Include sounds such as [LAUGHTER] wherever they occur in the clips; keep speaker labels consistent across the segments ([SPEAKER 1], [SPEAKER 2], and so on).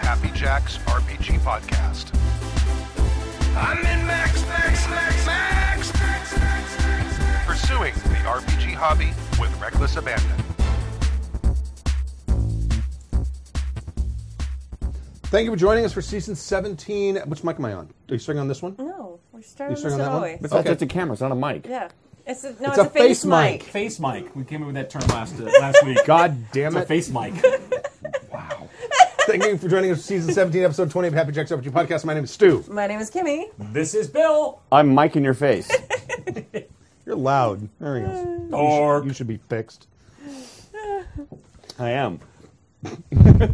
[SPEAKER 1] Max RPG Podcast. I'm in Max, Max, Max, Max, Max, Max, Max, Max. Pursuing the RPG hobby with reckless abandon.
[SPEAKER 2] Thank you for joining us for season 17. Which mic am I on? Are you starting on this one?
[SPEAKER 3] No, we're
[SPEAKER 2] Are you starting
[SPEAKER 3] starting this
[SPEAKER 2] on that
[SPEAKER 3] always.
[SPEAKER 2] one?
[SPEAKER 4] That's just a camera. It's not a mic.
[SPEAKER 3] Yeah, it's a, no,
[SPEAKER 2] It's
[SPEAKER 3] it's,
[SPEAKER 2] a
[SPEAKER 3] a,
[SPEAKER 2] face
[SPEAKER 3] face
[SPEAKER 2] mic.
[SPEAKER 3] mic.
[SPEAKER 5] Face mic. We came up with that term last uh, last week.
[SPEAKER 2] God damn
[SPEAKER 5] It's a
[SPEAKER 2] it.
[SPEAKER 5] face mic.
[SPEAKER 2] [LAUGHS] Thank you for joining us for season 17, episode 20 of Happy Jack's RPG Podcast. My name is Stu.
[SPEAKER 3] My name is Kimmy.
[SPEAKER 2] Mm-hmm.
[SPEAKER 5] this is Bill.
[SPEAKER 4] I'm mic in your
[SPEAKER 5] [LAUGHS]
[SPEAKER 4] face.
[SPEAKER 2] You're loud. There he goes.
[SPEAKER 5] Or
[SPEAKER 2] You should be fixed.
[SPEAKER 4] I am.
[SPEAKER 5] why do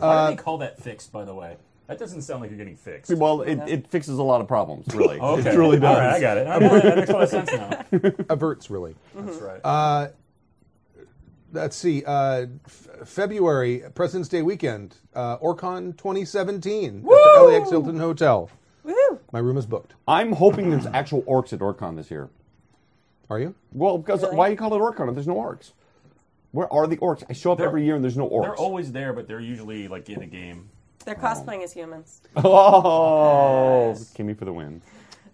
[SPEAKER 5] they call that fixed? By the way, that doesn't sound like you're getting fixed.
[SPEAKER 4] Well, it, it fixes a lot of problems, really.
[SPEAKER 5] [LAUGHS] Okay.
[SPEAKER 4] It truly does.
[SPEAKER 5] All right, I got it. All right, that makes a lot of sense now. Uh,
[SPEAKER 2] Averts, really.
[SPEAKER 5] [LAUGHS] That's right.
[SPEAKER 2] Let's see. Uh, F- February, President's Day weekend, uh, Orcon 2017 at the LAX Hilton Hotel.
[SPEAKER 3] Woohoo!
[SPEAKER 2] My room is booked.
[SPEAKER 4] I'm hoping there's actual orcs at Orcon this year.
[SPEAKER 2] Are you?
[SPEAKER 4] Well, because
[SPEAKER 3] Really?
[SPEAKER 4] why you call it Orcon if there's no orcs? Where are the orcs? I show up
[SPEAKER 5] They're-
[SPEAKER 4] every year and there's no
[SPEAKER 5] they're
[SPEAKER 4] orcs. [LAUGHS]
[SPEAKER 5] always there, but they're usually like in a [LAUGHS] game.
[SPEAKER 3] They're cosplaying as humans.
[SPEAKER 4] oh, Kimmy for the win.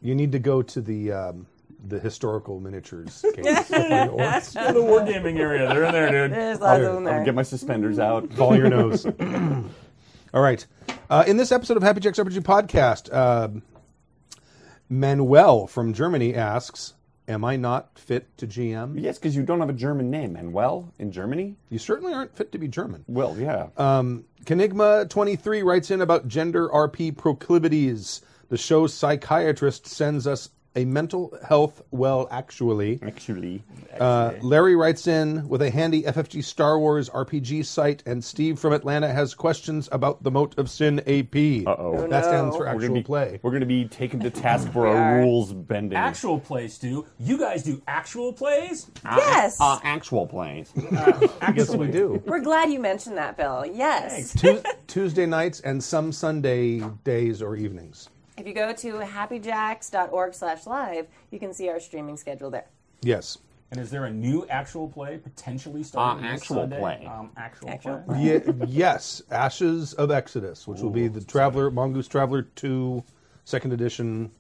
[SPEAKER 2] You need to go to the um, the historical [LAUGHS] miniatures case. for the orcs.
[SPEAKER 5] the wargaming area. They're in there, dude.
[SPEAKER 3] There's lots
[SPEAKER 2] I'll-
[SPEAKER 3] of them
[SPEAKER 4] I'm gonna
[SPEAKER 3] there.
[SPEAKER 4] get my suspenders out.
[SPEAKER 5] Mm-hmm.
[SPEAKER 2] Follow your nose. [CLEARS THROAT] All right. Uh, in this episode of Happy Jack's RPG podcast, um Manuel from Germany asks, "Am I not fit to GM?
[SPEAKER 4] Yes, because you don't have a German name, and well, in Germany,
[SPEAKER 2] You certainly aren't fit to be German."
[SPEAKER 4] well, yeah.
[SPEAKER 2] Kenigma twenty three writes in about gender RP proclivities. The show's psychiatrist sends us a mental health well actually.
[SPEAKER 4] actually,
[SPEAKER 2] Uh, Larry writes in with a handy FFG Star Wars RPG site, and Steve from Atlanta has questions about the Moat of Sin AP.
[SPEAKER 4] Uh-oh. Oh,
[SPEAKER 2] That stands
[SPEAKER 3] no.
[SPEAKER 2] for
[SPEAKER 3] We're
[SPEAKER 2] actual
[SPEAKER 4] we're gonna be
[SPEAKER 2] play.
[SPEAKER 4] We're gonna be taken to task for our rules bending.
[SPEAKER 5] Actual plays, Stu. You guys do actual plays.
[SPEAKER 3] Yes,
[SPEAKER 4] uh, actual plays.
[SPEAKER 2] Yes, we do.
[SPEAKER 3] we're glad you mentioned that, Bill. Yes.
[SPEAKER 2] Tu- Tuesday nights and some Sunday days or evenings.
[SPEAKER 3] If you go to happyjacks.org/live, you can see our streaming schedule there.
[SPEAKER 2] Yes.
[SPEAKER 5] And is there a new actual play potentially starting
[SPEAKER 4] Uh,
[SPEAKER 5] this
[SPEAKER 4] actual
[SPEAKER 5] Sunday?
[SPEAKER 4] play.
[SPEAKER 5] Um, actual,
[SPEAKER 3] Actual
[SPEAKER 5] play.
[SPEAKER 3] play.
[SPEAKER 2] Ye- yes. Ashes of Exodus, which will be the Traveler, Mongoose Traveler 2, second edition.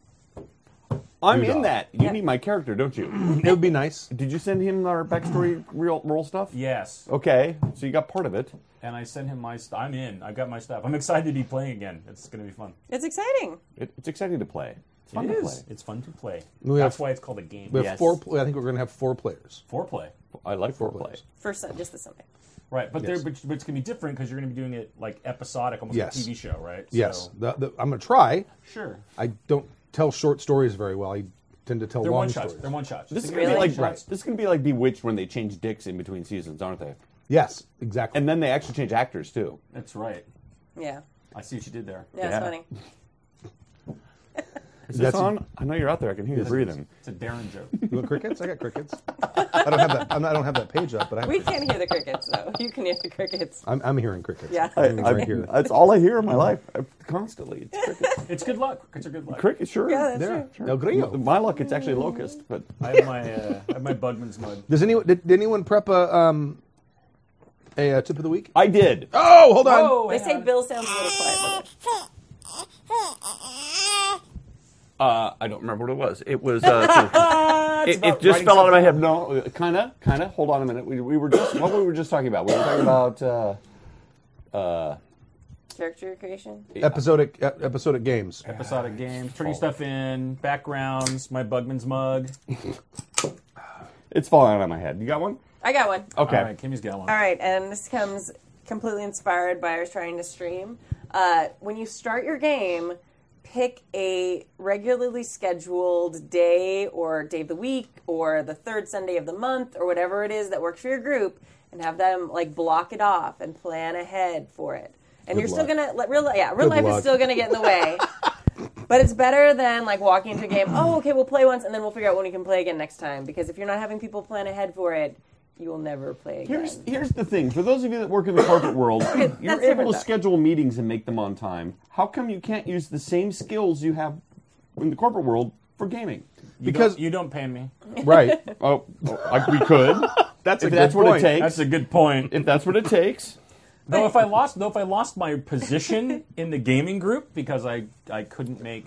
[SPEAKER 4] I'm
[SPEAKER 2] Rudolph.
[SPEAKER 4] in that. You
[SPEAKER 3] Yeah.
[SPEAKER 4] need my character, don't
[SPEAKER 2] [CLEARS THROAT]
[SPEAKER 4] you?
[SPEAKER 2] It would be nice.
[SPEAKER 4] Did you send him our backstory real role stuff?
[SPEAKER 5] Yes.
[SPEAKER 4] Okay, so you got part of it.
[SPEAKER 5] and I sent him my. St- I'm in. I've got my stuff. I'm excited to be playing again. It's going to be fun.
[SPEAKER 3] It's exciting.
[SPEAKER 4] it it's exciting to play. It's fun
[SPEAKER 5] It
[SPEAKER 4] to
[SPEAKER 5] is.
[SPEAKER 4] play.
[SPEAKER 5] It's fun to play.
[SPEAKER 2] We
[SPEAKER 5] That's
[SPEAKER 2] have-
[SPEAKER 5] why it's called a game.
[SPEAKER 2] We have
[SPEAKER 4] Yes.
[SPEAKER 2] four. Pl- I think we're going to have four players.
[SPEAKER 5] Foreplay.
[SPEAKER 4] I like
[SPEAKER 2] Four
[SPEAKER 4] foreplay.
[SPEAKER 2] players.
[SPEAKER 3] First, Sun- just the Sunday.
[SPEAKER 5] Right, but
[SPEAKER 2] Yes.
[SPEAKER 5] there, but, but it's going to be different because you're going to be doing it like episodic, almost
[SPEAKER 2] Yes.
[SPEAKER 5] like a TV show, right?
[SPEAKER 2] Yes.
[SPEAKER 5] So,
[SPEAKER 2] The, the, I'm going to try.
[SPEAKER 5] sure.
[SPEAKER 2] I don't tell short stories very well. I tend to tell
[SPEAKER 5] They're
[SPEAKER 2] long
[SPEAKER 5] one
[SPEAKER 2] stories.
[SPEAKER 5] shots. They're one shots.
[SPEAKER 4] This is
[SPEAKER 5] Just
[SPEAKER 4] gonna be
[SPEAKER 3] Really?
[SPEAKER 4] like
[SPEAKER 2] Right.
[SPEAKER 4] this is gonna be like Bewitched when they change dicks in between seasons, aren't they?
[SPEAKER 2] Yes, exactly.
[SPEAKER 4] And then they actually change actors too.
[SPEAKER 5] That's right.
[SPEAKER 3] Yeah,
[SPEAKER 5] I see what you did there.
[SPEAKER 3] yeah, it's
[SPEAKER 4] Yeah.
[SPEAKER 3] funny.
[SPEAKER 4] Is
[SPEAKER 2] That's-
[SPEAKER 4] this on? I know you're out there. I can hear you breathing.
[SPEAKER 5] It's a Darren joke.
[SPEAKER 2] you want crickets? I got crickets. I don't have that. I'm not, I don't have that page up, but I have
[SPEAKER 3] We
[SPEAKER 2] crickets.
[SPEAKER 3] can't hear the crickets though. You can hear the crickets.
[SPEAKER 2] I'm, I'm hearing crickets.
[SPEAKER 3] Yeah.
[SPEAKER 2] I'm
[SPEAKER 4] I-
[SPEAKER 2] right here.
[SPEAKER 4] That's all I hear in my life. I, constantly. It's cricket.
[SPEAKER 5] it's good luck. Crickets are good luck.
[SPEAKER 4] cricket, sure.
[SPEAKER 3] Yeah, that's
[SPEAKER 2] There.
[SPEAKER 3] true. Mm.
[SPEAKER 2] El grillo.
[SPEAKER 4] My luck, it's actually locust, but
[SPEAKER 5] I have my, uh, I have my Budman's mug.
[SPEAKER 2] Does anyone did, did anyone prep a um a, uh tip of the week?
[SPEAKER 4] I did.
[SPEAKER 2] Oh, hold on.
[SPEAKER 5] Oh,
[SPEAKER 3] They
[SPEAKER 5] hang
[SPEAKER 3] say
[SPEAKER 5] on.
[SPEAKER 3] Bill sounds a little quiet.
[SPEAKER 4] Uh, I don't remember what it was. It
[SPEAKER 3] [LAUGHS]
[SPEAKER 4] was. Uh, it, it just fell out of my head. No, kind of, kind of. Hold on a minute. We, we were just what we were just talking about. We were talking about. Uh,
[SPEAKER 2] [GASPS]
[SPEAKER 3] but Character creation.
[SPEAKER 2] Episodic e- episodic games.
[SPEAKER 5] episodic games, turning stuff in, backgrounds, my Bugman's mug.
[SPEAKER 4] it's falling out of my head. You got one?
[SPEAKER 3] I got one.
[SPEAKER 4] Okay.
[SPEAKER 5] All right, Kimmy's got one.
[SPEAKER 3] All right, and this comes completely inspired by our trying to stream. Uh, when you start your game, pick a regularly scheduled day or day of the week or the third Sunday of the month or whatever it is that works for your group, and have them like block it off and plan ahead for it. And you're still
[SPEAKER 2] luck.
[SPEAKER 3] gonna let real yeah
[SPEAKER 2] Good
[SPEAKER 3] real life
[SPEAKER 2] luck.
[SPEAKER 3] is still gonna get in
[SPEAKER 2] [LAUGHS]
[SPEAKER 3] the way. But it's better than like walking into a game. Oh, okay, we'll play once, and then we'll figure out when we can play again next time. Because if you're not having people plan ahead for it, you will never play again.
[SPEAKER 4] Here's here's the thing. For those of you that work in the
[SPEAKER 3] [COUGHS]
[SPEAKER 4] corporate world, you're
[SPEAKER 3] different
[SPEAKER 4] able to
[SPEAKER 3] though.
[SPEAKER 4] schedule meetings and make them on time. How come you can't use the same skills you have in the corporate world for gaming?
[SPEAKER 5] You
[SPEAKER 2] because-
[SPEAKER 5] don't, you don't pay me. [LAUGHS]
[SPEAKER 2] Right.
[SPEAKER 4] Oh, oh, I- we could.
[SPEAKER 2] That's a
[SPEAKER 4] if that's
[SPEAKER 2] good
[SPEAKER 4] what
[SPEAKER 2] point.
[SPEAKER 4] it takes.
[SPEAKER 5] That's a good point.
[SPEAKER 4] if that's what it takes.
[SPEAKER 3] [LAUGHS]
[SPEAKER 5] Though if I lost, though if I lost my position in the gaming group because I I couldn't make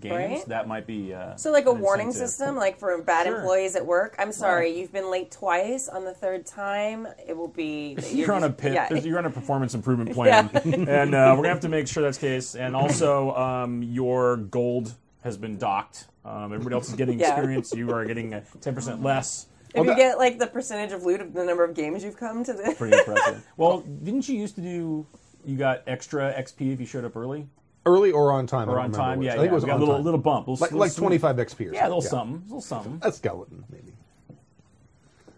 [SPEAKER 5] games,
[SPEAKER 3] Right?
[SPEAKER 5] that might be uh,
[SPEAKER 3] So like a
[SPEAKER 5] an
[SPEAKER 3] warning
[SPEAKER 5] incentive.
[SPEAKER 3] system, like for bad
[SPEAKER 5] Sure.
[SPEAKER 3] employees at work. I'm sorry, you've been late twice. On the third time, it will be that
[SPEAKER 5] [LAUGHS] You're on a pit.
[SPEAKER 3] yeah.
[SPEAKER 5] You're on a
[SPEAKER 3] [LAUGHS]
[SPEAKER 5] performance improvement plan, and uh, we're gonna have to make sure that's the case. And also, um, your gold has been docked. Um, everybody else is
[SPEAKER 3] [LAUGHS]
[SPEAKER 5] getting
[SPEAKER 3] Yeah.
[SPEAKER 5] experience. You are getting uh, ten percent less.
[SPEAKER 3] If you get like the percentage of loot of the number of games you've come to the
[SPEAKER 5] Pretty impressive. well, didn't you used to do? You got extra XP if you showed up early
[SPEAKER 2] Early or on time? I don't
[SPEAKER 5] or on
[SPEAKER 2] remember
[SPEAKER 5] time.
[SPEAKER 2] which.
[SPEAKER 5] Yeah,
[SPEAKER 2] I think
[SPEAKER 5] yeah.
[SPEAKER 2] it was
[SPEAKER 5] We got
[SPEAKER 2] on
[SPEAKER 5] a little,
[SPEAKER 2] time.
[SPEAKER 5] little bump, little,
[SPEAKER 2] like
[SPEAKER 5] little
[SPEAKER 2] like
[SPEAKER 5] sweet-
[SPEAKER 2] 25 XP. Or
[SPEAKER 5] Yeah, a little
[SPEAKER 2] something.
[SPEAKER 5] something, a little something,
[SPEAKER 2] A skeleton, maybe.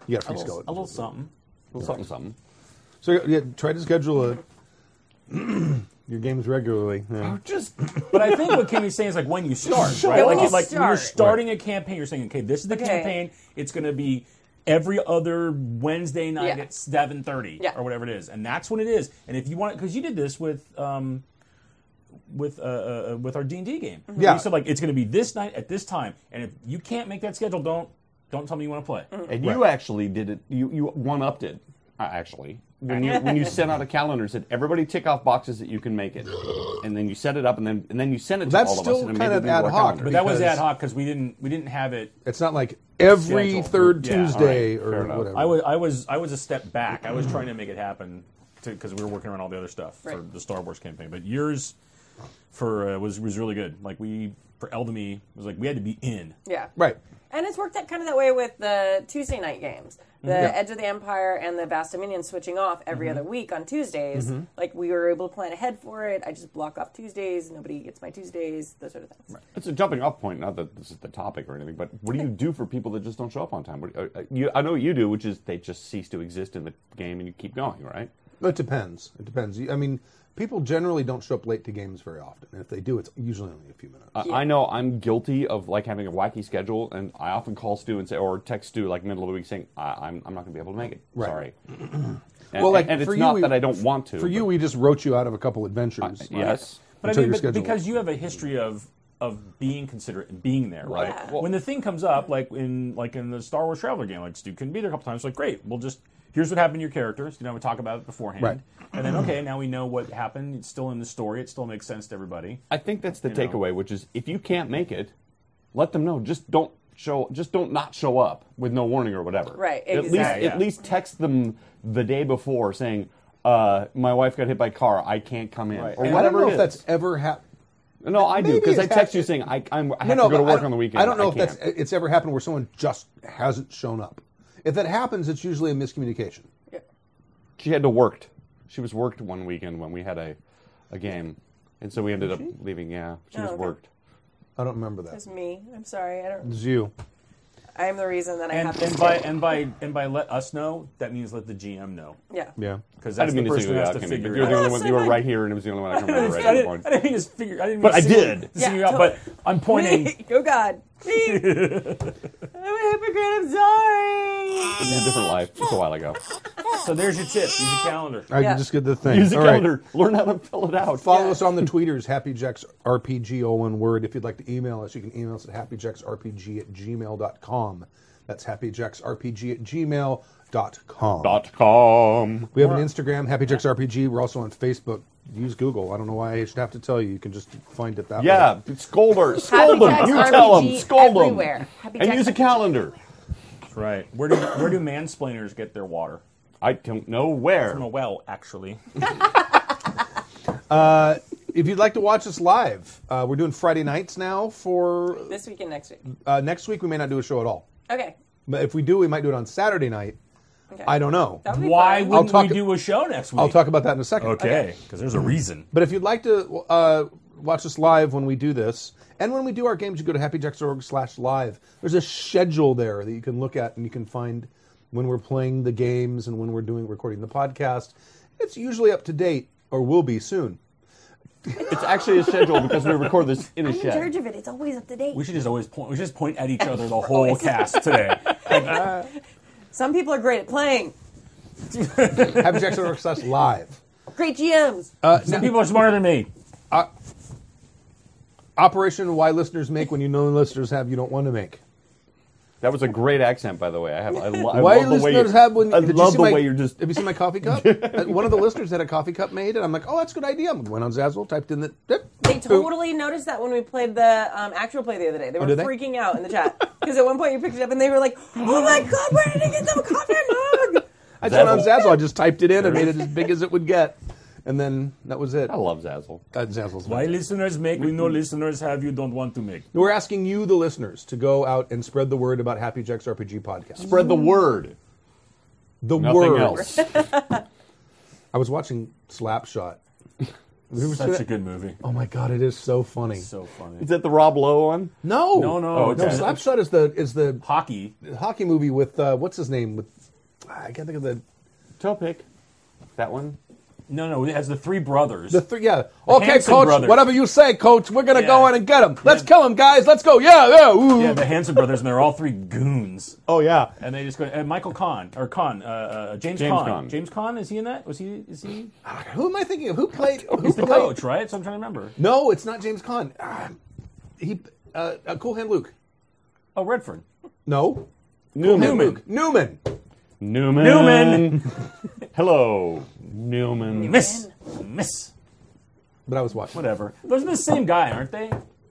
[SPEAKER 2] You got a free
[SPEAKER 5] a little,
[SPEAKER 2] skeleton.
[SPEAKER 5] a little something.
[SPEAKER 4] Something, something.
[SPEAKER 2] So yeah, try to schedule a, [CLEARS THROAT] your games regularly.
[SPEAKER 5] Oh.
[SPEAKER 2] Yeah.
[SPEAKER 4] Just
[SPEAKER 5] But I think what Kimmy's saying is like when
[SPEAKER 3] [LAUGHS]
[SPEAKER 5] you start,
[SPEAKER 4] Sure.
[SPEAKER 5] right? Like,
[SPEAKER 4] When you
[SPEAKER 5] it's like when you're
[SPEAKER 3] start.
[SPEAKER 5] starting a campaign, you're saying, okay, this is the
[SPEAKER 3] Okay.
[SPEAKER 5] campaign. It's going to be every other Wednesday night
[SPEAKER 3] Yeah.
[SPEAKER 5] at seven thirty
[SPEAKER 3] Yeah.
[SPEAKER 5] or whatever it is, and that's when it is. And if you want, because you did this with. Um, with uh, uh, uh, with our D and D game,
[SPEAKER 3] Mm-hmm.
[SPEAKER 2] Yeah.
[SPEAKER 5] You said like it's going to be this night at this time, and if you can't make that schedule, don't don't tell me you want to play.
[SPEAKER 3] Mm-hmm.
[SPEAKER 4] and you actually did it. You you one upped it uh, actually when you when you sent out a calendar and said everybody tick off boxes that you can make it, and then you set it up and then and then you sent it to
[SPEAKER 2] That's
[SPEAKER 4] all of us.
[SPEAKER 2] still
[SPEAKER 4] and it
[SPEAKER 2] kind
[SPEAKER 4] made
[SPEAKER 2] of
[SPEAKER 4] it into
[SPEAKER 2] ad
[SPEAKER 4] our
[SPEAKER 2] hoc,
[SPEAKER 4] calendar.
[SPEAKER 5] But that was
[SPEAKER 2] Because-
[SPEAKER 5] ad hoc because we didn't we didn't have it
[SPEAKER 2] It's not like every
[SPEAKER 5] Scheduled.
[SPEAKER 2] third
[SPEAKER 5] Yeah, all right,
[SPEAKER 2] Tuesday
[SPEAKER 4] fair
[SPEAKER 2] or
[SPEAKER 4] enough.
[SPEAKER 2] whatever.
[SPEAKER 5] I was I was I was a step back. I was trying to make it happen because we were working on all the other stuff for
[SPEAKER 3] Right.
[SPEAKER 5] the Star Wars campaign. But yours for uh, was was really good. Like we for Eldamy was like we had to be in.
[SPEAKER 3] [LAUGHS] yeah
[SPEAKER 2] right.
[SPEAKER 3] And it's worked that kind of that way with the Tuesday night games.
[SPEAKER 5] Mm-hmm.
[SPEAKER 3] The
[SPEAKER 2] Yeah.
[SPEAKER 3] Edge of the Empire and the Vast Dominion switching off every other week on Tuesdays.
[SPEAKER 5] Mm-hmm.
[SPEAKER 3] Like we were able to plan ahead for it. I just block off Tuesdays. Nobody gets my Tuesdays. Those sort of things.
[SPEAKER 4] It's a jumping off point. Not that this is the topic or anything, but what do you do for people that just don't show up on time? What, uh, uh, you, I know what you do, which is they just cease to exist in the game and you keep going, right?
[SPEAKER 2] It depends. It depends. I mean, people generally don't show up late to games very often, and if they do, it's usually only a few minutes.
[SPEAKER 4] I- I know I'm guilty of like having a wacky schedule, and I often call Stu and say, or text Stu like middle of the week saying, I, I'm, I'm not going to be able to make it.
[SPEAKER 2] Right.
[SPEAKER 4] Sorry.
[SPEAKER 2] [CLEARS THROAT] well, like
[SPEAKER 4] and,
[SPEAKER 2] for
[SPEAKER 4] it's
[SPEAKER 2] you,
[SPEAKER 4] not
[SPEAKER 2] we-
[SPEAKER 4] that I don't want to.
[SPEAKER 2] For you,
[SPEAKER 4] but-
[SPEAKER 2] we just wrote you out of a couple adventures.
[SPEAKER 4] Uh, yes.
[SPEAKER 5] But
[SPEAKER 2] Until
[SPEAKER 5] I mean,
[SPEAKER 2] your
[SPEAKER 5] but
[SPEAKER 2] schedule.
[SPEAKER 5] because you have a history of of being considerate and being there, right?
[SPEAKER 4] Right. Yeah.
[SPEAKER 5] when the thing comes up, like in like in the Star Wars Traveler game, like Stu couldn't be there a couple times. Like, great, we'll just here's what happened to your character. Stu and I would talk about it beforehand,
[SPEAKER 2] Right.
[SPEAKER 5] and then okay, now we know what happened. It's still in the story. It still makes sense to everybody.
[SPEAKER 4] I think that's the
[SPEAKER 5] You know.
[SPEAKER 4] takeaway, which is if you can't make it, let them know. Just don't show. Just don't not show up with no warning or whatever.
[SPEAKER 3] Right,
[SPEAKER 4] At least
[SPEAKER 3] exactly.
[SPEAKER 4] at least text them the day before saying, uh, "My wife got hit by car. I can't come in,"
[SPEAKER 5] Right.
[SPEAKER 4] or
[SPEAKER 5] And
[SPEAKER 2] I don't
[SPEAKER 4] whatever
[SPEAKER 2] know if
[SPEAKER 4] it is.
[SPEAKER 2] that's ever happened.
[SPEAKER 4] no, I do
[SPEAKER 2] Maybe
[SPEAKER 4] because I
[SPEAKER 2] it's
[SPEAKER 4] text
[SPEAKER 2] hap-
[SPEAKER 4] you saying I, I'm, I
[SPEAKER 2] No,
[SPEAKER 4] have
[SPEAKER 2] no,
[SPEAKER 4] to go to
[SPEAKER 2] but I
[SPEAKER 4] work
[SPEAKER 2] don't-
[SPEAKER 4] on the weekend.
[SPEAKER 2] I don't know if
[SPEAKER 4] can't.
[SPEAKER 2] that's it's ever happened where someone just hasn't shown up. If that happens, it's usually a miscommunication.
[SPEAKER 3] Yeah.
[SPEAKER 4] she had to worked. She was worked one weekend when we had a, a game, and so we ended up leaving. Yeah, she
[SPEAKER 3] Oh,
[SPEAKER 4] was
[SPEAKER 3] okay.
[SPEAKER 4] worked.
[SPEAKER 2] I don't remember that.
[SPEAKER 3] It's me. I'm sorry. I don't.
[SPEAKER 2] It's you.
[SPEAKER 3] I'm the reason that I
[SPEAKER 5] and,
[SPEAKER 3] have to.
[SPEAKER 5] and by and by and by let us know that means let the gm know
[SPEAKER 3] yeah.
[SPEAKER 2] Yeah.
[SPEAKER 5] because
[SPEAKER 4] I
[SPEAKER 5] that's
[SPEAKER 4] didn't mean to
[SPEAKER 5] the person
[SPEAKER 4] single
[SPEAKER 5] who
[SPEAKER 4] you
[SPEAKER 5] has
[SPEAKER 4] out,
[SPEAKER 5] to
[SPEAKER 4] Kenny, but
[SPEAKER 5] figure
[SPEAKER 4] you're
[SPEAKER 5] it
[SPEAKER 4] the
[SPEAKER 5] out
[SPEAKER 4] only one. You were right here, and it was the only one I can
[SPEAKER 5] [LAUGHS]
[SPEAKER 4] remember right
[SPEAKER 5] I
[SPEAKER 4] at that
[SPEAKER 5] didn't,
[SPEAKER 4] point.
[SPEAKER 5] I didn't mean to figure. I didn't mean
[SPEAKER 4] But
[SPEAKER 5] to
[SPEAKER 4] I
[SPEAKER 5] single-
[SPEAKER 4] did.
[SPEAKER 5] to single you out,
[SPEAKER 3] Yeah,
[SPEAKER 5] but I'm
[SPEAKER 3] [LAUGHS]
[SPEAKER 5] pointing.
[SPEAKER 3] Me. Oh God. Me. I'm a hypocrite. I'm sorry.
[SPEAKER 4] It was a different life. It's a while ago.
[SPEAKER 5] so there's your tip. Use a calendar.
[SPEAKER 2] I
[SPEAKER 3] Yeah.
[SPEAKER 2] just get the thing.
[SPEAKER 4] Use the
[SPEAKER 2] All right.
[SPEAKER 4] calendar. Learn how to fill it out.
[SPEAKER 2] Follow us on the tweeters, happyjacksrpg, all one word. If you'd like to email us, you can email us at happyjacksrpg at gmail.com. That's happyjacksrpg at gmail.com.
[SPEAKER 4] Dot com.
[SPEAKER 2] We have an Instagram, happyjacksrpg. We're also on Facebook. Use Google. I don't know why I should have to tell you. You can just find it that
[SPEAKER 4] Yeah,
[SPEAKER 2] way.
[SPEAKER 4] scold her.
[SPEAKER 3] Happy
[SPEAKER 4] Scold them.
[SPEAKER 3] Jacks
[SPEAKER 4] You tell them.
[SPEAKER 3] RPG
[SPEAKER 4] Scold them.
[SPEAKER 3] everywhere. Happy
[SPEAKER 4] And
[SPEAKER 3] Jacks
[SPEAKER 4] use a
[SPEAKER 3] RPG.
[SPEAKER 4] calendar.
[SPEAKER 5] Right. Where do where do mansplainers get their water?
[SPEAKER 4] I don't know
[SPEAKER 5] From a
[SPEAKER 4] where.
[SPEAKER 5] well, actually.
[SPEAKER 2] If you'd like to watch us live, uh, we're doing Friday nights now for
[SPEAKER 3] This weekend, next week.
[SPEAKER 2] uh, next week. We may not do a show at all.
[SPEAKER 3] Okay.
[SPEAKER 2] But if we do, we might do it on Saturday night.
[SPEAKER 3] Okay.
[SPEAKER 2] I don't know.
[SPEAKER 3] That would be
[SPEAKER 5] Why
[SPEAKER 3] fun.
[SPEAKER 5] wouldn't
[SPEAKER 2] talk-
[SPEAKER 5] we do a show next week?
[SPEAKER 2] I'll talk about that in a second.
[SPEAKER 5] Okay. Because there's a reason.
[SPEAKER 2] But if you'd like to uh, watch us live when we do this, and when we do our games, you go to happyjacks.org slash live. There's a schedule there that you can look at and you can find when we're playing the games and when we're doing recording the podcast. It's usually up to date or will be soon.
[SPEAKER 4] It's actually
[SPEAKER 2] [LAUGHS]
[SPEAKER 4] a schedule because we record this in a
[SPEAKER 3] I'm in charge
[SPEAKER 4] shed.
[SPEAKER 3] of it. It's always up to date.
[SPEAKER 5] We should just always point. We should just point at each
[SPEAKER 3] [LAUGHS]
[SPEAKER 5] other the whole
[SPEAKER 3] Always. [LAUGHS]
[SPEAKER 5] cast today.
[SPEAKER 3] Some people are great at playing.
[SPEAKER 2] happyjacks.org slash live.
[SPEAKER 3] Great GMs.
[SPEAKER 5] Some people are smarter than me.
[SPEAKER 2] Operation Why Listeners Make When You Know Listeners Have You Don't Want to Make.
[SPEAKER 4] That was a great accent, by the way. I have. I, lo- I
[SPEAKER 2] Why
[SPEAKER 4] love the way you,
[SPEAKER 2] listeners have when
[SPEAKER 4] I
[SPEAKER 2] did you
[SPEAKER 4] love
[SPEAKER 2] see
[SPEAKER 4] the
[SPEAKER 2] my-
[SPEAKER 4] way you're just.
[SPEAKER 2] Have you seen my coffee
[SPEAKER 4] [LAUGHS]
[SPEAKER 2] cup? Uh, One of the listeners had a coffee cup made, and I'm like, oh, that's a good idea. Went on Zazzle, typed in the. dip,
[SPEAKER 3] They
[SPEAKER 2] boom.
[SPEAKER 3] totally noticed that when we played the um, actual play the other day. They were
[SPEAKER 2] did they?
[SPEAKER 3] freaking out in the chat because at one point you picked it up and they were like, "Oh my god, where did I get that coffee mug?"
[SPEAKER 2] I just went on
[SPEAKER 4] Zazzle.
[SPEAKER 2] Zazzle. I just typed it in. I made it as big as it would get, and then that was it.
[SPEAKER 4] I love Zazzle.
[SPEAKER 2] Uh, Zazzle's
[SPEAKER 5] Why listeners make we know listeners have you don't want to make.
[SPEAKER 2] We're asking you, the listeners, to go out and spread the word about Happy Jack's RPG podcast.
[SPEAKER 4] Spread
[SPEAKER 5] Mm.
[SPEAKER 4] the word.
[SPEAKER 2] The
[SPEAKER 4] Nothing
[SPEAKER 2] word.
[SPEAKER 4] else.
[SPEAKER 2] I was watching Slapshot.
[SPEAKER 5] Such a good movie.
[SPEAKER 2] Oh my god, it is so funny.
[SPEAKER 5] So funny.
[SPEAKER 4] [LAUGHS] Is that the Rob Lowe one?
[SPEAKER 2] no,
[SPEAKER 5] No, no,
[SPEAKER 2] no.
[SPEAKER 5] it's a-
[SPEAKER 2] Slapshot is the is the
[SPEAKER 5] Hockey.
[SPEAKER 2] hockey movie with uh, what's his name with I can't think of the
[SPEAKER 4] Topic. That one.
[SPEAKER 5] No, no, it has the three brothers.
[SPEAKER 2] the three. Yeah. okay,
[SPEAKER 5] Hanson
[SPEAKER 2] coach.
[SPEAKER 5] brothers.
[SPEAKER 2] Whatever you say, coach. We're gonna go
[SPEAKER 5] Yeah.
[SPEAKER 2] in and get him. Let's kill him, guys. Let's go. Yeah, yeah. Ooh.
[SPEAKER 5] yeah, the Hanson brothers, and they're all three goons.
[SPEAKER 4] Oh yeah.
[SPEAKER 5] And they just go. And Michael Kahn or Kahn, uh, uh, James,
[SPEAKER 4] James
[SPEAKER 5] Kahn.
[SPEAKER 4] Caan.
[SPEAKER 5] James Kahn is he in that? Was he? Is he?
[SPEAKER 2] Who am I thinking of? Who played? Who
[SPEAKER 5] He's the
[SPEAKER 2] played?
[SPEAKER 5] coach, right? So I'm trying to remember.
[SPEAKER 2] No, it's not James Conn. Ah, he uh, uh, Cool Hand Luke.
[SPEAKER 5] Oh, Redford.
[SPEAKER 2] No.
[SPEAKER 4] Newman.
[SPEAKER 2] Newman. Newman.
[SPEAKER 4] Newman.
[SPEAKER 5] Newman.
[SPEAKER 4] [LAUGHS] Hello, Newman.
[SPEAKER 5] Miss, miss,
[SPEAKER 2] But I was watching.
[SPEAKER 5] whatever. Those are the same guy, aren't they?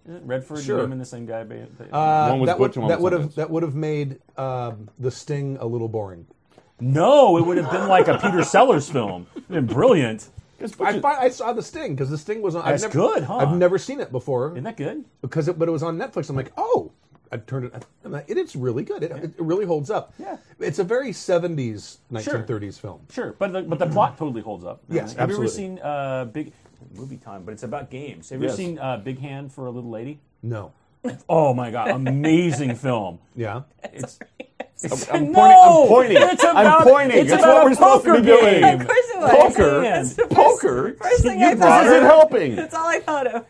[SPEAKER 5] Isn't Redford
[SPEAKER 2] Sure.
[SPEAKER 5] and Newman the same guy? ba- ba-
[SPEAKER 2] Uh,
[SPEAKER 4] One was
[SPEAKER 2] that
[SPEAKER 4] Butch
[SPEAKER 2] would,
[SPEAKER 4] and one
[SPEAKER 2] that
[SPEAKER 4] was
[SPEAKER 2] would have
[SPEAKER 4] Sundance.
[SPEAKER 2] that would have made um, the Sting a little boring.
[SPEAKER 5] no, it would have been like a Peter Sellers film. It'd been brilliant.
[SPEAKER 2] I, fi- I saw the Sting because the Sting was on. I've
[SPEAKER 5] That's
[SPEAKER 2] never,
[SPEAKER 5] good, huh?
[SPEAKER 2] I've never seen it before
[SPEAKER 5] Isn't that good?
[SPEAKER 2] because it, but it was on Netflix. I'm like, oh, I turned it. I'm like, it is really good. It, it really holds up.
[SPEAKER 5] Yeah.
[SPEAKER 2] it's a very 70s 1930s film.
[SPEAKER 5] Sure, but the,
[SPEAKER 4] [CLEARS THROAT]
[SPEAKER 5] but the plot totally holds up.
[SPEAKER 2] Yes,
[SPEAKER 5] Have you ever
[SPEAKER 2] absolutely.
[SPEAKER 5] seen uh, Big Movie Time? But it's about games. Have you
[SPEAKER 4] Yes.
[SPEAKER 5] ever seen uh, Big Hand for a Little Lady?
[SPEAKER 2] No,
[SPEAKER 5] Oh
[SPEAKER 4] [LAUGHS]
[SPEAKER 5] my god, amazing film.
[SPEAKER 2] yeah,
[SPEAKER 5] It's,
[SPEAKER 4] I'm
[SPEAKER 5] no!
[SPEAKER 4] [LAUGHS] pointing. I'm pointing.
[SPEAKER 5] It's about,
[SPEAKER 4] I'm pointing.
[SPEAKER 5] It's
[SPEAKER 4] That's
[SPEAKER 5] about
[SPEAKER 4] what
[SPEAKER 5] a
[SPEAKER 4] we're supposed to
[SPEAKER 5] poker
[SPEAKER 4] be doing.
[SPEAKER 5] game.
[SPEAKER 3] Of course it was. [LAUGHS]
[SPEAKER 5] Poker.
[SPEAKER 3] That's the first-
[SPEAKER 4] Poker.
[SPEAKER 3] First thing
[SPEAKER 4] You
[SPEAKER 3] I
[SPEAKER 4] brought
[SPEAKER 3] thought.
[SPEAKER 4] This isn't helping.
[SPEAKER 3] That's all I thought of.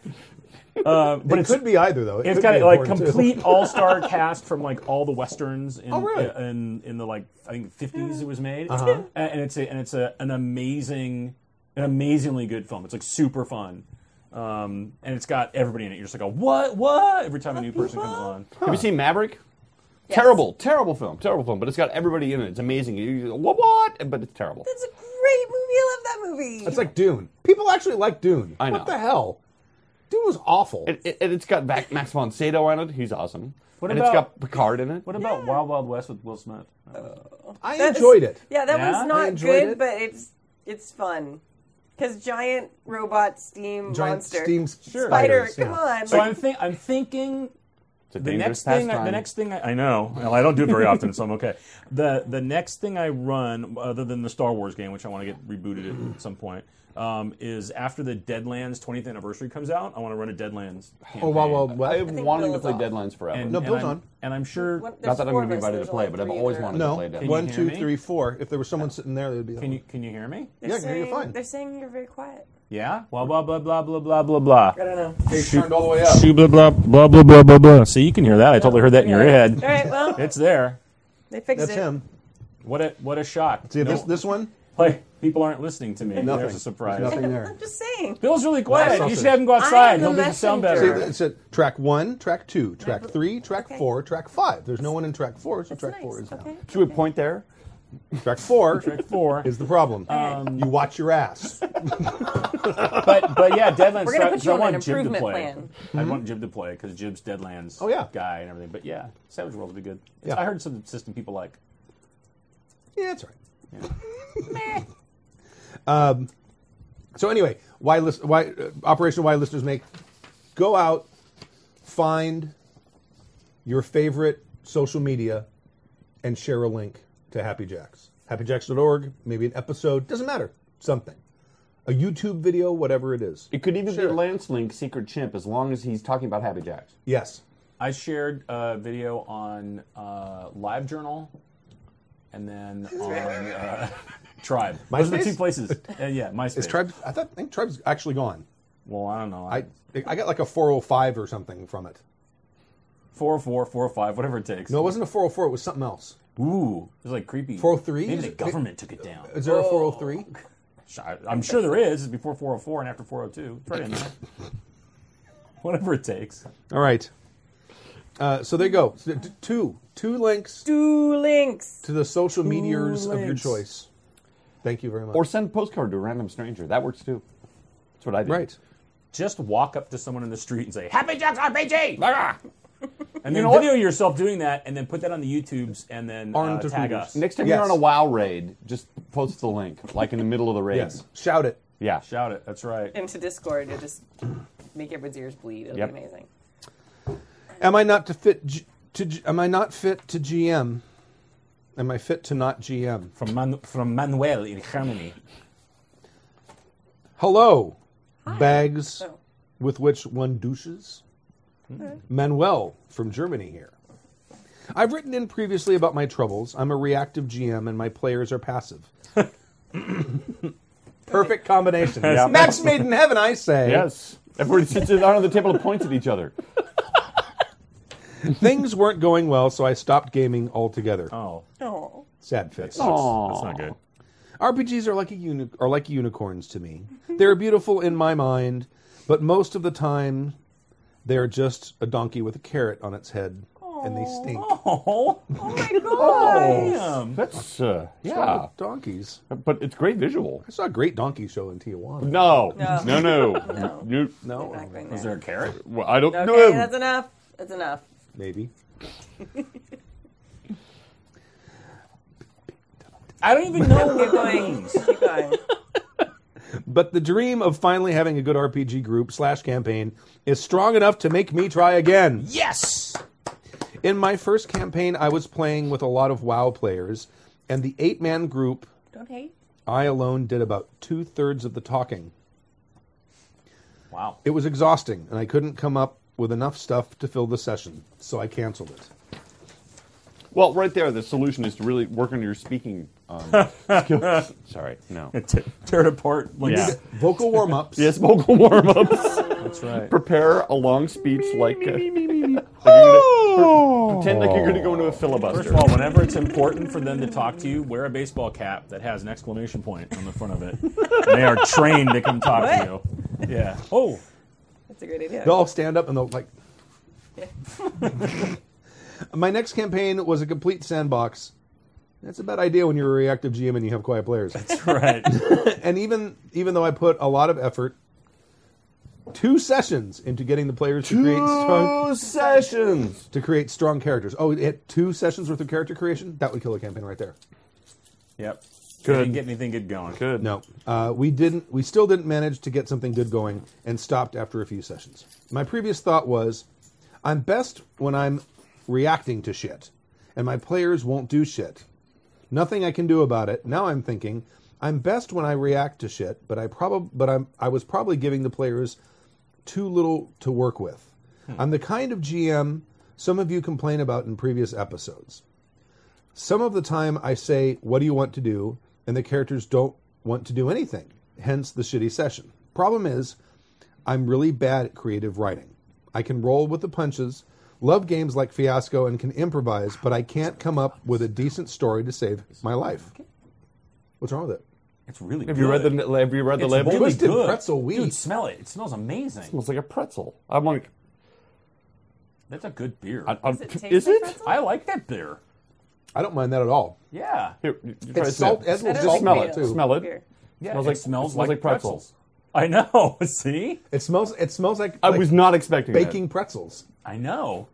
[SPEAKER 5] Uh, but
[SPEAKER 2] it
[SPEAKER 5] it's
[SPEAKER 2] could be either though. It
[SPEAKER 5] it's
[SPEAKER 2] could
[SPEAKER 5] got
[SPEAKER 2] be
[SPEAKER 5] a, like
[SPEAKER 2] important, too.
[SPEAKER 5] complete
[SPEAKER 2] [LAUGHS]
[SPEAKER 5] all-star cast from like all the westerns in
[SPEAKER 2] Oh, really?
[SPEAKER 5] in, in the like I think 50s it was made. A- And it's a, and it's a, an amazing an amazingly good film. It's like super fun. Um, and it's got everybody in it. You're just like, a, what, what? Every time a new person comes on.
[SPEAKER 4] Have you seen Maverick? Terrible, terrible film, terrible film. But it's got everybody in it. It's amazing. You- you- What? What? But it's terrible.
[SPEAKER 3] That's a great movie. I love that movie.
[SPEAKER 2] It's like Dune. People actually like Dune.
[SPEAKER 4] I know.
[SPEAKER 2] What the hell? Dune was awful.
[SPEAKER 4] It, it, it's got Mac- Max von Sato in it. He's awesome.
[SPEAKER 5] What
[SPEAKER 4] and it's got
[SPEAKER 5] about-
[SPEAKER 4] Picard in it.
[SPEAKER 5] What about Wild Wild West with Will Smith?
[SPEAKER 2] I
[SPEAKER 3] That is-
[SPEAKER 2] enjoyed it.
[SPEAKER 3] Yeah, that
[SPEAKER 5] Yeah? I
[SPEAKER 3] one's not
[SPEAKER 2] enjoyed
[SPEAKER 3] good,
[SPEAKER 2] it.
[SPEAKER 3] but it's it's fun. Because giant robot steam
[SPEAKER 2] Giant
[SPEAKER 3] monster.
[SPEAKER 2] steam
[SPEAKER 3] spider.
[SPEAKER 2] spiders,
[SPEAKER 3] Come
[SPEAKER 2] yeah.
[SPEAKER 3] on.
[SPEAKER 5] So
[SPEAKER 3] like,
[SPEAKER 5] I'm, think, I'm thinking
[SPEAKER 4] It's a
[SPEAKER 5] the
[SPEAKER 4] dangerous
[SPEAKER 5] next thing, I,
[SPEAKER 4] pastime.
[SPEAKER 5] the next thing I, I know. Well, I don't do it very often, so I'm okay. [LAUGHS] The the next thing I run, other than the Star Wars game, which I want to get rebooted at some point, um, is after the Deadlands 20th anniversary comes out. I want to run a Deadlands.
[SPEAKER 2] Oh,
[SPEAKER 5] campaign.
[SPEAKER 2] wow, wow, wow.
[SPEAKER 4] I've been
[SPEAKER 3] think
[SPEAKER 4] wanting to
[SPEAKER 3] Bill's
[SPEAKER 4] play
[SPEAKER 3] off.
[SPEAKER 4] Deadlines forever.
[SPEAKER 5] And,
[SPEAKER 2] No,
[SPEAKER 5] and
[SPEAKER 2] Bill's
[SPEAKER 5] I'm-
[SPEAKER 2] on.
[SPEAKER 5] and I'm sure.
[SPEAKER 3] One- there's
[SPEAKER 4] not that I'm
[SPEAKER 3] four
[SPEAKER 4] going to be
[SPEAKER 3] of us,
[SPEAKER 4] invited
[SPEAKER 3] there's
[SPEAKER 4] to play,
[SPEAKER 3] only
[SPEAKER 4] but I've
[SPEAKER 3] three
[SPEAKER 4] always
[SPEAKER 3] that are-
[SPEAKER 4] wanted
[SPEAKER 2] No,
[SPEAKER 4] to play Deadlands.
[SPEAKER 2] one,
[SPEAKER 5] you
[SPEAKER 2] two,
[SPEAKER 5] hear me?
[SPEAKER 2] three, four. If there was
[SPEAKER 3] Uh,
[SPEAKER 2] someone sitting there, there'd be.
[SPEAKER 5] Can you can you hear me?
[SPEAKER 3] They're
[SPEAKER 2] Yeah, I can hear you
[SPEAKER 3] saying-
[SPEAKER 2] fine.
[SPEAKER 3] They're saying you're very quiet.
[SPEAKER 5] Yeah. Blah blah blah blah blah blah blah blah.
[SPEAKER 3] I don't know.
[SPEAKER 2] turned all the way up.
[SPEAKER 5] Blah blah blah blah blah blah blah. See, you can hear that. I totally heard that in your
[SPEAKER 3] All
[SPEAKER 5] head.
[SPEAKER 3] right, well,
[SPEAKER 5] It's there.
[SPEAKER 3] they fixed
[SPEAKER 2] That's
[SPEAKER 3] it.
[SPEAKER 2] him.
[SPEAKER 5] What a what a shock.
[SPEAKER 2] See
[SPEAKER 5] No-
[SPEAKER 2] this this one?
[SPEAKER 5] like people aren't listening to me.
[SPEAKER 2] Nothing.
[SPEAKER 5] There's a surprise.
[SPEAKER 2] There's nothing there.
[SPEAKER 3] [LAUGHS] I'm just saying.
[SPEAKER 5] Bill's really quiet.
[SPEAKER 2] Wow.
[SPEAKER 5] You should have him go
[SPEAKER 3] I
[SPEAKER 5] outside.
[SPEAKER 3] am the
[SPEAKER 5] He'll make it sound
[SPEAKER 2] See,
[SPEAKER 5] better.
[SPEAKER 3] messenger.
[SPEAKER 2] it's a track one, track two, track three, track
[SPEAKER 3] Okay.
[SPEAKER 2] four, track five. There's no one in track four, so track
[SPEAKER 3] nice.
[SPEAKER 2] four is
[SPEAKER 3] okay.
[SPEAKER 4] Should we point there?
[SPEAKER 2] down. Track four
[SPEAKER 3] [LAUGHS]
[SPEAKER 5] Trick four.
[SPEAKER 2] [LAUGHS] is the problem. you watch your ass.
[SPEAKER 5] But but yeah, Deadlands.
[SPEAKER 3] We're gonna
[SPEAKER 5] so-
[SPEAKER 3] put
[SPEAKER 5] so
[SPEAKER 3] you
[SPEAKER 5] I
[SPEAKER 3] on an
[SPEAKER 5] want Jib to
[SPEAKER 3] improvement
[SPEAKER 5] play.
[SPEAKER 3] plan.
[SPEAKER 5] I want Jib to play because Jib's Deadlands.
[SPEAKER 2] Oh, yeah.
[SPEAKER 5] guy and everything. But yeah, Savage World would be good. It's-
[SPEAKER 2] Yeah.
[SPEAKER 5] I heard some system people like.
[SPEAKER 2] Yeah, that's all right. [LAUGHS] um, so anyway, why list, why uh, Operation Why listeners make go out find your favorite social media and share a link to Happy Jacks. HappyJacks.org, maybe an episode, doesn't matter, something. A YouTube video, whatever it is.
[SPEAKER 4] It could even
[SPEAKER 2] Sure.
[SPEAKER 4] be Lance Link, Secret Chimp, as long as he's talking about Happy Jacks.
[SPEAKER 2] Yes.
[SPEAKER 5] I shared a video on uh, LiveJournal, and then on uh, [LAUGHS] Tribe. Those are the
[SPEAKER 2] MySpace?
[SPEAKER 5] two places. Uh, yeah, MySpace.
[SPEAKER 2] Is Tribe I thought I think Tribe's actually gone.
[SPEAKER 5] Well, I don't know.
[SPEAKER 2] I I got like a 405 or something from it.
[SPEAKER 5] four, four, four, five, whatever it takes.
[SPEAKER 2] No, it wasn't a 404, it was something else.
[SPEAKER 5] Ooh, it was like creepy.
[SPEAKER 2] 403?
[SPEAKER 5] Maybe the
[SPEAKER 2] Is it-
[SPEAKER 5] government took it down.
[SPEAKER 2] Is there a 403?
[SPEAKER 5] Sh- I- I'm sure there is. It's before 404 and oh [LAUGHS] after 402. It's right in there. Whatever it takes.
[SPEAKER 2] All right. Uh, so there you go. So t- two, two links
[SPEAKER 3] Two links.
[SPEAKER 2] to the social meteors of your
[SPEAKER 5] links.
[SPEAKER 2] choice. Thank you very much.
[SPEAKER 4] Or send a postcard to a random stranger. That works too. That's what I did.
[SPEAKER 2] right.
[SPEAKER 5] Just walk up to someone in the street and say, "Happy Jacks RPG!"
[SPEAKER 4] Ah!
[SPEAKER 5] And then
[SPEAKER 4] know what?
[SPEAKER 5] video yourself doing that, and then put that on the YouTubes, and then
[SPEAKER 2] Armed
[SPEAKER 5] uh,
[SPEAKER 2] to
[SPEAKER 5] tag
[SPEAKER 2] fingers.
[SPEAKER 5] us.
[SPEAKER 4] Next time
[SPEAKER 2] Yes.
[SPEAKER 4] you're on a WoW raid, just post the link, like in the middle of the raid.
[SPEAKER 2] Yes. Shout it.
[SPEAKER 4] Yeah.
[SPEAKER 5] Shout it. That's right.
[SPEAKER 3] Into Discord to just make everyone's ears bleed. It'll
[SPEAKER 4] Yep.
[SPEAKER 3] be amazing.
[SPEAKER 2] Am I not to fit G- to G- am I not fit to GM? Am I fit to not GM?
[SPEAKER 5] From Man- from Manuel in [LAUGHS] Germany.
[SPEAKER 2] Hello. Bags
[SPEAKER 3] Oh.
[SPEAKER 2] with which one douches. Manuel from Germany here. I've written in previously about my troubles. I'm a reactive GM and my players are passive. Perfect combination.
[SPEAKER 4] Yeah.
[SPEAKER 2] Match made in heaven, I say.
[SPEAKER 4] Yes. Everybody sits down on the table and points at
[SPEAKER 2] [LAUGHS]
[SPEAKER 4] each other.
[SPEAKER 2] Things weren't going well, so I stopped gaming altogether.
[SPEAKER 5] Oh,
[SPEAKER 3] Oh.
[SPEAKER 2] Sad face.
[SPEAKER 5] that's not good.
[SPEAKER 2] RPGs are like a uni- are like unicorns to me. They're beautiful in my mind, but most of the time, they're just a donkey with a carrot on its head, and they stink.
[SPEAKER 5] Oh,
[SPEAKER 3] Oh my god.
[SPEAKER 5] damn.
[SPEAKER 4] That's uh, yeah,
[SPEAKER 2] Oh, donkeys!
[SPEAKER 4] but it's great visual.
[SPEAKER 2] I saw a great donkey show in Tijuana.
[SPEAKER 4] No,
[SPEAKER 3] No.
[SPEAKER 4] no, no.
[SPEAKER 3] [LAUGHS] No.
[SPEAKER 4] You,
[SPEAKER 2] No,
[SPEAKER 3] Not going
[SPEAKER 5] Is
[SPEAKER 3] there.
[SPEAKER 5] there a carrot?
[SPEAKER 4] well, I don't
[SPEAKER 3] Okay,
[SPEAKER 4] know.
[SPEAKER 3] that's enough. That's enough.
[SPEAKER 2] maybe.
[SPEAKER 5] I don't even
[SPEAKER 3] Keep
[SPEAKER 5] know what that
[SPEAKER 3] going.
[SPEAKER 5] means.
[SPEAKER 3] Keep going.
[SPEAKER 2] But the dream of finally having a good RPG group slash campaign is strong enough to make me try again.
[SPEAKER 5] Yes.
[SPEAKER 2] In my first campaign, I was playing with a lot of WoW players, and the eight man group
[SPEAKER 3] Don't hate.
[SPEAKER 2] I alone did about two thirds of the talking.
[SPEAKER 5] Wow.
[SPEAKER 2] It was exhausting, and I couldn't come up with enough stuff to fill the session, so I canceled it.
[SPEAKER 4] Well, right there, the solution is to really work on your speaking [LAUGHS] um, skills. Sorry, no.
[SPEAKER 5] T- [LAUGHS] tear it apart. Like
[SPEAKER 4] Yeah.
[SPEAKER 2] Vocal warm ups.
[SPEAKER 4] [LAUGHS] Yes, vocal warm-ups.
[SPEAKER 5] That's right.
[SPEAKER 4] Prepare a long speech like, uh, [LAUGHS] like you're gonna- pretend like you're going to go into a
[SPEAKER 5] First
[SPEAKER 4] filibuster.
[SPEAKER 5] of all, whenever it's important for them to talk to you, wear a baseball cap that has an exclamation point on the front of it. And they are trained to come talk to you. Yeah. Oh,
[SPEAKER 3] That's a great idea.
[SPEAKER 2] They'll all stand up and they'll like. [LAUGHS] My next campaign was a complete sandbox. That's a bad idea when you're a reactive GM and you have quiet players.
[SPEAKER 5] right.
[SPEAKER 2] and even even though I put a lot of effort, two sessions into getting the players to create strong
[SPEAKER 4] Two sessions.
[SPEAKER 2] to create strong characters. Oh, it had two sessions worth of character creation. That would kill a campaign right there.
[SPEAKER 5] Yep.
[SPEAKER 4] Good.
[SPEAKER 5] Didn't get anything good going.
[SPEAKER 4] Good.
[SPEAKER 2] No, uh, we didn't. We still didn't manage to get something good going, and stopped after a few sessions. My previous thought was, I'm best when I'm reacting to shit, and my players won't do shit. Nothing I can do about it. Now I'm thinking, I'm best when I react to shit, but I probably, but I'm, I was probably giving the players too little to work with. I'm the kind of GM some of you complain about in previous episodes. Some of the time I say, What do you want to do? and the characters don't want to do anything, hence the shitty session. Problem is, I'm really bad at creative writing. I can roll with the punches, love games like Fiasco, and can improvise, but I can't come up with a decent story to save my life. What's wrong with it?
[SPEAKER 5] It's really
[SPEAKER 4] Have you read the Have you read the
[SPEAKER 5] it's
[SPEAKER 4] label?
[SPEAKER 5] really
[SPEAKER 2] Twisted
[SPEAKER 5] good.
[SPEAKER 2] pretzel wheat.
[SPEAKER 5] Dude, smell it. It smells amazing.
[SPEAKER 4] It's like a pretzel. I'm like,
[SPEAKER 5] That's a good beer.
[SPEAKER 4] I,
[SPEAKER 5] I,
[SPEAKER 4] I, [LAUGHS]
[SPEAKER 3] Does it taste
[SPEAKER 4] is
[SPEAKER 3] like
[SPEAKER 4] it?
[SPEAKER 3] pretzel?
[SPEAKER 5] like that beer.
[SPEAKER 2] I don't mind that at all.
[SPEAKER 5] Yeah.
[SPEAKER 4] Here, you- you try
[SPEAKER 2] It's salt.
[SPEAKER 4] It
[SPEAKER 2] Ed will
[SPEAKER 3] Better
[SPEAKER 2] just
[SPEAKER 3] than
[SPEAKER 2] smell it
[SPEAKER 3] potatoes.
[SPEAKER 2] too.
[SPEAKER 4] Smell it.
[SPEAKER 3] Here.
[SPEAKER 5] Yeah,
[SPEAKER 4] Smells
[SPEAKER 5] it
[SPEAKER 4] like-
[SPEAKER 5] smells,
[SPEAKER 4] smells
[SPEAKER 5] like,
[SPEAKER 4] like pretzels.
[SPEAKER 5] I know. [LAUGHS] See?
[SPEAKER 2] It smells. It smells like,
[SPEAKER 4] I
[SPEAKER 2] like
[SPEAKER 4] was not expecting that.
[SPEAKER 2] baking pretzels.
[SPEAKER 5] I know.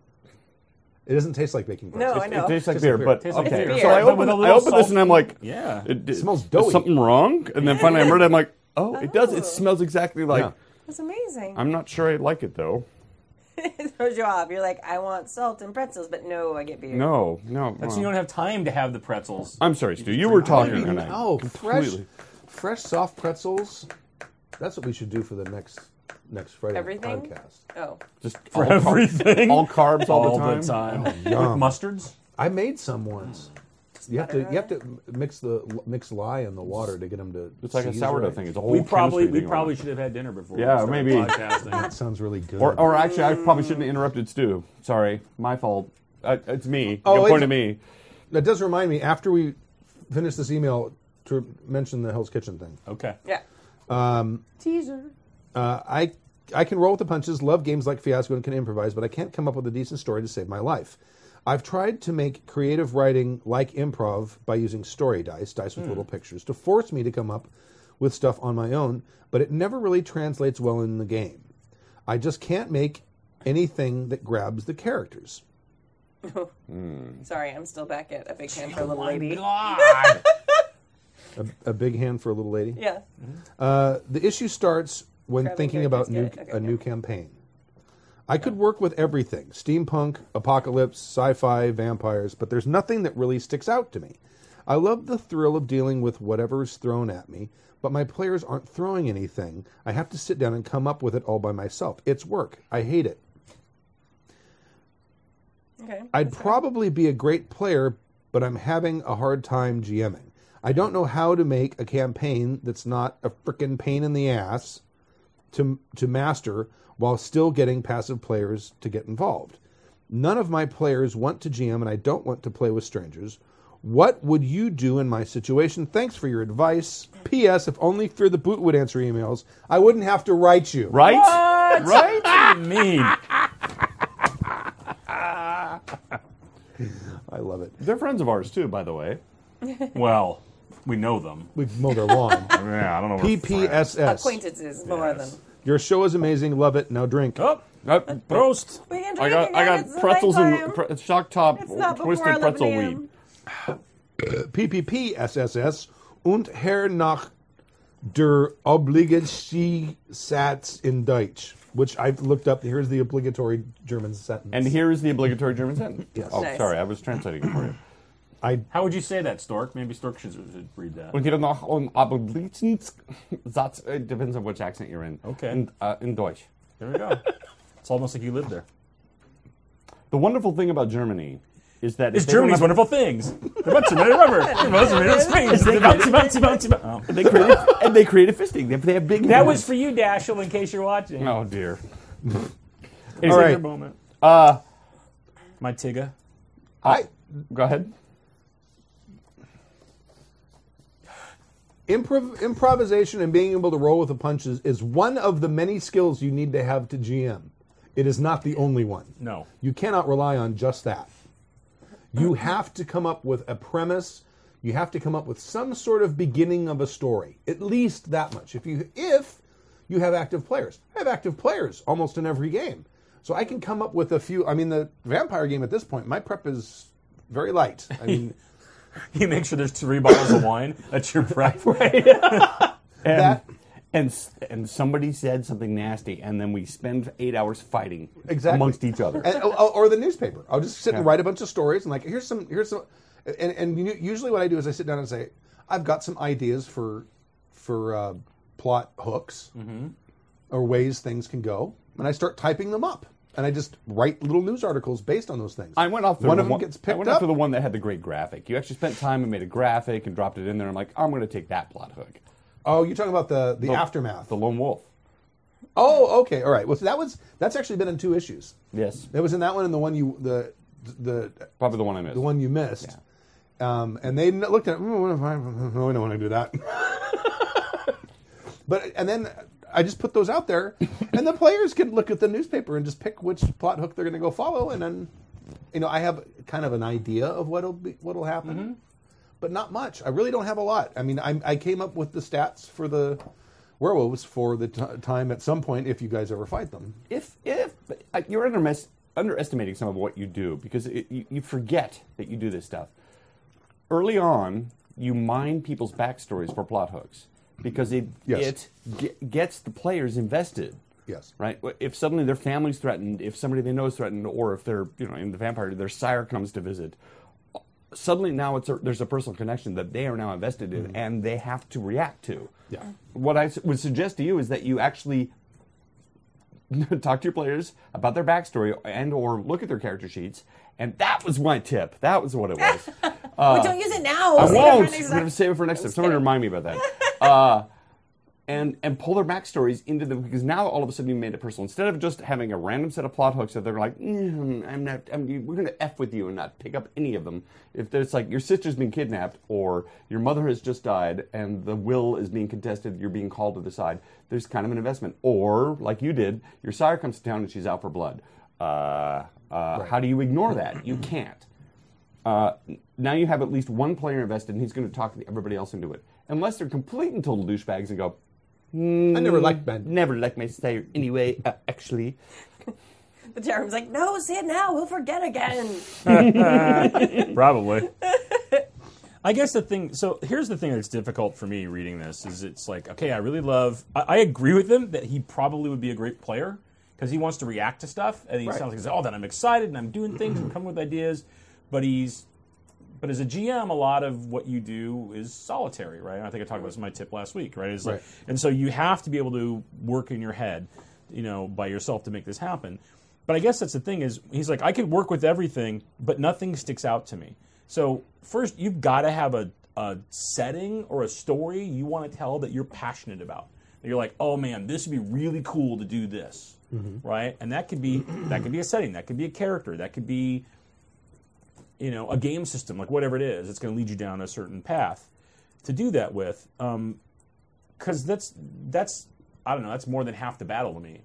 [SPEAKER 2] It doesn't taste like baking pretzels.
[SPEAKER 3] No, Oh, I know.
[SPEAKER 4] It tastes like
[SPEAKER 2] Tastes like
[SPEAKER 4] beer,
[SPEAKER 2] beer.
[SPEAKER 4] but
[SPEAKER 5] Tastes like
[SPEAKER 4] okay.
[SPEAKER 3] beer.
[SPEAKER 4] So I
[SPEAKER 5] But with
[SPEAKER 4] open,
[SPEAKER 5] a
[SPEAKER 4] I
[SPEAKER 5] little
[SPEAKER 4] open this and I'm
[SPEAKER 5] salty-
[SPEAKER 4] like,
[SPEAKER 5] Yeah.
[SPEAKER 4] it,
[SPEAKER 2] smells
[SPEAKER 4] is
[SPEAKER 2] doughy.
[SPEAKER 4] Something wrong? And then finally I read it. I'm like, oh, it does.
[SPEAKER 3] Oh.
[SPEAKER 4] It smells exactly like.
[SPEAKER 2] Yeah.
[SPEAKER 3] That's amazing.
[SPEAKER 4] I'm not sure I like it though.
[SPEAKER 3] it [LAUGHS] throws you off. You're like, I want salt and pretzels, but no, I get beer.
[SPEAKER 4] No, no.
[SPEAKER 5] That's
[SPEAKER 4] well.
[SPEAKER 5] you don't have time to have the pretzels.
[SPEAKER 4] I'm sorry, Stu. You were talking, and I
[SPEAKER 2] No, Oh, fresh,
[SPEAKER 4] Oh, completely.
[SPEAKER 2] fresh soft pretzels. That's what we should do for the next next Friday night
[SPEAKER 3] Everything?
[SPEAKER 2] podcast.
[SPEAKER 3] Oh,
[SPEAKER 4] Just
[SPEAKER 5] for
[SPEAKER 4] all,
[SPEAKER 5] everything.
[SPEAKER 4] all carbs all,
[SPEAKER 5] All
[SPEAKER 4] the time.
[SPEAKER 5] With mustards?
[SPEAKER 2] I made some once. You have to
[SPEAKER 3] Mm. butter on
[SPEAKER 2] you have to mix the mix lye in the water to get them to.
[SPEAKER 4] It's like a
[SPEAKER 2] seize
[SPEAKER 4] sourdough
[SPEAKER 2] right.
[SPEAKER 4] thing. It's a whole.
[SPEAKER 5] We probably
[SPEAKER 4] chemistry
[SPEAKER 5] we
[SPEAKER 4] thing on
[SPEAKER 5] probably
[SPEAKER 4] it.
[SPEAKER 5] should have had dinner before.
[SPEAKER 4] Yeah,
[SPEAKER 5] we started
[SPEAKER 4] maybe.
[SPEAKER 5] Podcasting. [LAUGHS]
[SPEAKER 2] That sounds really good.
[SPEAKER 4] Or, or actually, I probably shouldn't have interrupted Stu. Sorry, my fault. Uh, it's me.
[SPEAKER 2] Oh,
[SPEAKER 4] Don't
[SPEAKER 2] it's-
[SPEAKER 4] point at me.
[SPEAKER 2] that does remind me. After we finish this email, to mention the Hell's Kitchen thing.
[SPEAKER 5] okay.
[SPEAKER 3] yeah. Um, Teaser.
[SPEAKER 2] Uh, I I can roll with the punches, love games like Fiasco, and can improvise, but I can't come up with a decent story to save my life. I've tried to make creative writing like improv by using story dice, dice with little pictures, to force me to come up with stuff on my own, but it never really translates well in the game. I just can't make anything that grabs the characters.
[SPEAKER 3] Sorry, I'm still back at a big hand for a little lady.
[SPEAKER 5] [LAUGHS] God.
[SPEAKER 2] A big hand for a little lady.
[SPEAKER 3] Yeah.
[SPEAKER 2] Uh, the issue starts when
[SPEAKER 3] Grabbing
[SPEAKER 2] thinking about new,
[SPEAKER 3] characters, get it. Okay,
[SPEAKER 2] a
[SPEAKER 3] yeah.
[SPEAKER 2] new campaign. I could work with everything steampunk, apocalypse, sci fi, vampires, but there's nothing that really sticks out to me. I love the thrill of dealing with whatever's thrown at me, but my players aren't throwing anything. I have to sit down and come up with it all by myself. It's work. I hate it.
[SPEAKER 3] Okay.
[SPEAKER 2] I'd probably be a great player, but I'm having a hard time GMing. I don't know how to make a campaign that's not a frickin' pain in the ass to to master while still getting passive players to get involved. None of my players want to GM, and I don't want to play with strangers. What would you do in my situation? Thanks for your advice. P.S. If only Fear the Boot would answer emails, I wouldn't have to write you.
[SPEAKER 4] Right?
[SPEAKER 5] Right? What do you mean?
[SPEAKER 2] I love it.
[SPEAKER 4] They're friends of ours too, by the way.
[SPEAKER 5] Well, we know them.
[SPEAKER 2] We've mowed our [LAUGHS] lawn.
[SPEAKER 5] Yeah, I don't know. we're friends.
[SPEAKER 2] PPSS.
[SPEAKER 3] Acquaintances more
[SPEAKER 5] Yes.
[SPEAKER 3] than.
[SPEAKER 2] Your show is amazing. Love it. Now drink.
[SPEAKER 5] Oh,
[SPEAKER 4] I,
[SPEAKER 5] roast.
[SPEAKER 3] We can
[SPEAKER 4] I
[SPEAKER 3] drink
[SPEAKER 4] got I
[SPEAKER 3] again,
[SPEAKER 4] got pretzels and
[SPEAKER 3] It's, the nighttime.
[SPEAKER 4] pre- shock top
[SPEAKER 3] It's not before
[SPEAKER 4] twisted
[SPEAKER 3] 11
[SPEAKER 4] pretzel
[SPEAKER 3] a.m.
[SPEAKER 4] weed.
[SPEAKER 2] PPP SSS und Herr nach der Obligationssatz in Deutsch, which I've looked up. Here's the obligatory German sentence.
[SPEAKER 4] And here is the obligatory German sentence. Oh,
[SPEAKER 3] Nice.
[SPEAKER 4] sorry, I was translating it for you.
[SPEAKER 2] I
[SPEAKER 5] How would you say that, Stork? Maybe Stork should should read that.
[SPEAKER 4] Und hier noch ein Obligationssatz. It depends on which accent you're in.
[SPEAKER 5] Okay.
[SPEAKER 4] In, uh, in Deutsch.
[SPEAKER 5] There we go. [LAUGHS] It's almost like you lived there.
[SPEAKER 4] The wonderful thing about Germany is that
[SPEAKER 5] It's
[SPEAKER 4] if they don't
[SPEAKER 5] Germany's
[SPEAKER 4] have-
[SPEAKER 5] wonderful things. They're about to made of [LAUGHS] rubber. They're about to made of springs. They're about to- about to- about to- about to-
[SPEAKER 4] They created, and they created fisting. They, they have big.
[SPEAKER 5] That
[SPEAKER 4] hands.
[SPEAKER 5] was for you, Dashiell, in case you're watching.
[SPEAKER 4] [LAUGHS] Oh dear.
[SPEAKER 5] It's
[SPEAKER 2] All
[SPEAKER 5] a
[SPEAKER 2] right.
[SPEAKER 5] good moment.
[SPEAKER 4] Uh,
[SPEAKER 5] My Tigga.
[SPEAKER 4] I go ahead.
[SPEAKER 2] improv improvisation and being able to roll with the punches is one of the many skills you need to have to GM. It is not the only one.
[SPEAKER 5] No.
[SPEAKER 2] You cannot rely on just that. You have to come up with a premise. You have to come up with some sort of beginning of a story. At least that much. If you if you have active players. I have active players almost in every game. So I can come up with a few I mean the vampire game at this point, my prep is very light. I mean
[SPEAKER 5] [LAUGHS] You make sure there's three bottles of wine. That's your
[SPEAKER 4] [LAUGHS]
[SPEAKER 5] prep. [LAUGHS]
[SPEAKER 4] And,
[SPEAKER 2] That-
[SPEAKER 4] and s- and somebody said something nasty, and then we spend eight hours fighting
[SPEAKER 2] Exactly.
[SPEAKER 4] amongst each other.
[SPEAKER 2] and, or, or the newspaper. I'll just sit and
[SPEAKER 4] Yeah.
[SPEAKER 2] write a bunch of stories and like here's some here's some, and and u- usually what I do is I sit down and say I've got some ideas for for uh, plot hooks
[SPEAKER 4] Mm-hmm.
[SPEAKER 2] or ways things can go, and I start typing them up and I just write little news articles based on those things.
[SPEAKER 4] I went off.
[SPEAKER 2] one of them gets
[SPEAKER 4] I
[SPEAKER 2] picked
[SPEAKER 4] went
[SPEAKER 2] up.
[SPEAKER 4] after the one that had the great graphic. You actually spent time and made a graphic and dropped it in there. I'm like, I'm going to take that plot hook.
[SPEAKER 2] oh, you're talking about the the aftermath.
[SPEAKER 4] The lone wolf.
[SPEAKER 2] oh, okay, all right. Well, so that was that's actually been in two issues.
[SPEAKER 4] Yes,
[SPEAKER 2] That was in that one and the one you the the
[SPEAKER 4] probably the one I missed.
[SPEAKER 2] the one you missed. Um, and they n- looked at it. "Mm, what if I, no, I don't want to do that. [LAUGHS] but and then I just put those out there, and the players can look at the newspaper and just pick which plot hook they're going to go follow, and then you know I have kind of an idea of what'll be what'll happen, but not much. I really don't have a lot. I mean, I, I came up with the stats for the werewolves for the t- time at some point if you guys ever fight them.
[SPEAKER 4] if if uh, you're undermes- underestimating some of what you do because it, you, you forget that you do this stuff early on you mine people's backstories for plot hooks because it
[SPEAKER 2] Yes.
[SPEAKER 4] it ge- gets the players invested
[SPEAKER 2] Yes.
[SPEAKER 4] right Wh- if suddenly their family's threatened if somebody they know is threatened or if they're you know in the vampire their sire comes to visit suddenly now it's a, there's a personal connection that they are now invested in and they have to react to
[SPEAKER 2] Yeah.
[SPEAKER 4] what i s- would suggest to you is that you actually [LAUGHS] talk to your players about their backstory and or look at their character sheets and that was my tip that was what it was
[SPEAKER 3] Wait, don't use it now.
[SPEAKER 4] Uh, i
[SPEAKER 3] Save it for next
[SPEAKER 4] won't i'm
[SPEAKER 3] time.
[SPEAKER 4] going to save it for next time
[SPEAKER 3] [LAUGHS]
[SPEAKER 4] someone
[SPEAKER 3] kidding.
[SPEAKER 4] remind me about that uh, and and pull their backstories into them because now all of a sudden you made it personal instead of just having a random set of plot hooks that they're like mm, I'm not I'm, we're gonna f with you and not pick up any of them if there's like your sister's been kidnapped or your mother has just died and the will is being contested you're being called to the side there's kind of an investment or like you did your sire comes to town and she's out for blood uh, uh, how do you ignore that you can't uh, now you have at least one player invested, and he's going to talk everybody else into it. Unless they're complete and total douchebags and go,
[SPEAKER 2] I never liked Ben.
[SPEAKER 4] never like my style anyway, uh, actually.
[SPEAKER 3] The Jerem's like, no, say it now. We'll forget again.
[SPEAKER 5] Probably. I guess the thing. So here's the thing that's difficult for me reading this is it's like okay, I really love. I, I agree with him that he probably would be a great player because he wants to react to stuff and he sounds like he's oh then I'm excited and I'm doing things and coming with ideas, but he's. But as a GM, a lot of what you do is solitary, right? And I think I talked about this in my tip last week, right? Is like,
[SPEAKER 2] Right.
[SPEAKER 5] and so you have to be able to work in your head, you know, by yourself to make this happen. But I guess that's the thing is he's like I could work with everything, but nothing sticks out to me. So first, you've got to have a, a setting or a story you want to tell that you're passionate about. That you're like, oh man, this would be really cool to do this, right? And that could be that could be a setting, that could be a character, that could be you know, a game system, like whatever it is, it's going to lead you down a certain path to do that with. Um, Because that's that's I don't know, that's more than half the battle to me.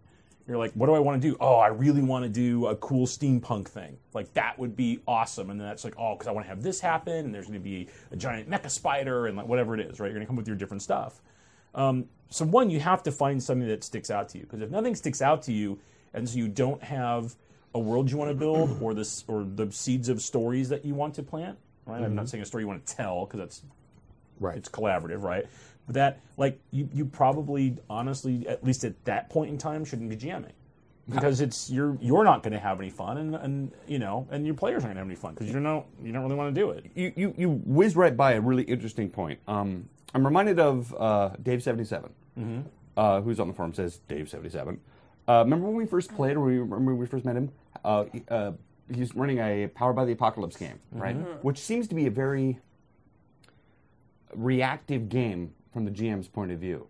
[SPEAKER 5] You're like, what do I want to do? Oh, I really want to do a cool steampunk thing. Like that would be awesome. And then that's like, oh, because I want to have this happen, and there's going to be a giant mecha spider and like whatever it is, right? You're going to come up with your different stuff. Um, so one, you have to find something that sticks out to you because if nothing sticks out to you, and so you don't have a world you want to build or this or the seeds of stories that you want to plant, right? I'm not saying a story you want to tell because that's
[SPEAKER 2] Right.
[SPEAKER 5] it's collaborative, right? But that like you you probably honestly at least at that point in time shouldn't be GMing. Because it's you're you're not going to have any fun, and, and you know, and your players aren't going to have any fun because you don't know you don't really want to do it.
[SPEAKER 4] You, you, you whiz right by a really interesting point. Um, I'm reminded of uh, Dave77, uh, who's on the forum, says Dave77. Uh, remember when we first played, or we, remember when we first met him? Uh, he- uh, he's running a Power by the Apocalypse game, right? Which seems to be a very reactive game from the GM's point of view.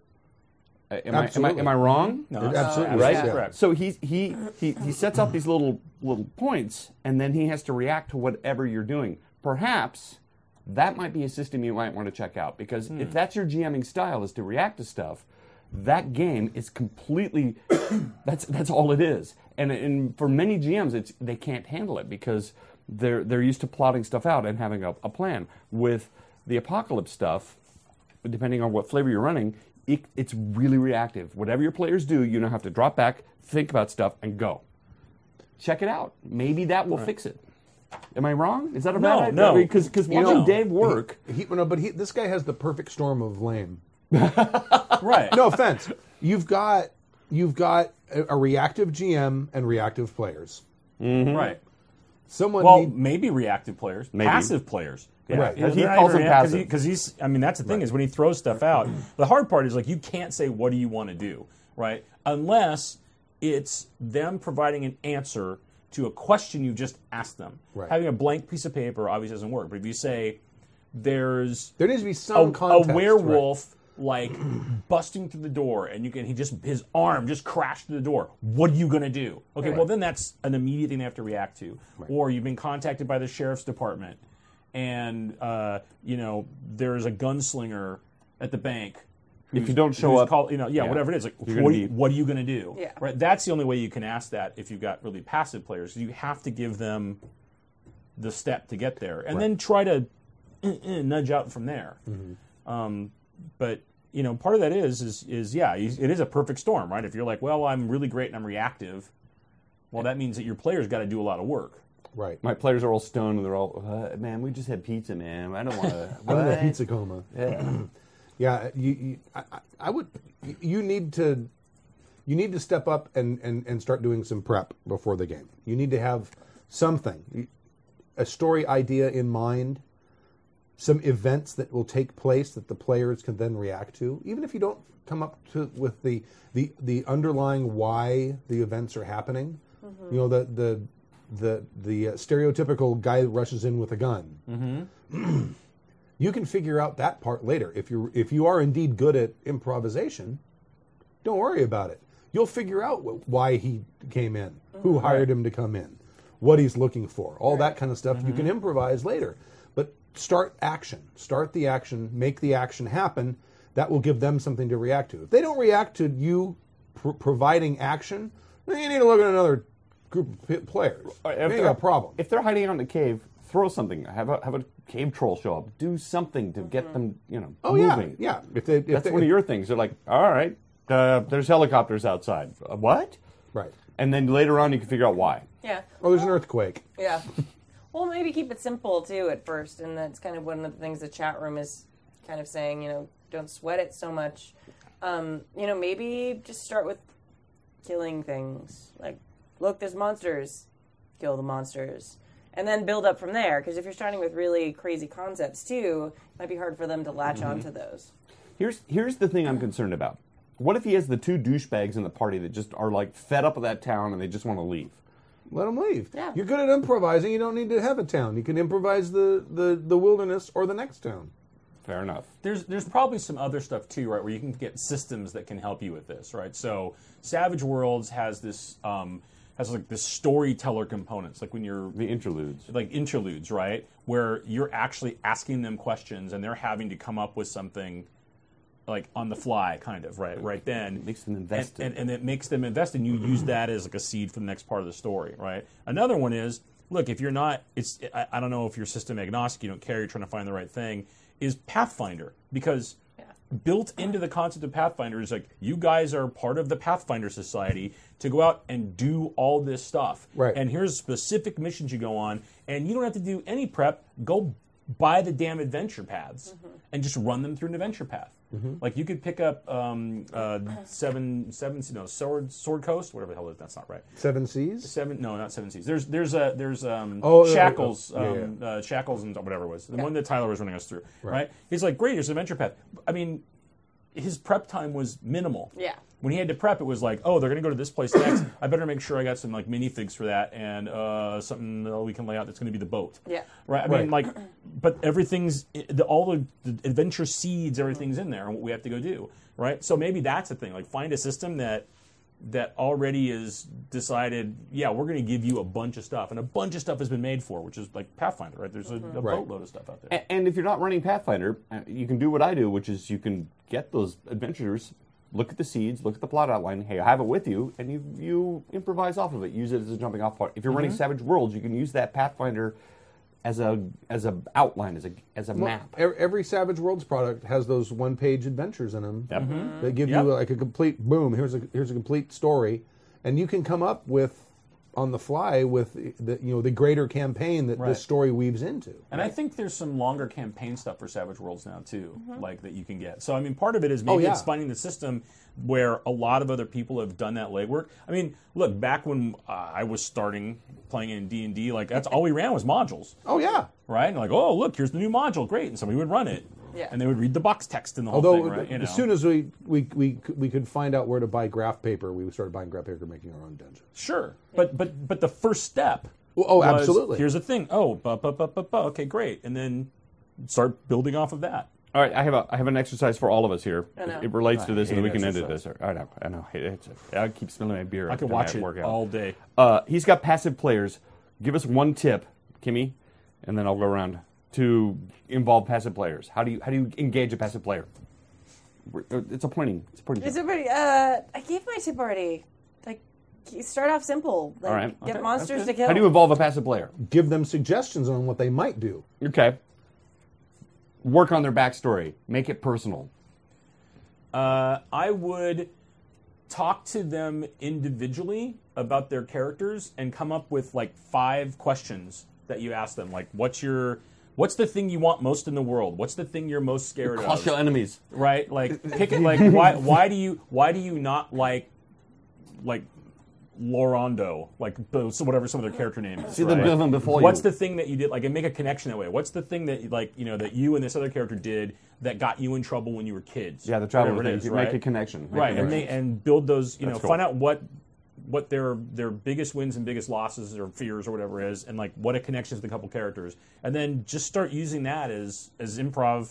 [SPEAKER 4] Uh, am, I, am, I, am I
[SPEAKER 2] Absolutely.
[SPEAKER 4] wrong?
[SPEAKER 5] No,
[SPEAKER 2] It
[SPEAKER 5] that's-
[SPEAKER 2] absolutely
[SPEAKER 4] right?
[SPEAKER 2] is, yeah.
[SPEAKER 5] correct.
[SPEAKER 4] So he's, he he he sets up these little little points, and then he has to react to whatever you're doing. Perhaps that might be a system you might want to check out because if
[SPEAKER 5] Hmm.
[SPEAKER 4] that's your GMing style is to react to stuff, that game is completely [COUGHS] that's that's all it is. And and for many GMs, it's they can't handle it because they're they're used to plotting stuff out and having a, a plan. With the apocalypse stuff, depending on what flavor you're running, it, it's really reactive. Whatever your players do, you now have to drop back, think about stuff, and go. Check it out. Maybe that will fix it. Am I wrong? Is that a
[SPEAKER 5] No,
[SPEAKER 4] bad
[SPEAKER 5] no.
[SPEAKER 4] Because watching
[SPEAKER 5] No.
[SPEAKER 4] Dave work,
[SPEAKER 2] He, no, but he, this guy has the perfect storm of lame.
[SPEAKER 5] right?
[SPEAKER 2] No offense. You've got you've got a, a reactive GM and reactive players.
[SPEAKER 5] right.
[SPEAKER 2] Someone
[SPEAKER 5] Well,
[SPEAKER 2] need-
[SPEAKER 5] maybe reactive players,
[SPEAKER 4] Maybe.
[SPEAKER 5] passive players.
[SPEAKER 2] Right.
[SPEAKER 5] You know,
[SPEAKER 4] He
[SPEAKER 5] they're not
[SPEAKER 4] calls
[SPEAKER 5] even
[SPEAKER 4] them
[SPEAKER 5] react- 'cause he-
[SPEAKER 4] passive.
[SPEAKER 5] 'cause he's. I mean, that's the thing is when he throws stuff out. The hard part is like you can't say what do you want to do, right? Unless it's them providing an answer to a question you just asked them.
[SPEAKER 2] Right.
[SPEAKER 5] Having a blank piece of paper obviously doesn't work. But if you say there's
[SPEAKER 2] there needs to be some
[SPEAKER 5] a,
[SPEAKER 2] context.
[SPEAKER 5] a
[SPEAKER 2] right?
[SPEAKER 5] werewolf like [CLEARS THROAT] busting through the door and you can he just his arm just crashed through the door what are you going to do okay well then that's an immediate thing they have to react to or you've been contacted by the sheriff's department and uh, you know there's a gunslinger at the bank
[SPEAKER 4] if you don't show
[SPEAKER 5] who's
[SPEAKER 4] up,
[SPEAKER 5] call- you know, yeah,
[SPEAKER 4] Yeah.
[SPEAKER 5] whatever it is. Like,
[SPEAKER 4] You're gonna
[SPEAKER 5] what, are you,
[SPEAKER 4] be-
[SPEAKER 5] what are you going to do?
[SPEAKER 3] Yeah.
[SPEAKER 5] Right. That's the only way you can ask that if you've got really passive players. You have to give them the step to get there, and then try to uh, uh, nudge out from there. Um, but you know, part of that is is is yeah, you- it is a perfect storm, right? If you're like, well, I'm really great and I'm reactive, well, that means that your players got to do a lot of work.
[SPEAKER 2] Right.
[SPEAKER 4] my players are all stoned and they're all, uh, man, we just had pizza, man. I don't want to.
[SPEAKER 2] I don't know, pizza coma. Yeah, you, you I, I- I would. You need to, you need to step up and, and, and start doing some prep before the game. You need to have something, a story idea in mind, some events that will take place that the players can then react to. Even if you don't come up to with the the, the underlying why the events are happening, you know the the the the uh, stereotypical guy rushes in with a gun you can figure out that part later. If you are if you are indeed good at improvisation, don't worry about it. You'll figure out wh- why he came in, who
[SPEAKER 4] Mm-hmm.
[SPEAKER 2] hired him to come in, what he's looking for, all that kind of stuff. You
[SPEAKER 4] Mm-hmm.
[SPEAKER 2] can improvise later, but start action. Start the action. Make the action happen. That will give them something to react to. If they don't react to you pr- providing action, then you need to look at another group of p- players.
[SPEAKER 4] Or
[SPEAKER 2] They
[SPEAKER 4] they're-
[SPEAKER 2] got a problem.
[SPEAKER 4] If they're hiding out in a cave, throw something. Have a have a cave troll show up. Do something to get them, you know,
[SPEAKER 2] oh yeah,
[SPEAKER 4] moving.
[SPEAKER 2] yeah. If they, if
[SPEAKER 4] That's
[SPEAKER 2] they,
[SPEAKER 4] one of your things. They're like, all right, uh, there's helicopters outside. Uh, what?
[SPEAKER 2] right.
[SPEAKER 4] And then later on, you can figure out why.
[SPEAKER 3] Yeah.
[SPEAKER 2] Oh, there's an earthquake.
[SPEAKER 3] Yeah. [LAUGHS] Well, maybe keep it simple too at first, and that's kind of one of the things the chat room is kind of saying. You know, don't sweat it so much. Um, you know, maybe just start with killing things. Like, look, there's monsters. Kill the monsters, and then build up from there. Because if you're starting with really crazy concepts too, it might be hard for them to latch
[SPEAKER 4] Mm-hmm.
[SPEAKER 3] onto those.
[SPEAKER 4] Here's here's the thing I'm concerned about. What if he has the two douchebags in the party that just are like fed up with that town and they just want to leave?
[SPEAKER 2] Let them leave.
[SPEAKER 3] Yeah.
[SPEAKER 2] You're good at improvising. You don't need to have a town. You can improvise the, the, the wilderness or the next town.
[SPEAKER 4] Fair enough.
[SPEAKER 5] there's there's probably some other stuff too, right? Where you can get systems that can help you with this, right? So Savage Worlds has this um, has like this storyteller components, like when you're
[SPEAKER 4] The interludes.
[SPEAKER 5] like interludes, right? Where you're actually asking them questions and they're having to come up with something like on the fly, kind of, right? Right then.
[SPEAKER 4] Makes them invested.
[SPEAKER 5] And, and, and it makes them invested. And you use that as like a seed for the next part of the story, right? Another one is look, if you're not, it's I, I don't know if you're system agnostic, you don't care, you're trying to find the right thing, is Pathfinder. Because built into the concept of Pathfinder is like you guys are part of the Pathfinder Society to go out and do all this stuff.
[SPEAKER 2] Right.
[SPEAKER 5] And here's specific missions you go on, and you don't have to do any prep. Go buy the damn adventure paths and just run them through an adventure path. Like you could pick up um, uh, seven, seven, no, sword, sword coast, whatever the hell it is. That's not right.
[SPEAKER 2] Seven Seas?
[SPEAKER 5] Seven, no, not seven seas. There's, there's a, there's um,
[SPEAKER 2] Oh, yeah,
[SPEAKER 5] shackles,
[SPEAKER 2] yeah, yeah.
[SPEAKER 5] um, Uh, shackles, and whatever it was. The one that Tyler was running us through, right? He's like, great, here's an adventure path. I mean, his prep time was minimal.
[SPEAKER 3] Yeah.
[SPEAKER 5] When he had to prep, it was like, oh, they're going to go to this place next. [CLEARS THROAT] I better make sure I got some like minifigs for that and uh, something that we can lay out that's going to be the boat.
[SPEAKER 3] Yeah.
[SPEAKER 5] Right. I mean, like, but everything's the, all the, the adventure seeds, everything's in there, and what we have to go do. Right. So maybe that's the thing. Like, find a system that that already is decided. Yeah, we're going to give you a bunch of stuff, and a bunch of stuff has been made for, which is like Pathfinder. Right. There's a, a boatload of stuff out there.
[SPEAKER 4] A- And if you're not running Pathfinder, uh, you can do what I do, which is you can get those adventures, look at the seeds, look at the plot outline. Hey, I have it with you, and you you improvise off of it. Use it as a jumping off point. If you're running Savage Worlds, you can use that Pathfinder as a as a outline, as a as a map.
[SPEAKER 2] Ev- e, Every Savage Worlds product has those one page adventures in them
[SPEAKER 4] Yep.
[SPEAKER 5] Mm-hmm.
[SPEAKER 2] that give
[SPEAKER 5] Yep.
[SPEAKER 2] you like a complete boom. Here's a, here's a complete story. And you can come up with, on the fly, with the, you know, the greater campaign that
[SPEAKER 5] Right.
[SPEAKER 2] this story weaves into.
[SPEAKER 5] And I think there's some longer campaign stuff for Savage Worlds now too, like that you can get. So I mean, part of it is maybe
[SPEAKER 2] yeah.
[SPEAKER 5] it's finding the system where a lot of other people have done that legwork. I mean, look back when uh, I was starting playing in D and D, like that's all we ran was modules,
[SPEAKER 2] Oh, yeah.
[SPEAKER 5] right? And like, oh look, here's the new module, great, and somebody would run it,
[SPEAKER 3] Yeah.
[SPEAKER 5] and they would read the box text and the
[SPEAKER 2] Although,
[SPEAKER 5] whole thing, right? You know?
[SPEAKER 2] as soon as we, we, we, c- we could find out where to buy graph paper, we started buying graph paper, making our own dungeons.
[SPEAKER 5] Sure, but but but the first step.
[SPEAKER 2] Well, oh,
[SPEAKER 5] was,
[SPEAKER 2] absolutely.
[SPEAKER 5] Here's the thing. Oh, bu- bu- bu- bu- bu- okay, great, and then start building off of that.
[SPEAKER 4] All right, I have a I have an exercise for all of us here.
[SPEAKER 3] I know.
[SPEAKER 4] It, it relates to this, and
[SPEAKER 5] hate
[SPEAKER 4] we can end it
[SPEAKER 5] exercise.
[SPEAKER 4] this. I know, I know. It, it's, I keep spilling my beer.
[SPEAKER 5] I
[SPEAKER 4] every
[SPEAKER 5] could
[SPEAKER 4] time
[SPEAKER 5] watch it
[SPEAKER 4] work out.
[SPEAKER 5] all day.
[SPEAKER 4] Uh, he's got passive players. Give us one tip, Kimmy, and then I'll go around to involve passive players. How do you how do you engage a passive player? We're- uh, It's a pointing. It's a pointing.
[SPEAKER 3] Is
[SPEAKER 4] tip.
[SPEAKER 3] it pretty? Uh, I gave my tip already. Like, start off simple. Like,
[SPEAKER 4] All right.
[SPEAKER 3] get
[SPEAKER 4] Okay,
[SPEAKER 3] monsters to
[SPEAKER 4] that's good.
[SPEAKER 3] kill.
[SPEAKER 4] How do you involve a passive player?
[SPEAKER 2] Give them suggestions on what they might do.
[SPEAKER 4] Okay. Work on their backstory. Make it personal.
[SPEAKER 5] Uh, I would talk to them individually about their characters and come up with like five questions that you ask them. Like, what's your, what's the thing you want most in the world? What's the thing you're most scared
[SPEAKER 4] Crush
[SPEAKER 5] of?
[SPEAKER 4] your enemies.
[SPEAKER 5] right?
[SPEAKER 4] [LAUGHS]
[SPEAKER 5] Like, pick it. Like, why, why do you, why do you not like, like, Lorondo, like bo- so whatever some of their character name is.
[SPEAKER 4] See them
[SPEAKER 5] right?
[SPEAKER 4] build them before you.
[SPEAKER 5] What's the thing that you did? Like, and make a connection that way. What's the thing that like you know that you and this other character did that got you in trouble when you were kids?
[SPEAKER 4] Yeah, the travel
[SPEAKER 5] Whatever it
[SPEAKER 4] thing.
[SPEAKER 5] is,
[SPEAKER 4] You
[SPEAKER 5] right?
[SPEAKER 4] Make a connection. Make
[SPEAKER 5] right
[SPEAKER 4] a
[SPEAKER 5] and they
[SPEAKER 4] connection.
[SPEAKER 5] and build those you
[SPEAKER 4] That's
[SPEAKER 5] know
[SPEAKER 4] cool.
[SPEAKER 5] find out what what their their biggest wins and biggest losses or fears or whatever is, and like what a connection to the couple characters, and then just start using that as as improv,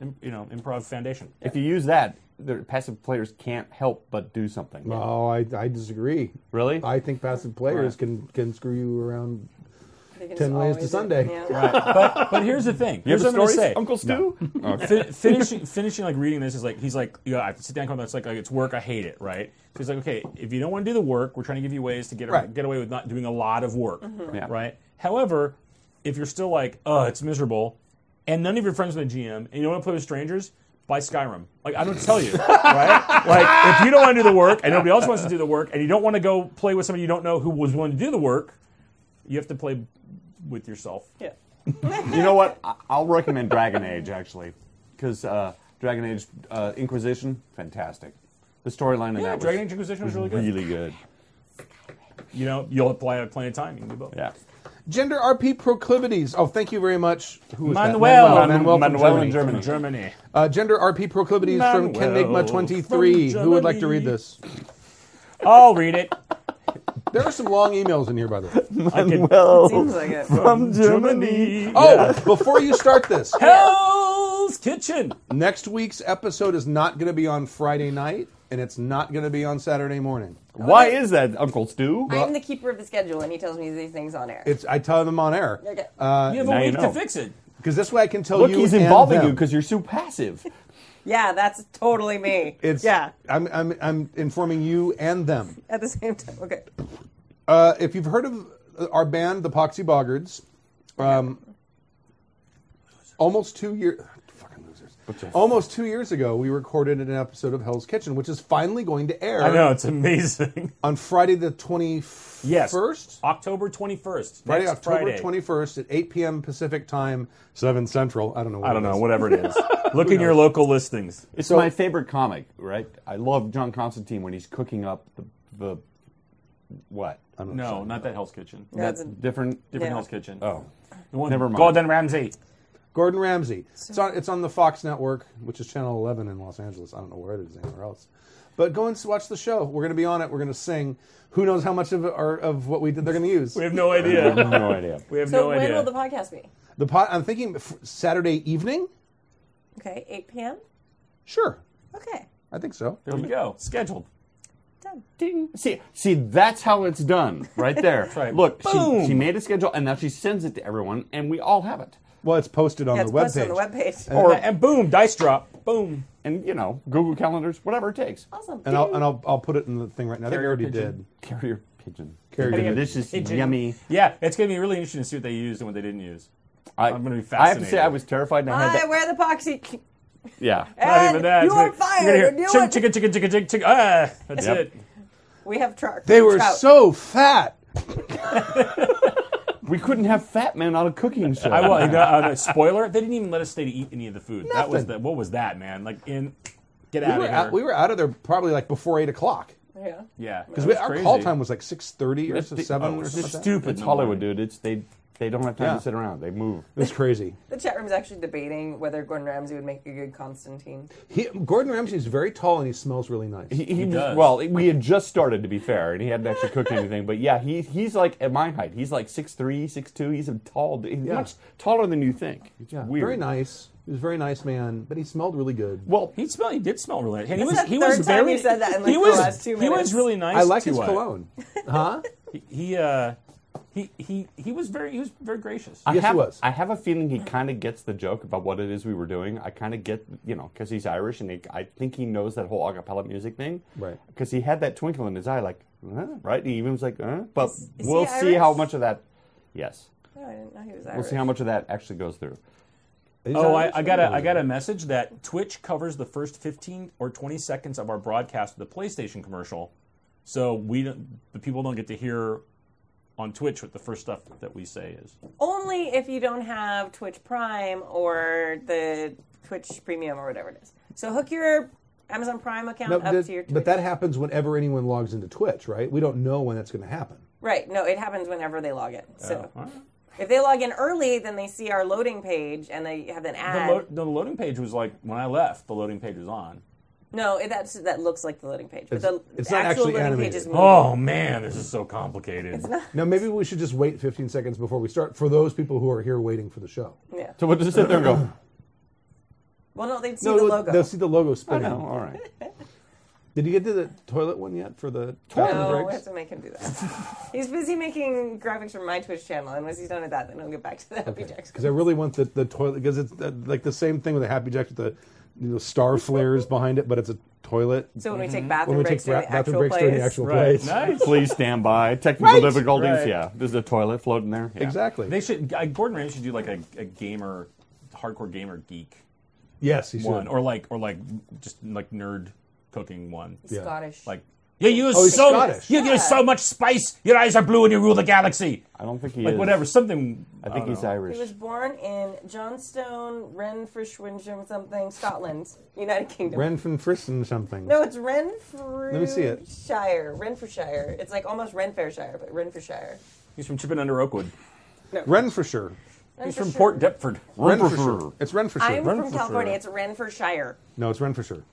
[SPEAKER 5] im- you know, improv foundation.
[SPEAKER 4] If you use that, the passive players can't help but do something.
[SPEAKER 2] Oh, I, I disagree.
[SPEAKER 4] Really?
[SPEAKER 2] I think passive players
[SPEAKER 4] Right.
[SPEAKER 2] can can screw you around.
[SPEAKER 3] They
[SPEAKER 2] 10
[SPEAKER 3] can just
[SPEAKER 2] ways to
[SPEAKER 3] always-
[SPEAKER 2] Sunday. [LAUGHS]
[SPEAKER 3] yeah. [LAUGHS]
[SPEAKER 5] but, but here's the thing.
[SPEAKER 4] [LAUGHS] you have
[SPEAKER 5] Here's what I'm gonna
[SPEAKER 4] stories,
[SPEAKER 5] say.
[SPEAKER 4] Uncle Stu? Okay. [LAUGHS]
[SPEAKER 5] Fin- finishing finishing like reading this is like he's like yeah I have to sit down and come back. it's like, like it's work I hate it right so he's like okay if you don't want to do the work we're trying to give you ways to get
[SPEAKER 2] Right.
[SPEAKER 5] get away with not doing a lot of work
[SPEAKER 4] Yeah.
[SPEAKER 5] right however if you're still like oh it's miserable and none of your friends are the GM and you don't want to play with strangers buy Skyrim like I
[SPEAKER 4] [LAUGHS]
[SPEAKER 5] don't tell you right like if you don't want to do the work and nobody else wants to do the work and you don't want to go play with somebody you don't know who was willing to do the work you have to play with yourself
[SPEAKER 3] Yeah.
[SPEAKER 4] you know what? I- I'll recommend Dragon Age actually, because uh, Dragon Age uh, Inquisition, fantastic. The storyline in
[SPEAKER 5] yeah
[SPEAKER 4] that
[SPEAKER 5] Dragon Age
[SPEAKER 4] was
[SPEAKER 5] Inquisition was really good
[SPEAKER 4] really good.
[SPEAKER 5] you know you'll apply plenty of time you can do both
[SPEAKER 4] Yeah.
[SPEAKER 2] Gender RP proclivities. Oh, thank you very much. Who was that?
[SPEAKER 5] Manuel.
[SPEAKER 2] Manuel, Manuel from
[SPEAKER 4] Manuel in
[SPEAKER 2] Germany.
[SPEAKER 4] Germany.
[SPEAKER 5] Germany.
[SPEAKER 2] Uh, gender RP proclivities from
[SPEAKER 5] Manuel
[SPEAKER 2] Kenigma23.
[SPEAKER 5] from
[SPEAKER 2] Who would like to
[SPEAKER 5] Germany.
[SPEAKER 2] read this?
[SPEAKER 5] I'll read it.
[SPEAKER 2] There are some long emails in here, by the way.
[SPEAKER 5] I can-
[SPEAKER 3] Seems like it.
[SPEAKER 4] From
[SPEAKER 2] Oh, before you start this,
[SPEAKER 5] Hell's Kitchen.
[SPEAKER 2] next week's episode is not going to be on Friday night, and it's not going to be on Saturday morning.
[SPEAKER 4] Why is that, Uncle Stu?
[SPEAKER 3] I'm the keeper of the schedule, and he tells me these things on air.
[SPEAKER 2] It's I tell them on air
[SPEAKER 3] Okay.
[SPEAKER 2] because
[SPEAKER 5] You have
[SPEAKER 4] now
[SPEAKER 5] a
[SPEAKER 4] you
[SPEAKER 5] week
[SPEAKER 4] know.
[SPEAKER 5] to fix it.
[SPEAKER 2] this way I can tell
[SPEAKER 4] Look,
[SPEAKER 2] you.
[SPEAKER 4] he's
[SPEAKER 2] and
[SPEAKER 4] involving you
[SPEAKER 2] them.
[SPEAKER 4] because you're so passive.
[SPEAKER 3] yeah, that's totally me.
[SPEAKER 2] It's,
[SPEAKER 3] yeah,
[SPEAKER 2] I'm, I'm, I'm informing you and them.
[SPEAKER 3] at the same time. Okay.
[SPEAKER 2] Uh, if you've heard of our band, the Poxy Boggards, um, almost two years, fucking losers. Almost two years ago, we recorded an episode of Hell's Kitchen, which is finally going to air
[SPEAKER 5] I know it's amazing.
[SPEAKER 2] on Friday the twenty first.
[SPEAKER 5] Um, [LAUGHS] Yes. October twenty first.
[SPEAKER 2] Friday, October twenty first at eight p.m. Pacific time, seven Central. I don't know. What
[SPEAKER 5] I don't know. Whatever [LAUGHS] it is. Look in your local listings.
[SPEAKER 4] It's
[SPEAKER 2] So-
[SPEAKER 4] my favorite comic, right? I love John Constantine when he's cooking up the, the what?
[SPEAKER 5] No, not that Hell's Kitchen.
[SPEAKER 3] That's
[SPEAKER 4] Different.
[SPEAKER 3] Yeah.
[SPEAKER 5] Different Hell's Kitchen.
[SPEAKER 4] Oh.
[SPEAKER 5] The one-
[SPEAKER 4] Never mind.
[SPEAKER 5] Gordon Ramsay.
[SPEAKER 2] Gordon Ramsay. It's on, it's on the Fox network, which is Channel 11 in Los Angeles. I don't know where it is anywhere else. But go and s- watch the show. We're going to be on it. We're going to sing. Who knows how much of our, of what we did they're going to use?
[SPEAKER 5] We have no
[SPEAKER 4] I have
[SPEAKER 5] idea.
[SPEAKER 4] no idea.
[SPEAKER 5] [LAUGHS] We have
[SPEAKER 3] so.
[SPEAKER 5] no
[SPEAKER 3] when
[SPEAKER 5] idea.
[SPEAKER 3] will the podcast be?
[SPEAKER 2] The pot, I'm thinking f- Saturday evening.
[SPEAKER 3] Okay, 8 p.m.
[SPEAKER 2] Sure,
[SPEAKER 3] Okay,
[SPEAKER 2] I think so.
[SPEAKER 5] there we go. Scheduled.
[SPEAKER 3] done.
[SPEAKER 4] See, see, that's how it's done, right
[SPEAKER 5] [LAUGHS]
[SPEAKER 4] there. that's
[SPEAKER 5] right.
[SPEAKER 4] Look,
[SPEAKER 5] Boom.
[SPEAKER 4] she, she made a schedule, and now she sends it to everyone, and we all have it.
[SPEAKER 2] Well, it's posted on
[SPEAKER 3] Yeah,
[SPEAKER 2] the
[SPEAKER 3] it's
[SPEAKER 2] webpage.
[SPEAKER 3] posted on the webpage.
[SPEAKER 5] Or, and boom, dice drop. Boom.
[SPEAKER 4] And you know, Google calendars, whatever it takes.
[SPEAKER 3] awesome.
[SPEAKER 2] and I'll and I'll, I'll put it in the thing right now. I think I
[SPEAKER 5] Carrier
[SPEAKER 2] already
[SPEAKER 5] pigeon.
[SPEAKER 4] Carrier pigeon.
[SPEAKER 2] Carrier pigeon.
[SPEAKER 4] This is
[SPEAKER 5] Pigeon.
[SPEAKER 4] yummy.
[SPEAKER 5] Yeah, it's gonna be really interesting to see what they used and what they didn't use.
[SPEAKER 4] I,
[SPEAKER 5] I'm gonna be
[SPEAKER 4] I have to say,
[SPEAKER 5] fascinated.
[SPEAKER 4] I was terrified. And I had
[SPEAKER 3] I
[SPEAKER 4] that.
[SPEAKER 3] wear the poxy.
[SPEAKER 4] Yeah.
[SPEAKER 5] Not
[SPEAKER 3] And
[SPEAKER 5] even that.
[SPEAKER 3] you
[SPEAKER 5] It's
[SPEAKER 3] are
[SPEAKER 5] gonna- you're
[SPEAKER 3] fired.
[SPEAKER 5] gonna hear,
[SPEAKER 3] You
[SPEAKER 5] chicken,
[SPEAKER 3] are-
[SPEAKER 5] chicken, chicken, chicken, chicken, chicken. Ah, that's
[SPEAKER 4] Yep.
[SPEAKER 5] it.
[SPEAKER 3] We have truck.
[SPEAKER 2] did. They were
[SPEAKER 3] trout.
[SPEAKER 2] so fat.
[SPEAKER 4] We couldn't have Fat Man on a cooking show. [LAUGHS]
[SPEAKER 5] I will. You
[SPEAKER 2] [LAUGHS]
[SPEAKER 5] know, uh, spoiler: they didn't even let us stay to eat any of the food. That was
[SPEAKER 2] Nothing.
[SPEAKER 5] the, what was that, man? Like in, get
[SPEAKER 2] We
[SPEAKER 5] out
[SPEAKER 2] were
[SPEAKER 5] of here.
[SPEAKER 2] out, we were out of there probably like before eight o'clock
[SPEAKER 3] Yeah.
[SPEAKER 5] yeah,
[SPEAKER 2] because we, our call time was like six thirty or
[SPEAKER 4] It's the-
[SPEAKER 2] seven
[SPEAKER 4] oh,
[SPEAKER 2] or
[SPEAKER 4] it's
[SPEAKER 2] something. like that.
[SPEAKER 5] stupid.
[SPEAKER 4] It's Hollywood, dude. It's they. They don't have time
[SPEAKER 2] Yeah.
[SPEAKER 4] to sit around. They move.
[SPEAKER 2] It's crazy.
[SPEAKER 3] The chat room is actually debating whether Gordon Ramsay would make a good Constantine.
[SPEAKER 2] He, Gordon Ramsay's very tall and he smells really nice.
[SPEAKER 4] He, he, was-
[SPEAKER 5] does.
[SPEAKER 4] Well, we had just started, to be fair, and he hadn't actually cooked anything. But yeah, he, he's like at my height. He's like 6'3", 6'2". He's a tall. He's
[SPEAKER 2] Yeah.
[SPEAKER 4] much taller than you think. It's
[SPEAKER 2] Yeah,
[SPEAKER 4] weird.
[SPEAKER 2] very nice. He was a very nice man, but he smelled really good.
[SPEAKER 4] Well,
[SPEAKER 5] He smelled. He did smell really. And he
[SPEAKER 3] That's
[SPEAKER 5] was.
[SPEAKER 3] the
[SPEAKER 5] He was
[SPEAKER 3] third time
[SPEAKER 5] very.
[SPEAKER 3] you've said that in, like,
[SPEAKER 5] he
[SPEAKER 3] the
[SPEAKER 5] was.
[SPEAKER 3] last two
[SPEAKER 5] he
[SPEAKER 3] minutes.
[SPEAKER 5] was really nice.
[SPEAKER 2] I like
[SPEAKER 5] to
[SPEAKER 2] his
[SPEAKER 5] us. [LAUGHS]
[SPEAKER 2] cologne. Huh?
[SPEAKER 5] He- He. Uh, he, he he was very he was very gracious.
[SPEAKER 4] I
[SPEAKER 2] Yes, he
[SPEAKER 4] have,
[SPEAKER 2] was.
[SPEAKER 4] I have a feeling he kind of gets the joke about what it is we were doing. I kind of get, you know, because he's Irish and he, I think he knows that whole a cappella music thing.
[SPEAKER 2] Right.
[SPEAKER 4] Because he had that twinkle in his eye, like, huh? right? He even was like, huh? But
[SPEAKER 3] Is- is
[SPEAKER 4] we'll
[SPEAKER 3] he
[SPEAKER 4] see how
[SPEAKER 3] Irish?
[SPEAKER 4] much of that, yes.
[SPEAKER 3] Oh, I didn't know he was
[SPEAKER 4] We'll
[SPEAKER 3] Irish.
[SPEAKER 4] see how much of that actually goes through.
[SPEAKER 5] Oh, I, I got a I got a message that Twitch covers the first 15 or 20 seconds of our broadcast of the PlayStation commercial, so we don't, the people don't get to hear on Twitch what the first stuff that we say is.
[SPEAKER 3] Only if you don't have Twitch Prime or the Twitch Premium or whatever it is. So hook your Amazon Prime account
[SPEAKER 2] No,
[SPEAKER 3] up
[SPEAKER 2] that-
[SPEAKER 3] to your Twitch.
[SPEAKER 2] but that happens whenever anyone logs into Twitch, right? We don't know when that's going to happen.
[SPEAKER 3] right. No, it happens whenever they log in.
[SPEAKER 5] Oh,
[SPEAKER 3] So
[SPEAKER 2] Oh.
[SPEAKER 3] if they log in early, then they see our loading page and they have an
[SPEAKER 5] The,
[SPEAKER 3] ad.
[SPEAKER 5] lo- the loading page was like when I left. The loading page was on.
[SPEAKER 3] No, it, that's that looks like the loading page, but
[SPEAKER 2] It's-
[SPEAKER 3] the
[SPEAKER 2] it's
[SPEAKER 3] the
[SPEAKER 2] not
[SPEAKER 3] actual
[SPEAKER 2] actually
[SPEAKER 3] loading
[SPEAKER 2] animated.
[SPEAKER 3] page is moving.
[SPEAKER 5] Oh man, this is so complicated.
[SPEAKER 2] Now, maybe we should just wait 15 seconds before we start for those people who are here waiting for the show.
[SPEAKER 3] Yeah.
[SPEAKER 4] So what does it sit there
[SPEAKER 2] [CLEARS THROAT]
[SPEAKER 4] and go?
[SPEAKER 3] Well, no, they'd see
[SPEAKER 2] No,
[SPEAKER 3] the
[SPEAKER 2] they'll-
[SPEAKER 3] logo.
[SPEAKER 2] They'll see the logo
[SPEAKER 4] Oh
[SPEAKER 2] spinning.
[SPEAKER 4] no, all right.
[SPEAKER 2] Did you get to the toilet one yet for the bathroom
[SPEAKER 3] no, we
[SPEAKER 2] breaks?
[SPEAKER 3] have to make him do that. [LAUGHS] He's busy making graphics for my Twitch channel, and once he's done with that, then he'll get back to the Happy Jacks.
[SPEAKER 2] Because I really want the, the toilet because it's uh, like the same thing with the Happy Jacks with the you know star flares behind it, but it's a toilet.
[SPEAKER 3] So when we take bathroom
[SPEAKER 2] Mm-hmm. when we
[SPEAKER 3] breaks
[SPEAKER 2] take
[SPEAKER 3] during
[SPEAKER 2] ra-
[SPEAKER 3] the
[SPEAKER 2] bathroom
[SPEAKER 3] actual
[SPEAKER 2] breaks
[SPEAKER 3] place,
[SPEAKER 2] during the actual
[SPEAKER 5] Right.
[SPEAKER 2] place,
[SPEAKER 5] Nice.
[SPEAKER 4] Please stand by. Technical
[SPEAKER 2] Right.
[SPEAKER 4] difficulties.
[SPEAKER 5] Right.
[SPEAKER 4] Yeah, there's a toilet floating there. Yeah.
[SPEAKER 2] exactly.
[SPEAKER 5] They should. I- Gordon Ramsay should do like a, a gamer, hardcore gamer geek
[SPEAKER 2] yes, he should.
[SPEAKER 5] one, or like or like just like nerd cooking one.
[SPEAKER 2] Yeah.
[SPEAKER 3] Scottish.
[SPEAKER 5] Like you use
[SPEAKER 2] Oh, he's
[SPEAKER 5] so
[SPEAKER 2] Scottish.
[SPEAKER 5] you use so much spice. Your eyes are blue and you rule the galaxy.
[SPEAKER 4] I don't think he
[SPEAKER 5] Like
[SPEAKER 4] is.
[SPEAKER 5] whatever, something.
[SPEAKER 4] I think
[SPEAKER 5] don't
[SPEAKER 4] he's
[SPEAKER 5] know.
[SPEAKER 4] Irish.
[SPEAKER 3] he was born in Johnstone, Renfrewshire, something, Scotland, United Kingdom.
[SPEAKER 2] Renfren Frisson something.
[SPEAKER 3] no, it's Renfrewshire.
[SPEAKER 2] me see it.
[SPEAKER 3] Renfrewshire. It's like almost Renfairshire, but Renfrewshire.
[SPEAKER 5] He's from Chipping Under Oakwood.
[SPEAKER 2] Renfrewshire.
[SPEAKER 5] He's from Port Deptford.
[SPEAKER 2] Renfrewshire. It's Renfrewshire.
[SPEAKER 3] I'm from California. It's Renfrewshire.
[SPEAKER 2] no, it's Renfrewshire.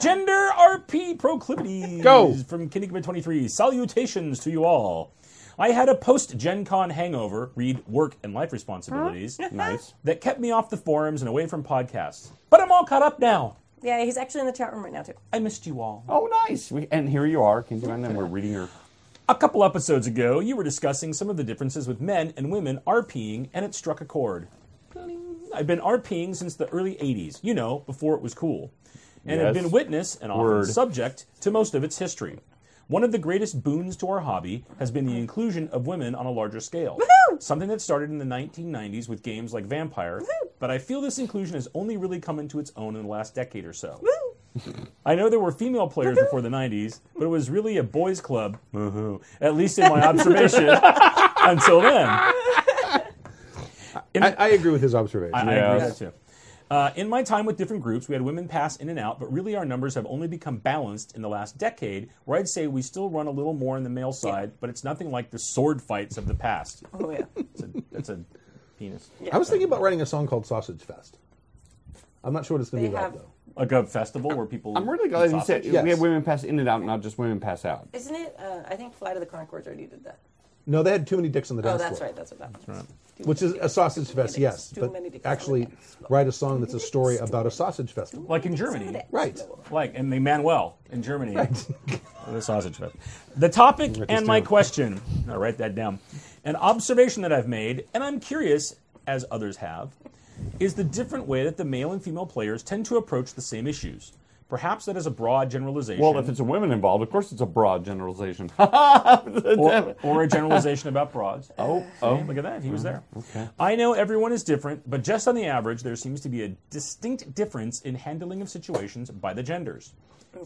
[SPEAKER 5] Gender RP proclivities.
[SPEAKER 2] Go.
[SPEAKER 5] From Kinnikuman 23. Salutations to you all. I had a post Gen Con hangover, read work and life responsibilities,
[SPEAKER 4] Nice.
[SPEAKER 5] that kept me off the forums and away from podcasts. But I'm all caught up now.
[SPEAKER 3] Yeah, he's actually in the chat room right now too. [LAUGHS]
[SPEAKER 5] I missed you all.
[SPEAKER 4] Oh, nice. We, and here you are, Kintu, and then we're reading your.
[SPEAKER 5] A couple episodes ago, you were discussing some of the differences with men and women RPing, and it struck a chord. I've been RPing since the early 80s, you know, before it was cool, and have
[SPEAKER 4] Yes.
[SPEAKER 5] been witness and often
[SPEAKER 4] Word.
[SPEAKER 5] subject to most of its history. One of the greatest boons to our hobby has been the inclusion of women on a larger scale. Something that started in the 1990s with games like Vampire, but I feel this inclusion has only really come into its own in the last decade or so. I know there were female players before the 90s, but it was really a boys' club, woohoo, at least in my
[SPEAKER 4] [LAUGHS]
[SPEAKER 5] observation, until then.
[SPEAKER 2] I, I agree with his observation.
[SPEAKER 5] I agree
[SPEAKER 4] Yeah.
[SPEAKER 5] with that too. Uh, in my time with different groups, we had women pass in and out, but really our numbers have only become balanced in the last decade, where I'd say we still run a little more on the male side, but it's nothing like the sword fights of the past.
[SPEAKER 3] Oh yeah.
[SPEAKER 5] It's a, that's a penis.
[SPEAKER 2] I was thinking about writing a song called Sausage Fest. I'm not sure what it's going to
[SPEAKER 3] They
[SPEAKER 2] be about
[SPEAKER 3] have-
[SPEAKER 2] though.
[SPEAKER 5] Like a festival where
[SPEAKER 4] [LAUGHS]
[SPEAKER 5] people.
[SPEAKER 4] I'm really glad you said
[SPEAKER 2] Yes.
[SPEAKER 4] we had women pass in and out, not just women pass out.
[SPEAKER 3] Isn't it? Uh, I think Flight of the Concords already did that.
[SPEAKER 2] No, they had too many dicks on the
[SPEAKER 3] Oh,
[SPEAKER 2] dance
[SPEAKER 3] that's
[SPEAKER 2] floor.
[SPEAKER 3] right. That's what that was.
[SPEAKER 2] Which is a sausage fest,
[SPEAKER 3] many
[SPEAKER 2] yes.
[SPEAKER 3] dicks, too
[SPEAKER 2] But
[SPEAKER 3] many dicks on the
[SPEAKER 2] actually,
[SPEAKER 3] dance floor.
[SPEAKER 2] write a song that's a story about a sausage festival.
[SPEAKER 5] Like in Germany.
[SPEAKER 2] Right.
[SPEAKER 5] Like, and the Manuel in Germany. [LAUGHS] the sausage fest. The topic
[SPEAKER 2] Write this
[SPEAKER 5] and my
[SPEAKER 2] down.
[SPEAKER 5] question. I'll write that down. An observation that I've made, and I'm curious, as others have, is the different way that the male and female players tend to approach the same issues. Perhaps that is a broad generalization.
[SPEAKER 4] Well, if it's a women involved, of course it's a
[SPEAKER 3] [LAUGHS]
[SPEAKER 4] broad generalization.
[SPEAKER 5] or, or
[SPEAKER 4] [LAUGHS]
[SPEAKER 5] a generalization about broads.
[SPEAKER 4] Oh, oh.
[SPEAKER 5] Look at that. He was there. I know everyone is different, but just on the average, there seems to be a distinct difference in handling of situations by the genders.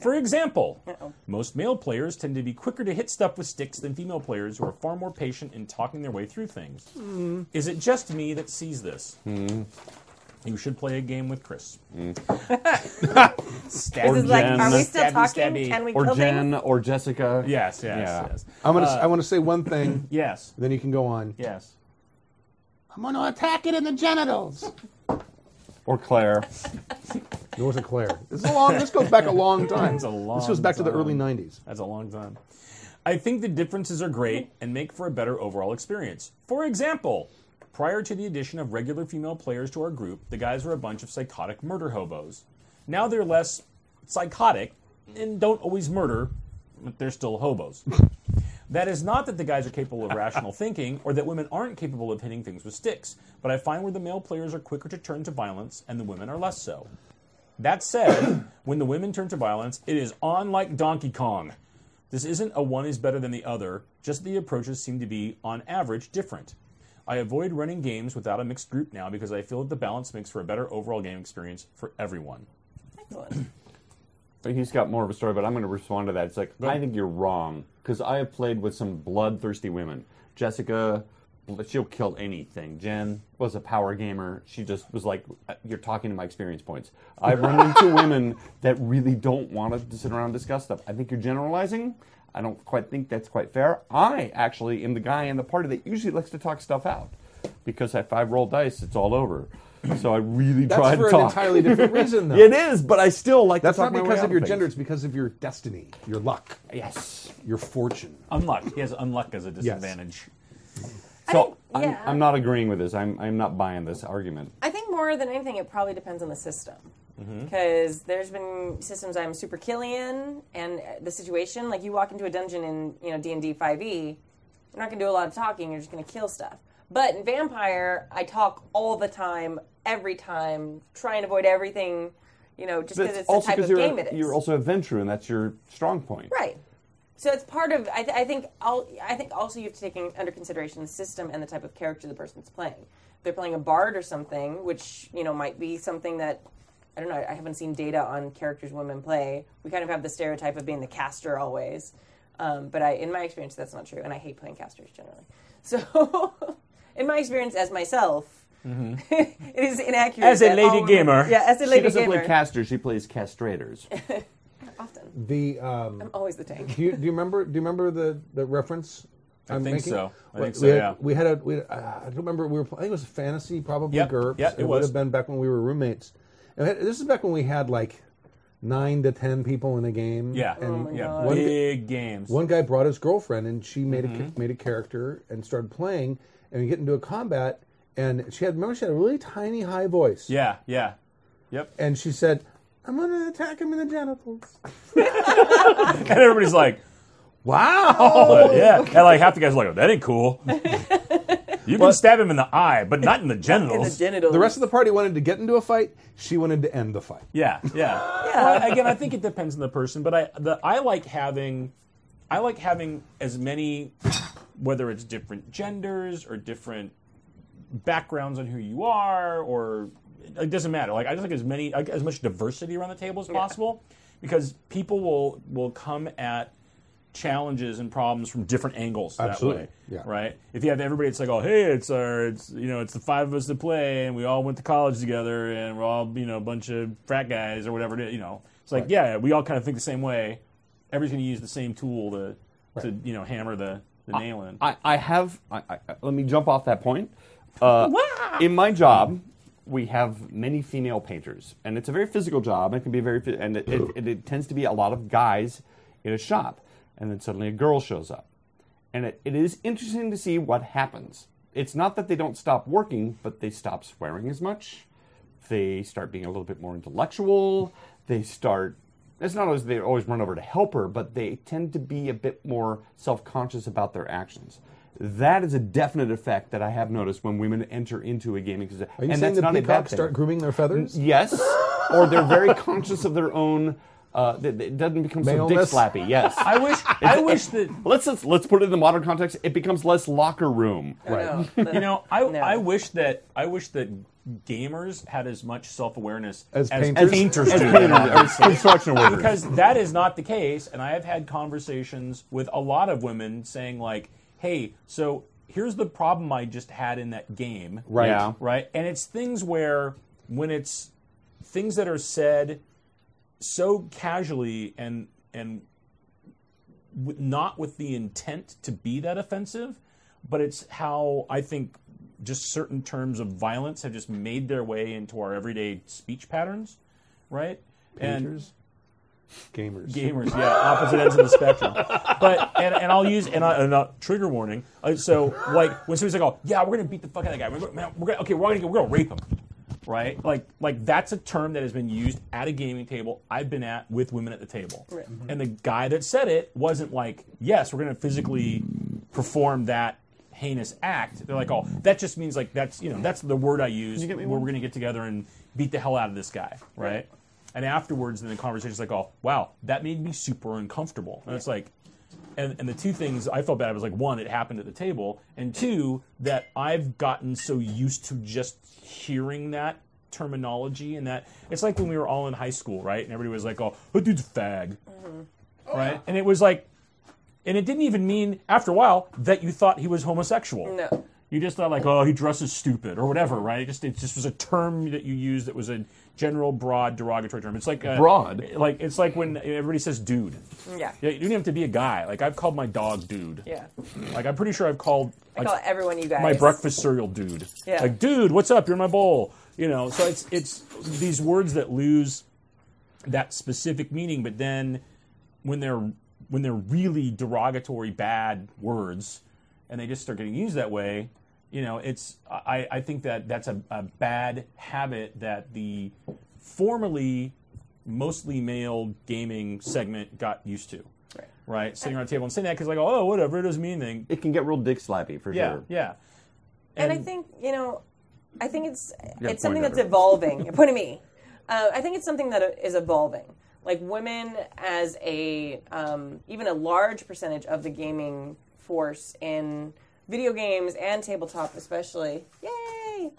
[SPEAKER 5] For example, most male players tend to be quicker to hit stuff with sticks than female players who are far more patient in talking their way through things.
[SPEAKER 3] Hmm.
[SPEAKER 5] Is it just me that sees this?
[SPEAKER 4] Hmm.
[SPEAKER 5] You should play a game with Chris.
[SPEAKER 3] [LAUGHS]
[SPEAKER 5] Stab-
[SPEAKER 3] This is like, are we
[SPEAKER 4] Jen.
[SPEAKER 3] still
[SPEAKER 5] Stabby,
[SPEAKER 3] talking?
[SPEAKER 5] stabby.
[SPEAKER 3] Can we
[SPEAKER 4] or
[SPEAKER 3] kill
[SPEAKER 4] Jen,
[SPEAKER 3] things?
[SPEAKER 4] or Jessica.
[SPEAKER 5] Yes, yes,
[SPEAKER 4] Yeah.
[SPEAKER 5] yes.
[SPEAKER 2] I'm gonna, I want to say one thing,
[SPEAKER 5] Yes,
[SPEAKER 2] then you can go on.
[SPEAKER 5] yes.
[SPEAKER 2] I'm going to attack it in the genitals.
[SPEAKER 4] Or Claire.
[SPEAKER 2] It wasn't Claire. This, is a long, this goes back a long time.
[SPEAKER 5] It's a long
[SPEAKER 2] this goes back to the
[SPEAKER 5] time.
[SPEAKER 2] early 90s.
[SPEAKER 5] That's a long time. I think the differences are great and make for a better overall experience. For example, prior to the addition of regular female players to our group, the guys were a bunch of psychotic murder hobos. Now they're less psychotic and don't always murder, but they're still hobos. That is not that the guys are capable of rational thinking or that women aren't capable of hitting things with sticks, but I find where the male players are quicker to turn to violence and the women are less so. That said, [COUGHS] when the women turn to violence, it is on like Donkey Kong. This isn't a one is better than the other, just the approaches seem to be, on average, different. I avoid running games without a mixed group now because I feel that the balance makes for a better overall game experience for everyone.
[SPEAKER 3] Excellent.
[SPEAKER 4] But he's got more of a story, but I'm going to respond to that. It's like, I think you're wrong, because I have played with some bloodthirsty women. Jessica, bl- she'll kill anything. Jen was a power gamer. She just was like, uh, you're talking to my experience points. I
[SPEAKER 2] [LAUGHS]
[SPEAKER 4] run into women that really don't want to sit around and discuss stuff. I think you're generalizing. I don't quite think that's quite fair. I actually am the guy in the party that usually likes to talk stuff out, because if I roll dice, it's all over. so I really
[SPEAKER 2] That's
[SPEAKER 4] try
[SPEAKER 2] for
[SPEAKER 4] to
[SPEAKER 2] an
[SPEAKER 4] talk.
[SPEAKER 2] entirely different reason, though.
[SPEAKER 4] it is, but I still like.
[SPEAKER 2] That's
[SPEAKER 4] to
[SPEAKER 2] not
[SPEAKER 4] talk my way
[SPEAKER 2] because
[SPEAKER 4] out
[SPEAKER 2] of your
[SPEAKER 4] things.
[SPEAKER 2] gender. It's because of your destiny, your luck,
[SPEAKER 4] Yes.
[SPEAKER 2] your fortune.
[SPEAKER 5] Unluck. He has unluck as a disadvantage.
[SPEAKER 4] So
[SPEAKER 3] I
[SPEAKER 4] I
[SPEAKER 3] think-
[SPEAKER 4] am
[SPEAKER 3] yeah.
[SPEAKER 4] I'm not agreeing with this. I'm, I'm not buying this argument.
[SPEAKER 3] I think more than anything, it probably depends on the system.
[SPEAKER 4] Mm-hmm.
[SPEAKER 3] Because there's been systems I'm super Killian, and uh, the situation like you walk into a dungeon in you know D and D five e, you're not gonna do a lot of talking. You're just gonna kill stuff. But in vampire, I talk all the time, every time, try and avoid everything. You know, just because
[SPEAKER 4] That's
[SPEAKER 3] it's the
[SPEAKER 4] also
[SPEAKER 3] type of
[SPEAKER 4] 'cause you're,
[SPEAKER 3] game it is.
[SPEAKER 4] You're also a venture, and that's your strong point.
[SPEAKER 3] Right. So it's part of. I, th- I think. All, I think also you have to take in- under consideration the system and the type of character the person's playing. If they're playing a bard or something, which you know might be something that I don't know. I haven't seen data on characters women play. We kind of have the stereotype of being the caster always, um, but I, in my experience, that's not true. And I hate playing casters generally. [LAUGHS] So, in my experience, as myself, [LAUGHS] it is inaccurate.
[SPEAKER 5] As a
[SPEAKER 3] that
[SPEAKER 5] lady
[SPEAKER 3] all women-
[SPEAKER 5] gamer.
[SPEAKER 3] yeah, as a
[SPEAKER 4] She
[SPEAKER 3] lady
[SPEAKER 4] doesn't
[SPEAKER 3] gamer,
[SPEAKER 4] play casters. She plays castrators.
[SPEAKER 3] often
[SPEAKER 2] The um,
[SPEAKER 3] I'm always the tank.
[SPEAKER 2] do you do you remember do you remember the the reference? I
[SPEAKER 5] think so. I think so,
[SPEAKER 2] We had,
[SPEAKER 5] yeah.
[SPEAKER 2] we had a we had, uh, I don't remember we were pl- I think it was fantasy probably
[SPEAKER 5] Yep,
[SPEAKER 2] GURPS.
[SPEAKER 5] yep, it
[SPEAKER 2] would
[SPEAKER 5] was.
[SPEAKER 2] have been back when we were roommates. And we had- this is back when we had like nine to ten people in a game.
[SPEAKER 5] Yeah.
[SPEAKER 2] and
[SPEAKER 3] my
[SPEAKER 5] yeah.
[SPEAKER 3] God.
[SPEAKER 2] One-
[SPEAKER 5] Big games.
[SPEAKER 2] one guy brought his girlfriend and she made
[SPEAKER 5] Mm-hmm.
[SPEAKER 2] a made a character and started playing and we get into a combat and she had remember she had a really tiny high voice
[SPEAKER 5] Yeah.
[SPEAKER 2] [LAUGHS]
[SPEAKER 5] Yeah. Yep.
[SPEAKER 2] and she said i'm going to attack him in the genitals
[SPEAKER 5] And everybody's
[SPEAKER 2] [LAUGHS]
[SPEAKER 5] like,
[SPEAKER 2] wow
[SPEAKER 5] But yeah, and like half the guys are like, "Oh, that ain't [LAUGHS] cool. You can stab him in the eye, but not in the
[SPEAKER 3] In the
[SPEAKER 5] genitals.
[SPEAKER 3] genitals.
[SPEAKER 2] the rest of the party wanted to get into a fight she wanted to end the fight
[SPEAKER 5] yeah, yeah. Well, again, I think it depends on the person, but I the I like having, I like having as many, whether it's different genders or different backgrounds on who you are, or it doesn't matter. Like I just like as many like, as much diversity around the table as possible, because people will will come at challenges and problems from different angles that
[SPEAKER 2] Absolutely.
[SPEAKER 5] way.
[SPEAKER 2] Yeah.
[SPEAKER 5] Right. If you have everybody, it's like, oh, hey, it's our, it's you know, it's the five of us that play, and we all went to college together, and we're all you know a bunch of frat guys or whatever. it is, You know, it's like, yeah, we all kind of think the same way. Everybody's going to use the same tool to to you know hammer the, the nail in.
[SPEAKER 4] I, I have. I, I, let me jump off that point. Uh, in my job, we have many female painters, and it's a very physical job. It can be very, phy- and it, it, it, it tends to be a lot of guys in a shop, and then suddenly a girl shows up, and it, it is interesting to see what happens. It's not that they don't stop working, but they stop swearing as much. They start being a little bit more intellectual. They start. It's not always they always run over to help her, but they tend to be a bit more self-conscious about their actions. That is a definite effect that I have noticed when women enter into a gaming. Are
[SPEAKER 2] are you saying
[SPEAKER 4] and that's
[SPEAKER 2] the
[SPEAKER 4] not a bad
[SPEAKER 2] peacocks
[SPEAKER 4] thing.
[SPEAKER 2] start grooming their feathers
[SPEAKER 4] Yes, or they're
[SPEAKER 2] [LAUGHS]
[SPEAKER 4] very conscious of their own. Uh, that it doesn't become so dick
[SPEAKER 2] Maleness? [LAUGHS]
[SPEAKER 4] slappy. Yes, [LAUGHS]
[SPEAKER 5] I wish I wish that
[SPEAKER 4] let's, let's let's put it in the modern context. It becomes less locker room.
[SPEAKER 3] Right.
[SPEAKER 5] you know I I wish that I wish that gamers had as much self awareness
[SPEAKER 2] As
[SPEAKER 4] As
[SPEAKER 2] painters.
[SPEAKER 4] painters do. As
[SPEAKER 2] [LAUGHS]
[SPEAKER 4] construction workers.
[SPEAKER 5] because that is not the case and i have had conversations with a lot of women saying like hey so here's the problem i just had in that game
[SPEAKER 4] Right. Yeah.
[SPEAKER 5] right and it's things where when it's things that are said so casually and and with, not with the intent to be that offensive but it's how i think just certain terms of violence have just made their way into our everyday speech patterns right and
[SPEAKER 2] Gamers? gamers
[SPEAKER 5] gamers, yeah, opposite ends of the spectrum. But and, and I'll use and, I, and I'll, trigger warning. Uh, so like when somebody's like, "Oh, yeah, we're gonna beat the fuck out of that guy. We're gonna, man, we're gonna okay, we're gonna we're gonna rape him," right? Like like that's a term that has been used at a gaming table I've been at with women at the table, and the guy that said it wasn't like, "Yes, we're gonna physically perform that." heinous act they're like oh that just means like that's you know that's the word i use where we're gonna get together and beat the hell out of this guy right and afterwards, then the conversation's like, oh, wow, that made me super uncomfortable. And it's like, and, and the two things I felt bad was like, one, it happened at the table, and two, that I've gotten so used to just hearing that terminology and that it's like when we were all in high school, right? And everybody was like, oh, that dude's a fag, right? And it was like, and it didn't even mean after a while that you thought he was homosexual.
[SPEAKER 3] No.
[SPEAKER 5] You just thought like, oh, he dresses stupid or whatever, right? It just it just was a term that you used that was a general, broad, derogatory term. It's like uh,
[SPEAKER 4] Broad?
[SPEAKER 5] like it's like when everybody says dude.
[SPEAKER 3] Yeah.
[SPEAKER 5] Yeah, you don't have to be a guy. Like I've called my dog dude.
[SPEAKER 3] Yeah.
[SPEAKER 5] Like I'm pretty sure I've called
[SPEAKER 3] I
[SPEAKER 5] like,
[SPEAKER 3] call everyone you guys.
[SPEAKER 5] my breakfast cereal dude.
[SPEAKER 3] Yeah.
[SPEAKER 5] Like, dude, what's up? You're in my bowl. You know, so it's it's these words that lose that specific meaning, but then when they're when they're really derogatory, bad words, and they just start getting used that way, you know, it's I, I think that that's a, a bad habit that the formerly mostly male gaming segment got used to.
[SPEAKER 3] Right.
[SPEAKER 5] Right, sitting around a table and saying that because like, oh, whatever, it doesn't mean anything.
[SPEAKER 4] It can get real dick slappy for
[SPEAKER 5] Yeah,
[SPEAKER 4] sure.
[SPEAKER 5] yeah.
[SPEAKER 3] and I think you know, I think it's
[SPEAKER 4] point
[SPEAKER 3] it's something
[SPEAKER 4] at
[SPEAKER 3] that's
[SPEAKER 4] her.
[SPEAKER 3] evolving.
[SPEAKER 5] [LAUGHS]
[SPEAKER 3] You're pointing at me. Uh, I think it's something that is evolving. Like women as a um, even a large percentage of the gaming force in video games and tabletop, especially. Yay!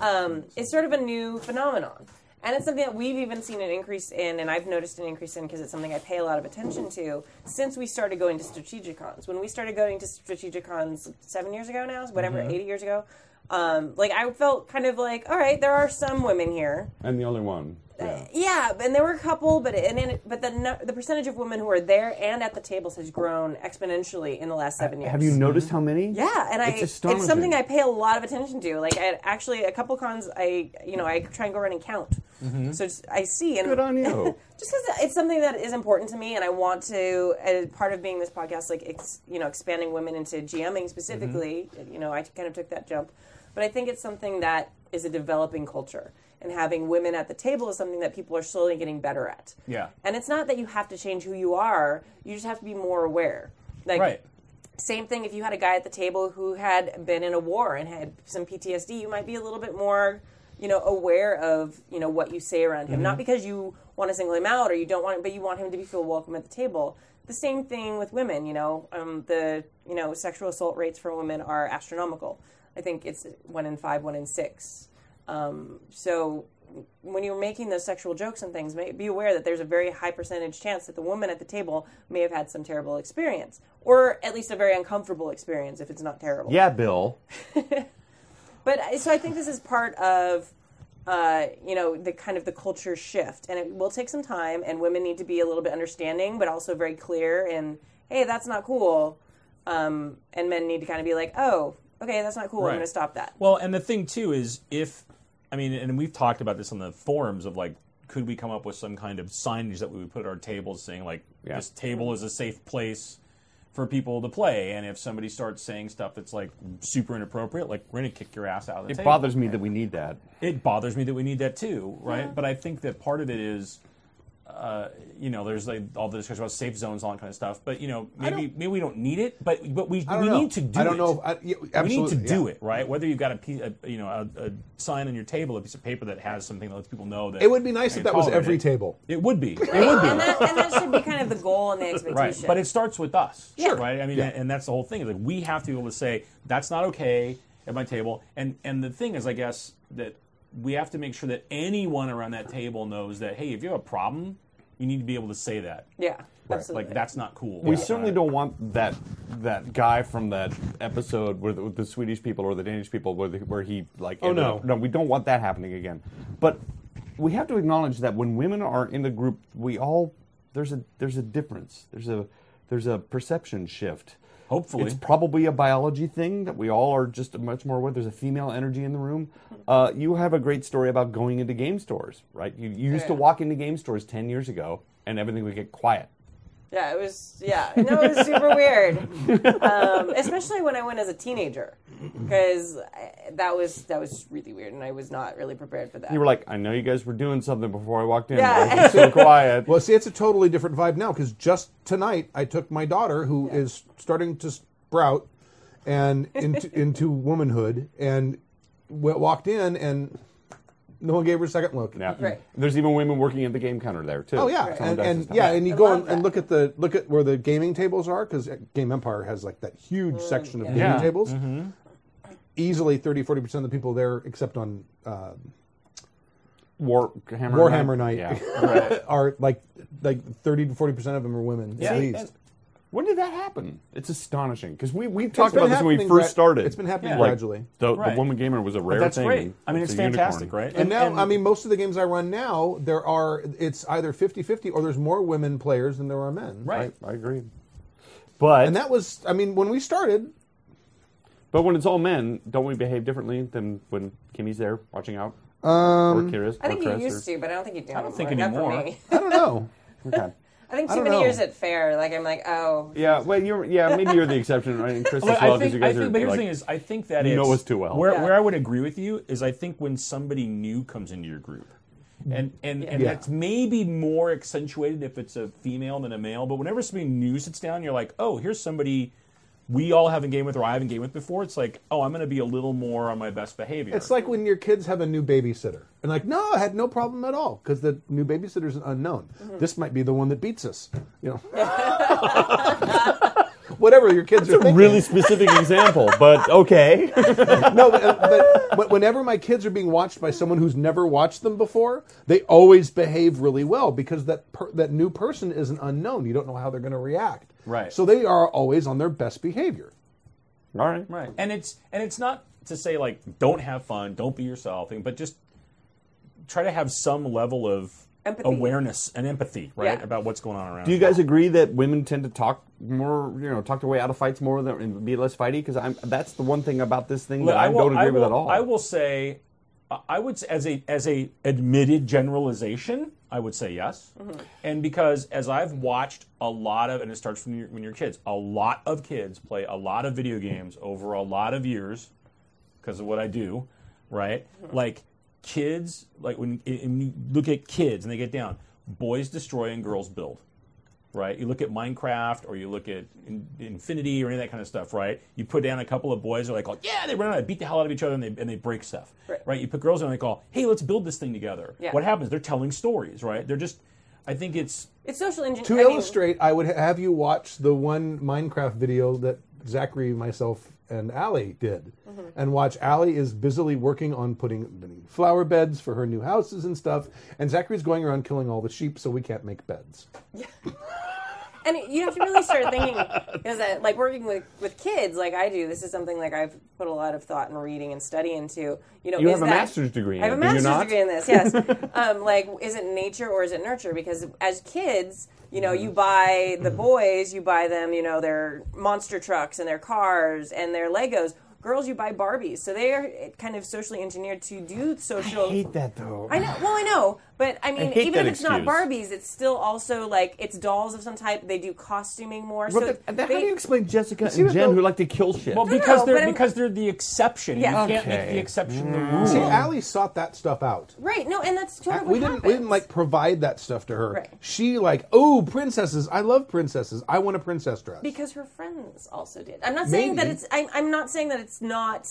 [SPEAKER 3] Um, it's sort of a new phenomenon. And it's something that we've even seen an increase in, and I've noticed an increase in because it's something I pay a lot of attention to since we started going to strategic cons. When we started going to strategic cons seven years ago now, whatever,
[SPEAKER 4] Mm-hmm.
[SPEAKER 3] 80 years ago, um, like I felt kind of like, all right, there are some women here.
[SPEAKER 4] I'm the only one. Yeah.
[SPEAKER 3] Yeah, and there were a couple, but and then, but the nu- the percentage of women who are there and at the tables has grown exponentially in the last seven years.
[SPEAKER 4] Have you noticed how many?
[SPEAKER 3] Yeah, and
[SPEAKER 4] It's
[SPEAKER 3] I
[SPEAKER 4] astonishing.
[SPEAKER 3] it's something I pay a lot of attention to. Like I actually a couple cons I you know I try and go around and count. So just, I see and
[SPEAKER 4] Good
[SPEAKER 3] [LAUGHS]
[SPEAKER 4] on you.
[SPEAKER 3] just because it's something that is important to me and i want to as part of being this podcast like ex, you know expanding women into gming specifically you know i kind of took that jump but i think it's something that is a developing culture and having women at the table is something that people are slowly getting better at
[SPEAKER 5] Yeah.
[SPEAKER 3] and it's not that you have to change who you are you just have to be more aware like
[SPEAKER 5] Right.
[SPEAKER 3] same thing if you had a guy at the table who had been in a war and had some PTSD, you might be a little bit more, you know, aware of, you know, what you say around him. Not because you want to single him out or you don't want it, but you want him to be feel welcome at the table. The same thing with women, you know, um, the, you know, sexual assault rates for women are astronomical. I think it's one in five, one in six. Um, so when you're making those sexual jokes and things, may, be aware that there's a very high percentage chance that the woman at the table may have had some terrible experience, or at least a very uncomfortable experience if it's not terrible.
[SPEAKER 4] Yeah, Bill.
[SPEAKER 3] But I- so I think this is part of, uh, you know, the kind of the culture shift, and it will take some time, and women need to be a little bit understanding, but also very clear and hey, that's not cool, um, and men need to kind of be like, oh, okay, that's not cool, I'm
[SPEAKER 5] Right.
[SPEAKER 3] going to stop that.
[SPEAKER 5] Well, and the thing too is if I mean, and we've talked about this on the forums of like, could we come up with some kind of signage that we would put at our tables saying like,
[SPEAKER 4] Yeah.
[SPEAKER 5] this table is a safe place for people to play, and if somebody starts saying stuff that's like super inappropriate, like we're gonna kick your ass out of the
[SPEAKER 4] It
[SPEAKER 5] table
[SPEAKER 4] bothers me that we need that.
[SPEAKER 5] it bothers me that we need that too, right? But I think that part of it is, uh, you know, there's like all the discussion about safe zones, all that kind of stuff. But you know, maybe maybe we don't need it, but but we,
[SPEAKER 2] I don't
[SPEAKER 5] we
[SPEAKER 2] know.
[SPEAKER 5] need to do.
[SPEAKER 2] I don't
[SPEAKER 5] it.
[SPEAKER 2] know if I- yeah,
[SPEAKER 5] we need to
[SPEAKER 2] absolutely,
[SPEAKER 5] do
[SPEAKER 2] yeah.
[SPEAKER 5] it, right? Whether you've got a, piece, a you know a, a sign on your table, a piece of paper that has something that lets people know that
[SPEAKER 2] It would be nice
[SPEAKER 5] I
[SPEAKER 2] if
[SPEAKER 5] can
[SPEAKER 2] that was
[SPEAKER 5] tolerate
[SPEAKER 2] every
[SPEAKER 5] it.
[SPEAKER 2] table.
[SPEAKER 5] It would be. It would
[SPEAKER 3] [LAUGHS]
[SPEAKER 5] be.
[SPEAKER 3] And that, and that should be kind of the goal and the expectation.
[SPEAKER 5] Right, but it starts with us,
[SPEAKER 3] Yeah.
[SPEAKER 5] right? I mean,
[SPEAKER 2] Yeah.
[SPEAKER 5] and that's the whole thing. is Like we have to be able to say that's not okay at my table, and and the thing is, I guess that we have to make sure that anyone around that table knows that hey, if you have a problem, you need to be able to say that.
[SPEAKER 3] yeah, absolutely.
[SPEAKER 5] Like that's not cool.
[SPEAKER 4] We certainly don't want that that guy from that episode with, with the Swedish people or the Danish people where, the, where he like.
[SPEAKER 2] Oh,
[SPEAKER 4] ended
[SPEAKER 2] no.
[SPEAKER 4] up- no, we don't want that happening again. But we have to acknowledge that when women are in the group, we all there's a there's a difference. There's a there's a perception shift.
[SPEAKER 5] Hopefully.
[SPEAKER 4] it's probably a biology thing that we all are just much more aware. There's a female energy in the room. Uh, you have a great story about going into game stores, right? You, you used to
[SPEAKER 3] Yeah.
[SPEAKER 4] walk into game stores ten years ago, and everything would get quiet.
[SPEAKER 3] Yeah, it was. Yeah, no, it was super weird. Um, especially when I went as a teenager, because that was that was really weird, and I was not really prepared for that.
[SPEAKER 4] You were like, I know you guys were doing something before I walked in.
[SPEAKER 3] Yeah.
[SPEAKER 4] Yeah. It's so quiet.
[SPEAKER 2] [LAUGHS] Well, see, it's a totally different vibe now because just tonight I took my daughter, who is starting to sprout and
[SPEAKER 5] [LAUGHS]
[SPEAKER 2] into, into womanhood, and w- walked in, and no one gave her a second look.
[SPEAKER 4] yeah.
[SPEAKER 3] Right.
[SPEAKER 4] There's even women working at the game counter there too.
[SPEAKER 2] Oh yeah,
[SPEAKER 4] Someone
[SPEAKER 2] and,
[SPEAKER 4] does
[SPEAKER 2] and
[SPEAKER 4] this stuff.
[SPEAKER 2] yeah, and you
[SPEAKER 3] I
[SPEAKER 2] go
[SPEAKER 3] love
[SPEAKER 2] and, and
[SPEAKER 3] that.
[SPEAKER 2] look at the look at where the gaming tables are because Game Empire has like that
[SPEAKER 3] Mm.
[SPEAKER 2] huge section of gaming
[SPEAKER 4] Yeah.
[SPEAKER 2] tables. Easily 30 40 percent of the people there, except on uh,
[SPEAKER 4] War, Hammer
[SPEAKER 2] [LAUGHS] Warhammer Night,
[SPEAKER 4] Yeah.
[SPEAKER 2] are like like thirty to forty percent of them are women
[SPEAKER 5] Yeah.
[SPEAKER 2] at
[SPEAKER 5] See,
[SPEAKER 2] least.
[SPEAKER 4] and When did that happen? It's astonishing because we, we talked about
[SPEAKER 2] been
[SPEAKER 4] this when we
[SPEAKER 2] happening
[SPEAKER 4] first
[SPEAKER 2] gra-
[SPEAKER 4] started.
[SPEAKER 2] it's been happening
[SPEAKER 4] Like,
[SPEAKER 2] gradually.
[SPEAKER 4] the,
[SPEAKER 5] Right.
[SPEAKER 4] the woman gamer was a rare
[SPEAKER 5] That's
[SPEAKER 4] thing.
[SPEAKER 5] great. I mean, it's,
[SPEAKER 4] a unicorn.
[SPEAKER 5] fantastic, right?
[SPEAKER 2] And now, I mean, most of the games I run now, there are it's either 50-50 or there's more women players than there are men.
[SPEAKER 5] right.
[SPEAKER 4] I, I agree. But
[SPEAKER 2] And that was, I mean, when we started,
[SPEAKER 4] but when it's all men, don't we behave differently than when Kimmy's there watching out? Um, or Kira's,
[SPEAKER 3] I think
[SPEAKER 4] or
[SPEAKER 3] you
[SPEAKER 4] Chris
[SPEAKER 3] used
[SPEAKER 4] or,
[SPEAKER 3] to, but I don't think you do. I
[SPEAKER 5] don't think
[SPEAKER 3] Not
[SPEAKER 5] anymore.
[SPEAKER 3] for me. [LAUGHS]
[SPEAKER 2] I don't know.
[SPEAKER 4] Okay.
[SPEAKER 3] I think
[SPEAKER 2] I
[SPEAKER 3] too
[SPEAKER 2] don't
[SPEAKER 3] many
[SPEAKER 2] know.
[SPEAKER 3] years at fair. Like I'm like, oh,
[SPEAKER 4] Yeah, well, you're yeah maybe you're the exception, right? And Chris
[SPEAKER 5] [LAUGHS]
[SPEAKER 4] as
[SPEAKER 5] But
[SPEAKER 4] well
[SPEAKER 5] I
[SPEAKER 4] because
[SPEAKER 5] think,
[SPEAKER 4] you guys
[SPEAKER 5] I think
[SPEAKER 4] are
[SPEAKER 5] but here's
[SPEAKER 4] like,
[SPEAKER 5] the thing is, I think that
[SPEAKER 4] You know us
[SPEAKER 5] it's,
[SPEAKER 4] too well.
[SPEAKER 5] Where,
[SPEAKER 3] Yeah.
[SPEAKER 5] where I would agree with you is, I think when somebody new comes into your group, and and and
[SPEAKER 2] Yeah.
[SPEAKER 5] that's maybe more accentuated if it's a female than a male. But whenever somebody new sits down, you're like, oh, here's somebody we all haven't game with or I haven't game with before. It's like, oh, I'm going to be a little more on my best behavior.
[SPEAKER 2] It's like when your kids have a new babysitter. And like, no, I had no problem at all because the new babysitter's an unknown. This might be the one that beats us. You know, [LAUGHS] whatever your kids are
[SPEAKER 4] It's a
[SPEAKER 2] thinking.
[SPEAKER 4] really specific example, but okay.
[SPEAKER 2] no, but, but, but whenever my kids are being watched by someone who's never watched them before, they always behave really well because that per, that new person is an unknown. You don't know how they're going to react.
[SPEAKER 5] Right.
[SPEAKER 2] So they are always on their best behavior.
[SPEAKER 4] All right.
[SPEAKER 5] Right. And it's and it's not to say like don't have fun, don't be yourself, and- but just try to have some level of
[SPEAKER 3] Empathy.
[SPEAKER 5] awareness and empathy, right,
[SPEAKER 3] Yeah.
[SPEAKER 5] about what's going on around.
[SPEAKER 4] Do you guys agree that women tend to talk more, you know, talk their way out of fights more than, and be less fighty? Because I'm that's the one thing about this thing that
[SPEAKER 5] Look,
[SPEAKER 4] I,
[SPEAKER 5] will-
[SPEAKER 4] don't agree
[SPEAKER 5] I
[SPEAKER 4] with
[SPEAKER 5] will-
[SPEAKER 4] at all.
[SPEAKER 5] I will say, I- I would s- as a as a admitted generalization, I would say yes, and because as I've watched a lot of, and it starts from your, when you're kids, a lot of kids play a lot of video games over a lot of years because of what I do, right? Like kids, like when, when you look at kids and they get down, boys destroy and girls build right? You look at Minecraft or you look at in, Infinity or any of that kind of stuff, right? You put down a couple of boys, they're like, oh, yeah, they run out, beat the hell out of each other, and they, and they break stuff,
[SPEAKER 3] Right.
[SPEAKER 5] You put girls in, they call, hey, let's build this thing together.
[SPEAKER 3] Yeah.
[SPEAKER 5] What happens? They're telling stories, right? They're just, I think it's,
[SPEAKER 3] it's social engineering.
[SPEAKER 2] To illustrate, I would ha- have you watch the one Minecraft video that Zachary, myself, and Allie did,
[SPEAKER 3] Mm-hmm.
[SPEAKER 2] and watch Allie is busily working on putting flower beds for her new houses and stuff, and Zachary's going around killing all the sheep, so we can't make beds.
[SPEAKER 3] and you have to really start thinking is that like working with with kids like i do this is something like i've put a lot of thought and reading and study into you know
[SPEAKER 4] You
[SPEAKER 3] is
[SPEAKER 4] have
[SPEAKER 3] that,
[SPEAKER 4] a master's degree in
[SPEAKER 3] i have
[SPEAKER 4] it,
[SPEAKER 3] a
[SPEAKER 4] do you
[SPEAKER 3] master's
[SPEAKER 4] not?
[SPEAKER 3] degree in this
[SPEAKER 4] [LAUGHS]
[SPEAKER 3] yes um, like is it nature or is it nurture because as kids you know you buy
[SPEAKER 4] Mm-hmm.
[SPEAKER 3] the boys you buy them you know their monster trucks and their cars and their legos girls you buy barbies so they're kind of socially engineered to do social
[SPEAKER 4] that though.
[SPEAKER 3] I know. Well, I know, but I mean,
[SPEAKER 4] hate
[SPEAKER 3] even if
[SPEAKER 4] that
[SPEAKER 3] it's not
[SPEAKER 4] excuse.
[SPEAKER 3] Barbies, it's still also like it's dolls of some type. They do costuming more. so
[SPEAKER 4] But the- how do
[SPEAKER 3] they-
[SPEAKER 4] you explain Jessica
[SPEAKER 2] See
[SPEAKER 4] and
[SPEAKER 2] what
[SPEAKER 4] Jen
[SPEAKER 2] the-
[SPEAKER 4] who like to kill shit?
[SPEAKER 5] well,
[SPEAKER 3] no,
[SPEAKER 5] because
[SPEAKER 3] but
[SPEAKER 5] they're
[SPEAKER 3] I'm-
[SPEAKER 5] because they're the exception.
[SPEAKER 3] Yeah.
[SPEAKER 5] You can't make
[SPEAKER 4] Okay.
[SPEAKER 5] the exception the rule.
[SPEAKER 2] See, Allie sought that stuff out.
[SPEAKER 3] right? No, and that's sort of Mm. what
[SPEAKER 2] we didn't we
[SPEAKER 3] happens.
[SPEAKER 2] didn't like provide that stuff to her.
[SPEAKER 3] Right.
[SPEAKER 2] She like, oh, princesses! I love princesses. I want a princess dress.
[SPEAKER 3] because her friends also did. I'm not saying that
[SPEAKER 2] Maybe.
[SPEAKER 3] it's. I'm, I'm not saying that it's not.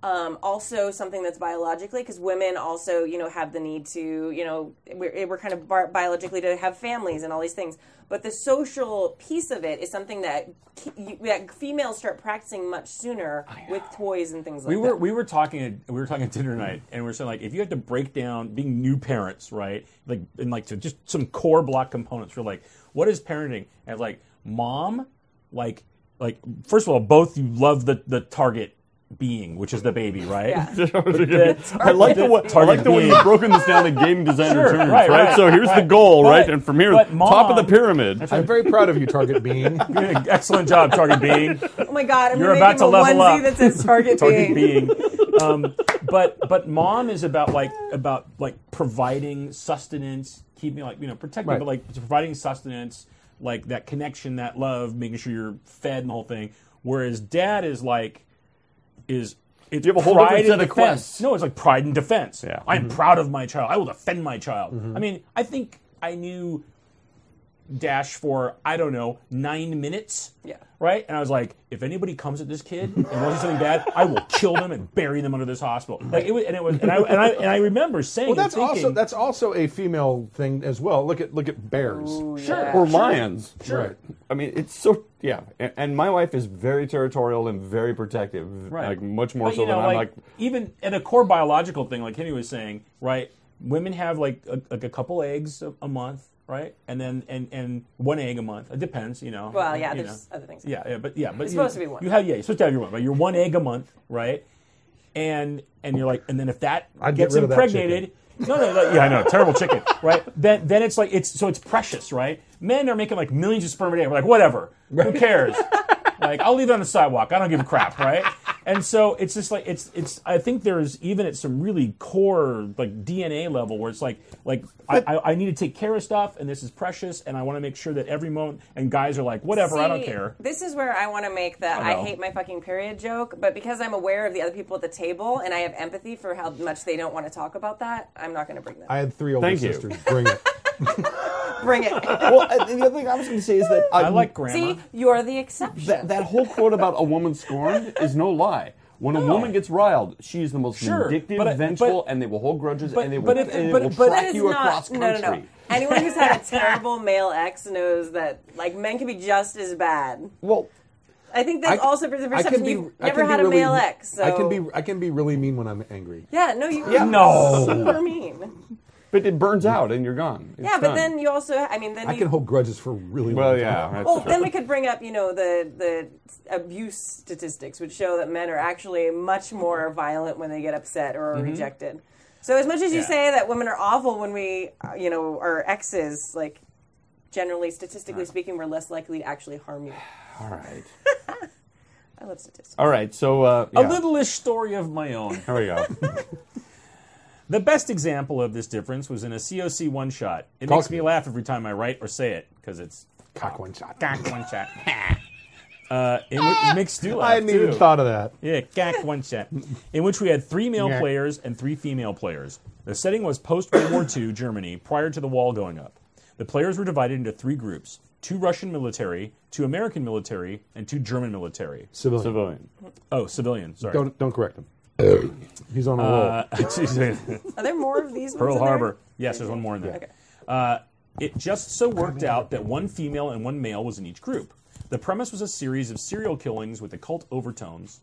[SPEAKER 3] Um, also, something that's biologically because women also, you know, have the need to, you know, we're, we're kind of bi- biologically to have families and all these things. But the social piece of it is something that ki- you, that females start practicing much sooner with toys and things like
[SPEAKER 5] We
[SPEAKER 3] that.
[SPEAKER 5] were we were talking at, we were talking at dinner night, and we were saying like if you had to break down being new parents, right? Like and like to just some core block components. We're like, what is parenting? And like mom, like like first of all, both you love the the target being, which is the baby, right?
[SPEAKER 3] Yeah.
[SPEAKER 4] [LAUGHS]
[SPEAKER 5] [LAUGHS]
[SPEAKER 4] [LAUGHS] I like the way, I like the way you've broken this down in game designer
[SPEAKER 5] Sure,
[SPEAKER 4] terms,
[SPEAKER 5] right,
[SPEAKER 4] right,
[SPEAKER 5] right,
[SPEAKER 4] So here's the
[SPEAKER 5] right.
[SPEAKER 4] goal,
[SPEAKER 5] But-
[SPEAKER 4] right? And from here,
[SPEAKER 5] but
[SPEAKER 4] top of the
[SPEAKER 5] mom-
[SPEAKER 4] pyramid.
[SPEAKER 2] I'm very proud of you, Target
[SPEAKER 3] [LAUGHS]
[SPEAKER 2] Bean.
[SPEAKER 5] Excellent job, target being.
[SPEAKER 3] Oh my god, I'm
[SPEAKER 5] You're
[SPEAKER 3] gonna
[SPEAKER 5] about
[SPEAKER 3] make
[SPEAKER 5] to
[SPEAKER 3] him a
[SPEAKER 5] level
[SPEAKER 3] onesie
[SPEAKER 5] up.
[SPEAKER 3] that says Target,
[SPEAKER 5] target
[SPEAKER 3] being.
[SPEAKER 5] being. Um, but but mom is about like about like providing sustenance, keeping like you know protecting,
[SPEAKER 2] Right.
[SPEAKER 5] but like providing sustenance, like that connection, that love, making sure you're fed and the whole thing. Whereas dad is like is. It's
[SPEAKER 4] You have a whole
[SPEAKER 5] pride
[SPEAKER 4] different set
[SPEAKER 5] and
[SPEAKER 4] of
[SPEAKER 5] defense.
[SPEAKER 4] quests.
[SPEAKER 5] No, it's like pride and defense.
[SPEAKER 4] Yeah.
[SPEAKER 5] I am proud of my child. I will defend my child. I mean, I think I knew Dash for I don't know nine minutes
[SPEAKER 3] Yeah.
[SPEAKER 5] right? And I was like, if anybody comes at this kid and wants something bad, I will kill them and bury them under this hospital. Like it was, and it was, and I and I, and I remember saying,
[SPEAKER 2] Well,
[SPEAKER 5] and
[SPEAKER 2] that's
[SPEAKER 5] thinking,
[SPEAKER 2] also that's also a female thing as well. Look at look at bears.
[SPEAKER 5] sure.
[SPEAKER 4] or lions.
[SPEAKER 2] Sure.
[SPEAKER 4] I mean, it's so yeah. And, and my wife is very territorial and very protective,
[SPEAKER 5] Right.
[SPEAKER 4] like much more
[SPEAKER 5] But,
[SPEAKER 4] so
[SPEAKER 5] you know,
[SPEAKER 4] than I'm. Like,
[SPEAKER 5] even at a core biological thing, like Henry was saying, right? women have like a, like a couple eggs a, a month, right? And then and and one egg a month. It depends, you know.
[SPEAKER 3] Well, yeah,
[SPEAKER 5] you
[SPEAKER 3] there's other things.
[SPEAKER 5] Yeah, yeah, but yeah, but
[SPEAKER 3] It's
[SPEAKER 5] you-
[SPEAKER 3] supposed to be one.
[SPEAKER 5] You have yeah, you're supposed to have your one, but you're one egg a month, right? And and you're like, and then if that
[SPEAKER 2] I'd get
[SPEAKER 5] gets
[SPEAKER 2] rid of that
[SPEAKER 5] impregnated, no, no, no, yeah, I know, terrible chicken, right? Then then it's like it's so it's precious, right? Men are making like millions of sperm a day. We're like, whatever, who cares? like I'll leave it on the sidewalk. I don't give a crap, right? And so it's just like it's it's. I think there's even at some really core like DNA level where it's like like I, I, I need to take care of stuff and this is precious and I want to make sure that every moment and guys are like whatever I don't
[SPEAKER 3] See,
[SPEAKER 5] care.
[SPEAKER 3] This is where I want to make the
[SPEAKER 5] I
[SPEAKER 3] I,
[SPEAKER 5] know.
[SPEAKER 3] hate my fucking period joke, but because I'm aware of the other people at the table and I have empathy for how much they don't want to talk about that, I'm not going to bring that.
[SPEAKER 2] I
[SPEAKER 3] up.
[SPEAKER 2] had three older
[SPEAKER 4] Thank you.
[SPEAKER 2] sisters. Bring [LAUGHS] it.
[SPEAKER 3] bring it.
[SPEAKER 4] well,
[SPEAKER 2] uh,
[SPEAKER 4] and the other thing I was going to say is that
[SPEAKER 5] I like grandma.
[SPEAKER 3] See, you're the exception.
[SPEAKER 4] that, that whole quote about a woman scorned is no lie. When a woman gets riled, she is the most
[SPEAKER 5] Sure,
[SPEAKER 4] vindictive,
[SPEAKER 5] but I-
[SPEAKER 4] vengeful,
[SPEAKER 5] but-
[SPEAKER 4] and they will hold grudges
[SPEAKER 5] but-
[SPEAKER 4] and they will,
[SPEAKER 5] but if-
[SPEAKER 4] and they
[SPEAKER 5] but-
[SPEAKER 4] will
[SPEAKER 5] but
[SPEAKER 4] track
[SPEAKER 3] that is
[SPEAKER 4] you
[SPEAKER 3] not,
[SPEAKER 4] across
[SPEAKER 3] no,
[SPEAKER 4] country.
[SPEAKER 3] no, no. Anyone who's
[SPEAKER 2] [LAUGHS]
[SPEAKER 3] had a terrible male ex knows that like men can be just as bad.
[SPEAKER 4] Well,
[SPEAKER 3] I think that's
[SPEAKER 2] I-
[SPEAKER 3] also the
[SPEAKER 2] I
[SPEAKER 3] perception.
[SPEAKER 2] can be-
[SPEAKER 3] You've
[SPEAKER 2] I
[SPEAKER 3] never
[SPEAKER 2] can be
[SPEAKER 3] had a
[SPEAKER 2] really-
[SPEAKER 3] male ex, so
[SPEAKER 2] I can be I can be really mean when I'm angry.
[SPEAKER 3] yeah, no, you
[SPEAKER 4] Yeah.
[SPEAKER 5] No.
[SPEAKER 3] super mean.
[SPEAKER 4] but it burns out and you're gone. It's
[SPEAKER 3] Yeah, but
[SPEAKER 4] done.
[SPEAKER 3] then you also, I mean, then
[SPEAKER 2] I
[SPEAKER 3] you,
[SPEAKER 2] can hold grudges for a really
[SPEAKER 4] well,
[SPEAKER 2] long
[SPEAKER 4] yeah.
[SPEAKER 2] time.
[SPEAKER 4] that's
[SPEAKER 5] Oh,
[SPEAKER 3] Well,
[SPEAKER 4] true.
[SPEAKER 3] Oh,
[SPEAKER 5] [LAUGHS]
[SPEAKER 3] then we could bring up, you know, the the abuse statistics, which show that men are actually much
[SPEAKER 5] Mm-hmm.
[SPEAKER 3] more violent when they get upset or are rejected. So, as much as you
[SPEAKER 5] Yeah.
[SPEAKER 3] say that women are awful when we, uh, you know, are exes, like generally, statistically speaking, we're less likely to actually harm you.
[SPEAKER 4] All right.
[SPEAKER 3] I love statistics.
[SPEAKER 4] All right. So uh,
[SPEAKER 5] A
[SPEAKER 4] yeah.
[SPEAKER 5] littleish story of my own.
[SPEAKER 4] There we go.
[SPEAKER 5] [LAUGHS] The best example of this difference was in a COC one shot. It
[SPEAKER 2] Cock-
[SPEAKER 5] makes me laugh every time I write or say it because it's
[SPEAKER 2] Cock one shot.
[SPEAKER 5] cack one
[SPEAKER 2] [LAUGHS]
[SPEAKER 5] shot. uh, it, w- it makes you laugh
[SPEAKER 2] Ah. I hadn't even
[SPEAKER 5] too.
[SPEAKER 2] thought of that.
[SPEAKER 5] Yeah, cack one shot. In which we had three male
[SPEAKER 2] Yeah.
[SPEAKER 5] players and three female players. The setting was post World War II Germany, prior to the wall going up. The players were divided into three groups: two Russian military, two American military, and two German military.
[SPEAKER 2] Civilian.
[SPEAKER 4] Civilian.
[SPEAKER 5] Oh, civilian. Sorry.
[SPEAKER 2] Don't don't correct him. [CLEARS THROAT] He's on a roll.
[SPEAKER 5] Uh, [LAUGHS] excuse me.
[SPEAKER 3] Are there more of these? ones
[SPEAKER 5] Pearl
[SPEAKER 3] in there?
[SPEAKER 5] Harbor. Yes, there's one more in there. Uh, it just so worked out that one female and one male was in each group. The premise was a series of serial killings with occult overtones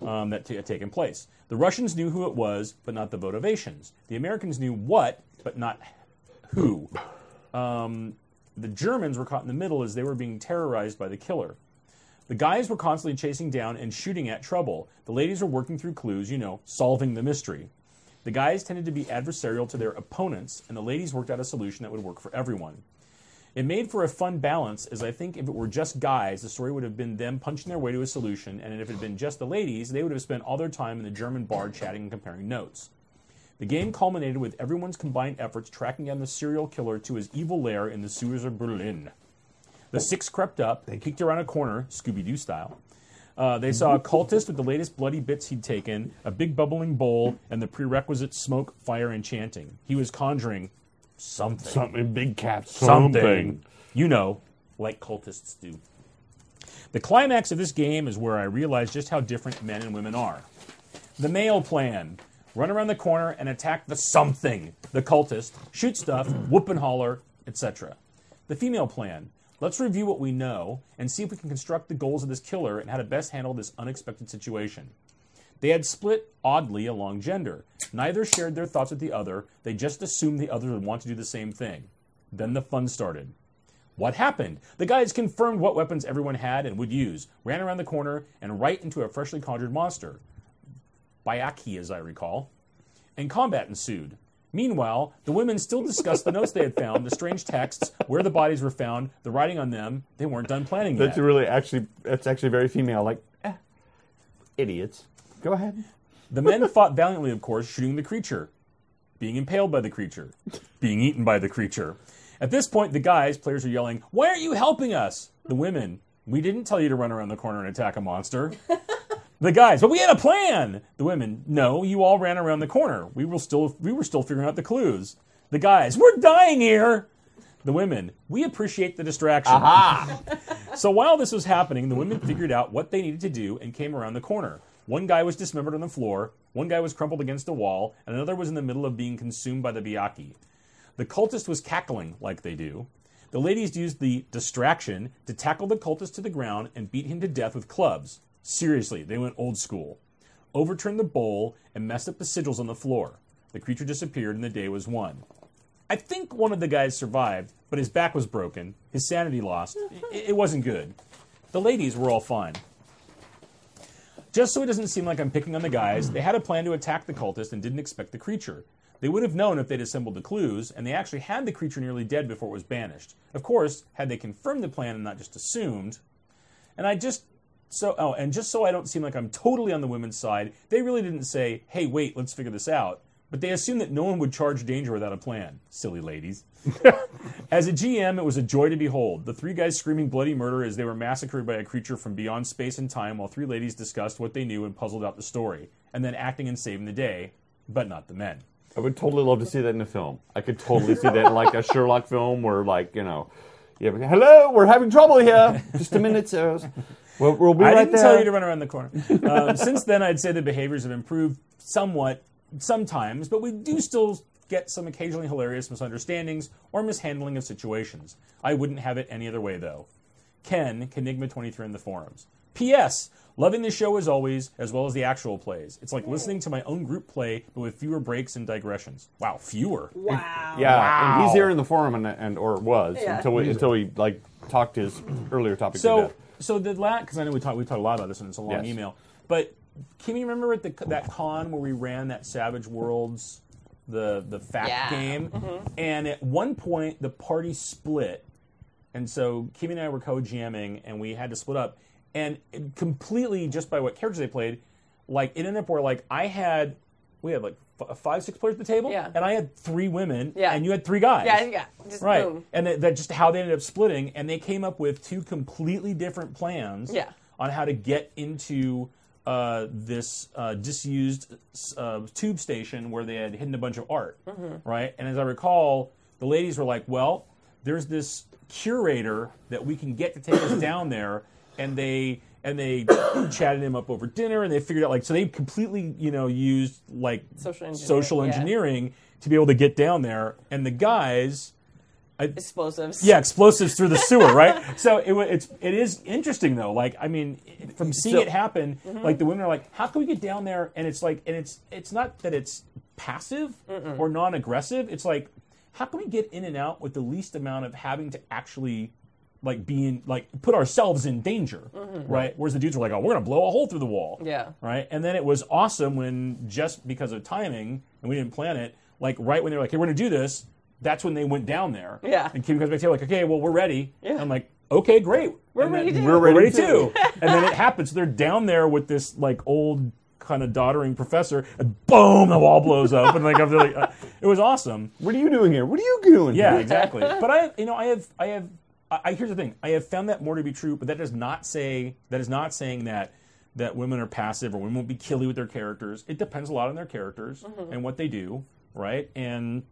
[SPEAKER 5] um, that t- had taken place. The Russians knew who it was, but not the motivations. The Americans knew what, but not who. Um, the Germans were caught in the middle as they were being terrorized by the killer. The guys were constantly chasing down and shooting at trouble. The ladies were working through clues, you know, solving the mystery. The guys tended to be adversarial to their opponents, and the ladies worked out a solution that would work for everyone. It made for a fun balance, as I think if it were just guys, the story would have been them punching their way to a solution, and if it had been just the ladies, they would have spent all their time in the German bar chatting and comparing notes. The game culminated with everyone's combined efforts tracking down the serial killer to his evil lair in the sewers of Berlin. The six crept up, peeked around a corner, Scooby Doo style. Uh, they saw a cultist with the latest bloody bits he'd taken, a big bubbling bowl, and the prerequisite smoke, fire, and chanting. He was conjuring something.
[SPEAKER 4] Something big cat.
[SPEAKER 5] You know, like cultists do. The climax of this game is where I realized just how different men and women are. The male plan run around the corner and attack the something, the cultist, shoot stuff, whoop and holler, etc. The female plan let's review what we know and see if we can construct the goals of this killer and how to best handle this unexpected situation. They had split oddly along gender. Neither shared their thoughts with the other, they just assumed the other would want to do the same thing. Then the fun started. What happened? The guys confirmed what weapons everyone had and would use, ran around the corner, and right into a freshly conjured monster. Bayaki, as I recall. And combat ensued. Meanwhile, the women still discussed the notes they had found, the strange texts, where the bodies were found, the writing on them. They weren't done planning yet.
[SPEAKER 4] That's really actually. That's actually very female. Like, eh, idiots. Go ahead.
[SPEAKER 5] The men fought valiantly, of course, shooting the creature, being impaled by the creature, being eaten by the creature. At this point, the guys, players, are yelling, Why aren't you helping us? The women, We didn't tell you to run around the corner and attack a monster. The guys, but we had a plan. The women, no, you all ran around the corner. We were still we were still figuring out the clues. The guys, we're dying here. The women, we appreciate the distraction. So while this was happening, the women figured out what they needed to do and came around the corner. One guy was dismembered on the floor, one guy was crumpled against a wall, and another was in the middle of being consumed by the biaki. The cultist was cackling like they do. The ladies used the distraction to tackle the cultist to the ground and beat him to death with clubs. Seriously, they went old school. Overturned the bowl and messed up the sigils on the floor. The creature disappeared, and the day was won. I think one of the guys survived, but his back was broken, his sanity lost. It, it wasn't good. The ladies were all fine. Just so it doesn't seem like I'm picking on the guys, they had a plan to attack the cultist and didn't expect the creature. They would have known if they'd assembled the clues, and they actually had the creature nearly dead before it was banished. Of course, had they confirmed the plan and not just assumed. And I just so oh, and just so I don't seem like I'm totally on the women's side, they really didn't say, "Hey, wait, let's figure this out." But they assumed that no one would charge danger without a plan. Silly ladies. As a GM, it was a joy to behold. The three guys screaming bloody murder as they were massacred by a creature from beyond space and time while three ladies discussed what they knew and puzzled out the story, and then acting and saving the day, but not the men.
[SPEAKER 4] I would totally love to see that in a film. I could totally see that in [LAUGHS] like a Sherlock film where like, you know, yeah, but, hello, we're having trouble here. Just a minute, sir. We'll, we'll be
[SPEAKER 5] I
[SPEAKER 4] right
[SPEAKER 5] didn't
[SPEAKER 4] there.
[SPEAKER 5] tell you to run around the corner.
[SPEAKER 4] [LAUGHS]
[SPEAKER 5] Um, since then, I'd say the behaviors have improved somewhat, sometimes, but we do still get some occasionally hilarious misunderstandings or mishandling of situations. I wouldn't have it any other way, though. Ken, Kenigma23 in the forums. P.S. Loving the show as always, as well as the actual plays. It's like listening to my own group play, but with fewer breaks and digressions. Wow, fewer.
[SPEAKER 3] Wow.
[SPEAKER 4] Yeah, and he's here in the forum and, and or was
[SPEAKER 3] Yeah.
[SPEAKER 4] until we, until we like talked his earlier topic. to
[SPEAKER 5] So,
[SPEAKER 4] death.
[SPEAKER 5] so the last because I know we talked we talked a lot about this and it's a long
[SPEAKER 4] Yes.
[SPEAKER 5] email. But can you remember at the, that con where we ran that Savage Worlds, the the fact
[SPEAKER 3] Yeah. Mm-hmm.
[SPEAKER 5] game, and at one point the party split, and so Kimmy and I were co-GMing and we had to split up, and it completely just by what characters they played, like it ended up where like I had we had like f- five six players at the table,
[SPEAKER 3] Yeah.
[SPEAKER 5] and I had three women,
[SPEAKER 3] Yeah.
[SPEAKER 5] and you had three guys,
[SPEAKER 3] Yeah, yeah. Just
[SPEAKER 5] right
[SPEAKER 3] boom.
[SPEAKER 5] and that, that just how they ended up splitting and they came up with two completely different plans
[SPEAKER 3] Yeah.
[SPEAKER 5] on how to get into uh, this uh, disused uh, tube station where they had hidden a bunch of art
[SPEAKER 3] Mm-hmm.
[SPEAKER 5] right and as i recall the ladies were like well there's this curator that we can get to take us [COUGHS] down there and they and they [COUGHS] chatted him up over dinner and they figured out like so they completely you know used like
[SPEAKER 3] Social engineering,
[SPEAKER 5] social
[SPEAKER 3] yeah.
[SPEAKER 5] engineering to be able to get down there and the guys
[SPEAKER 3] Explosives.
[SPEAKER 5] yeah, explosives through the sewer, right? [LAUGHS] So it, wa- it's it is interesting though. Like I mean, it- from seeing
[SPEAKER 4] So-
[SPEAKER 5] it happen, like the women are like, "How can we get down there?" And it's like, and it's it's not that it's passive or non-aggressive. It's like, how can we get in and out with the least amount of having to actually like be in like put ourselves in danger, right? Whereas the dudes were like, "Oh, we're gonna blow a hole through the wall,"
[SPEAKER 3] Yeah.
[SPEAKER 5] right? And then it was awesome when just because of timing and we didn't plan it, like right when they were like, "Hey, we're gonna do this." That's when they went down there.
[SPEAKER 3] Yeah.
[SPEAKER 5] And Kim comes back to you like, okay, well, we're ready.
[SPEAKER 3] Yeah.
[SPEAKER 5] I'm like, okay, great. We're
[SPEAKER 3] ready to-
[SPEAKER 5] We're
[SPEAKER 4] We're
[SPEAKER 5] ready,
[SPEAKER 3] [LAUGHS]
[SPEAKER 4] ready
[SPEAKER 5] too. and then it happens. They're down there with this like old kind of doddering professor, and boom, the wall blows up, and like, I'm like uh, it was awesome.
[SPEAKER 4] what are you doing here? What are you doing? [LAUGHS]
[SPEAKER 5] Yeah,
[SPEAKER 4] here?
[SPEAKER 5] exactly. but I, you know, I have, I have, I, I- here's the thing. I have found that more to be true, but that does not say that is not saying that that women are passive or women won't be killy with their characters. It depends a lot on their characters and what they do, right? And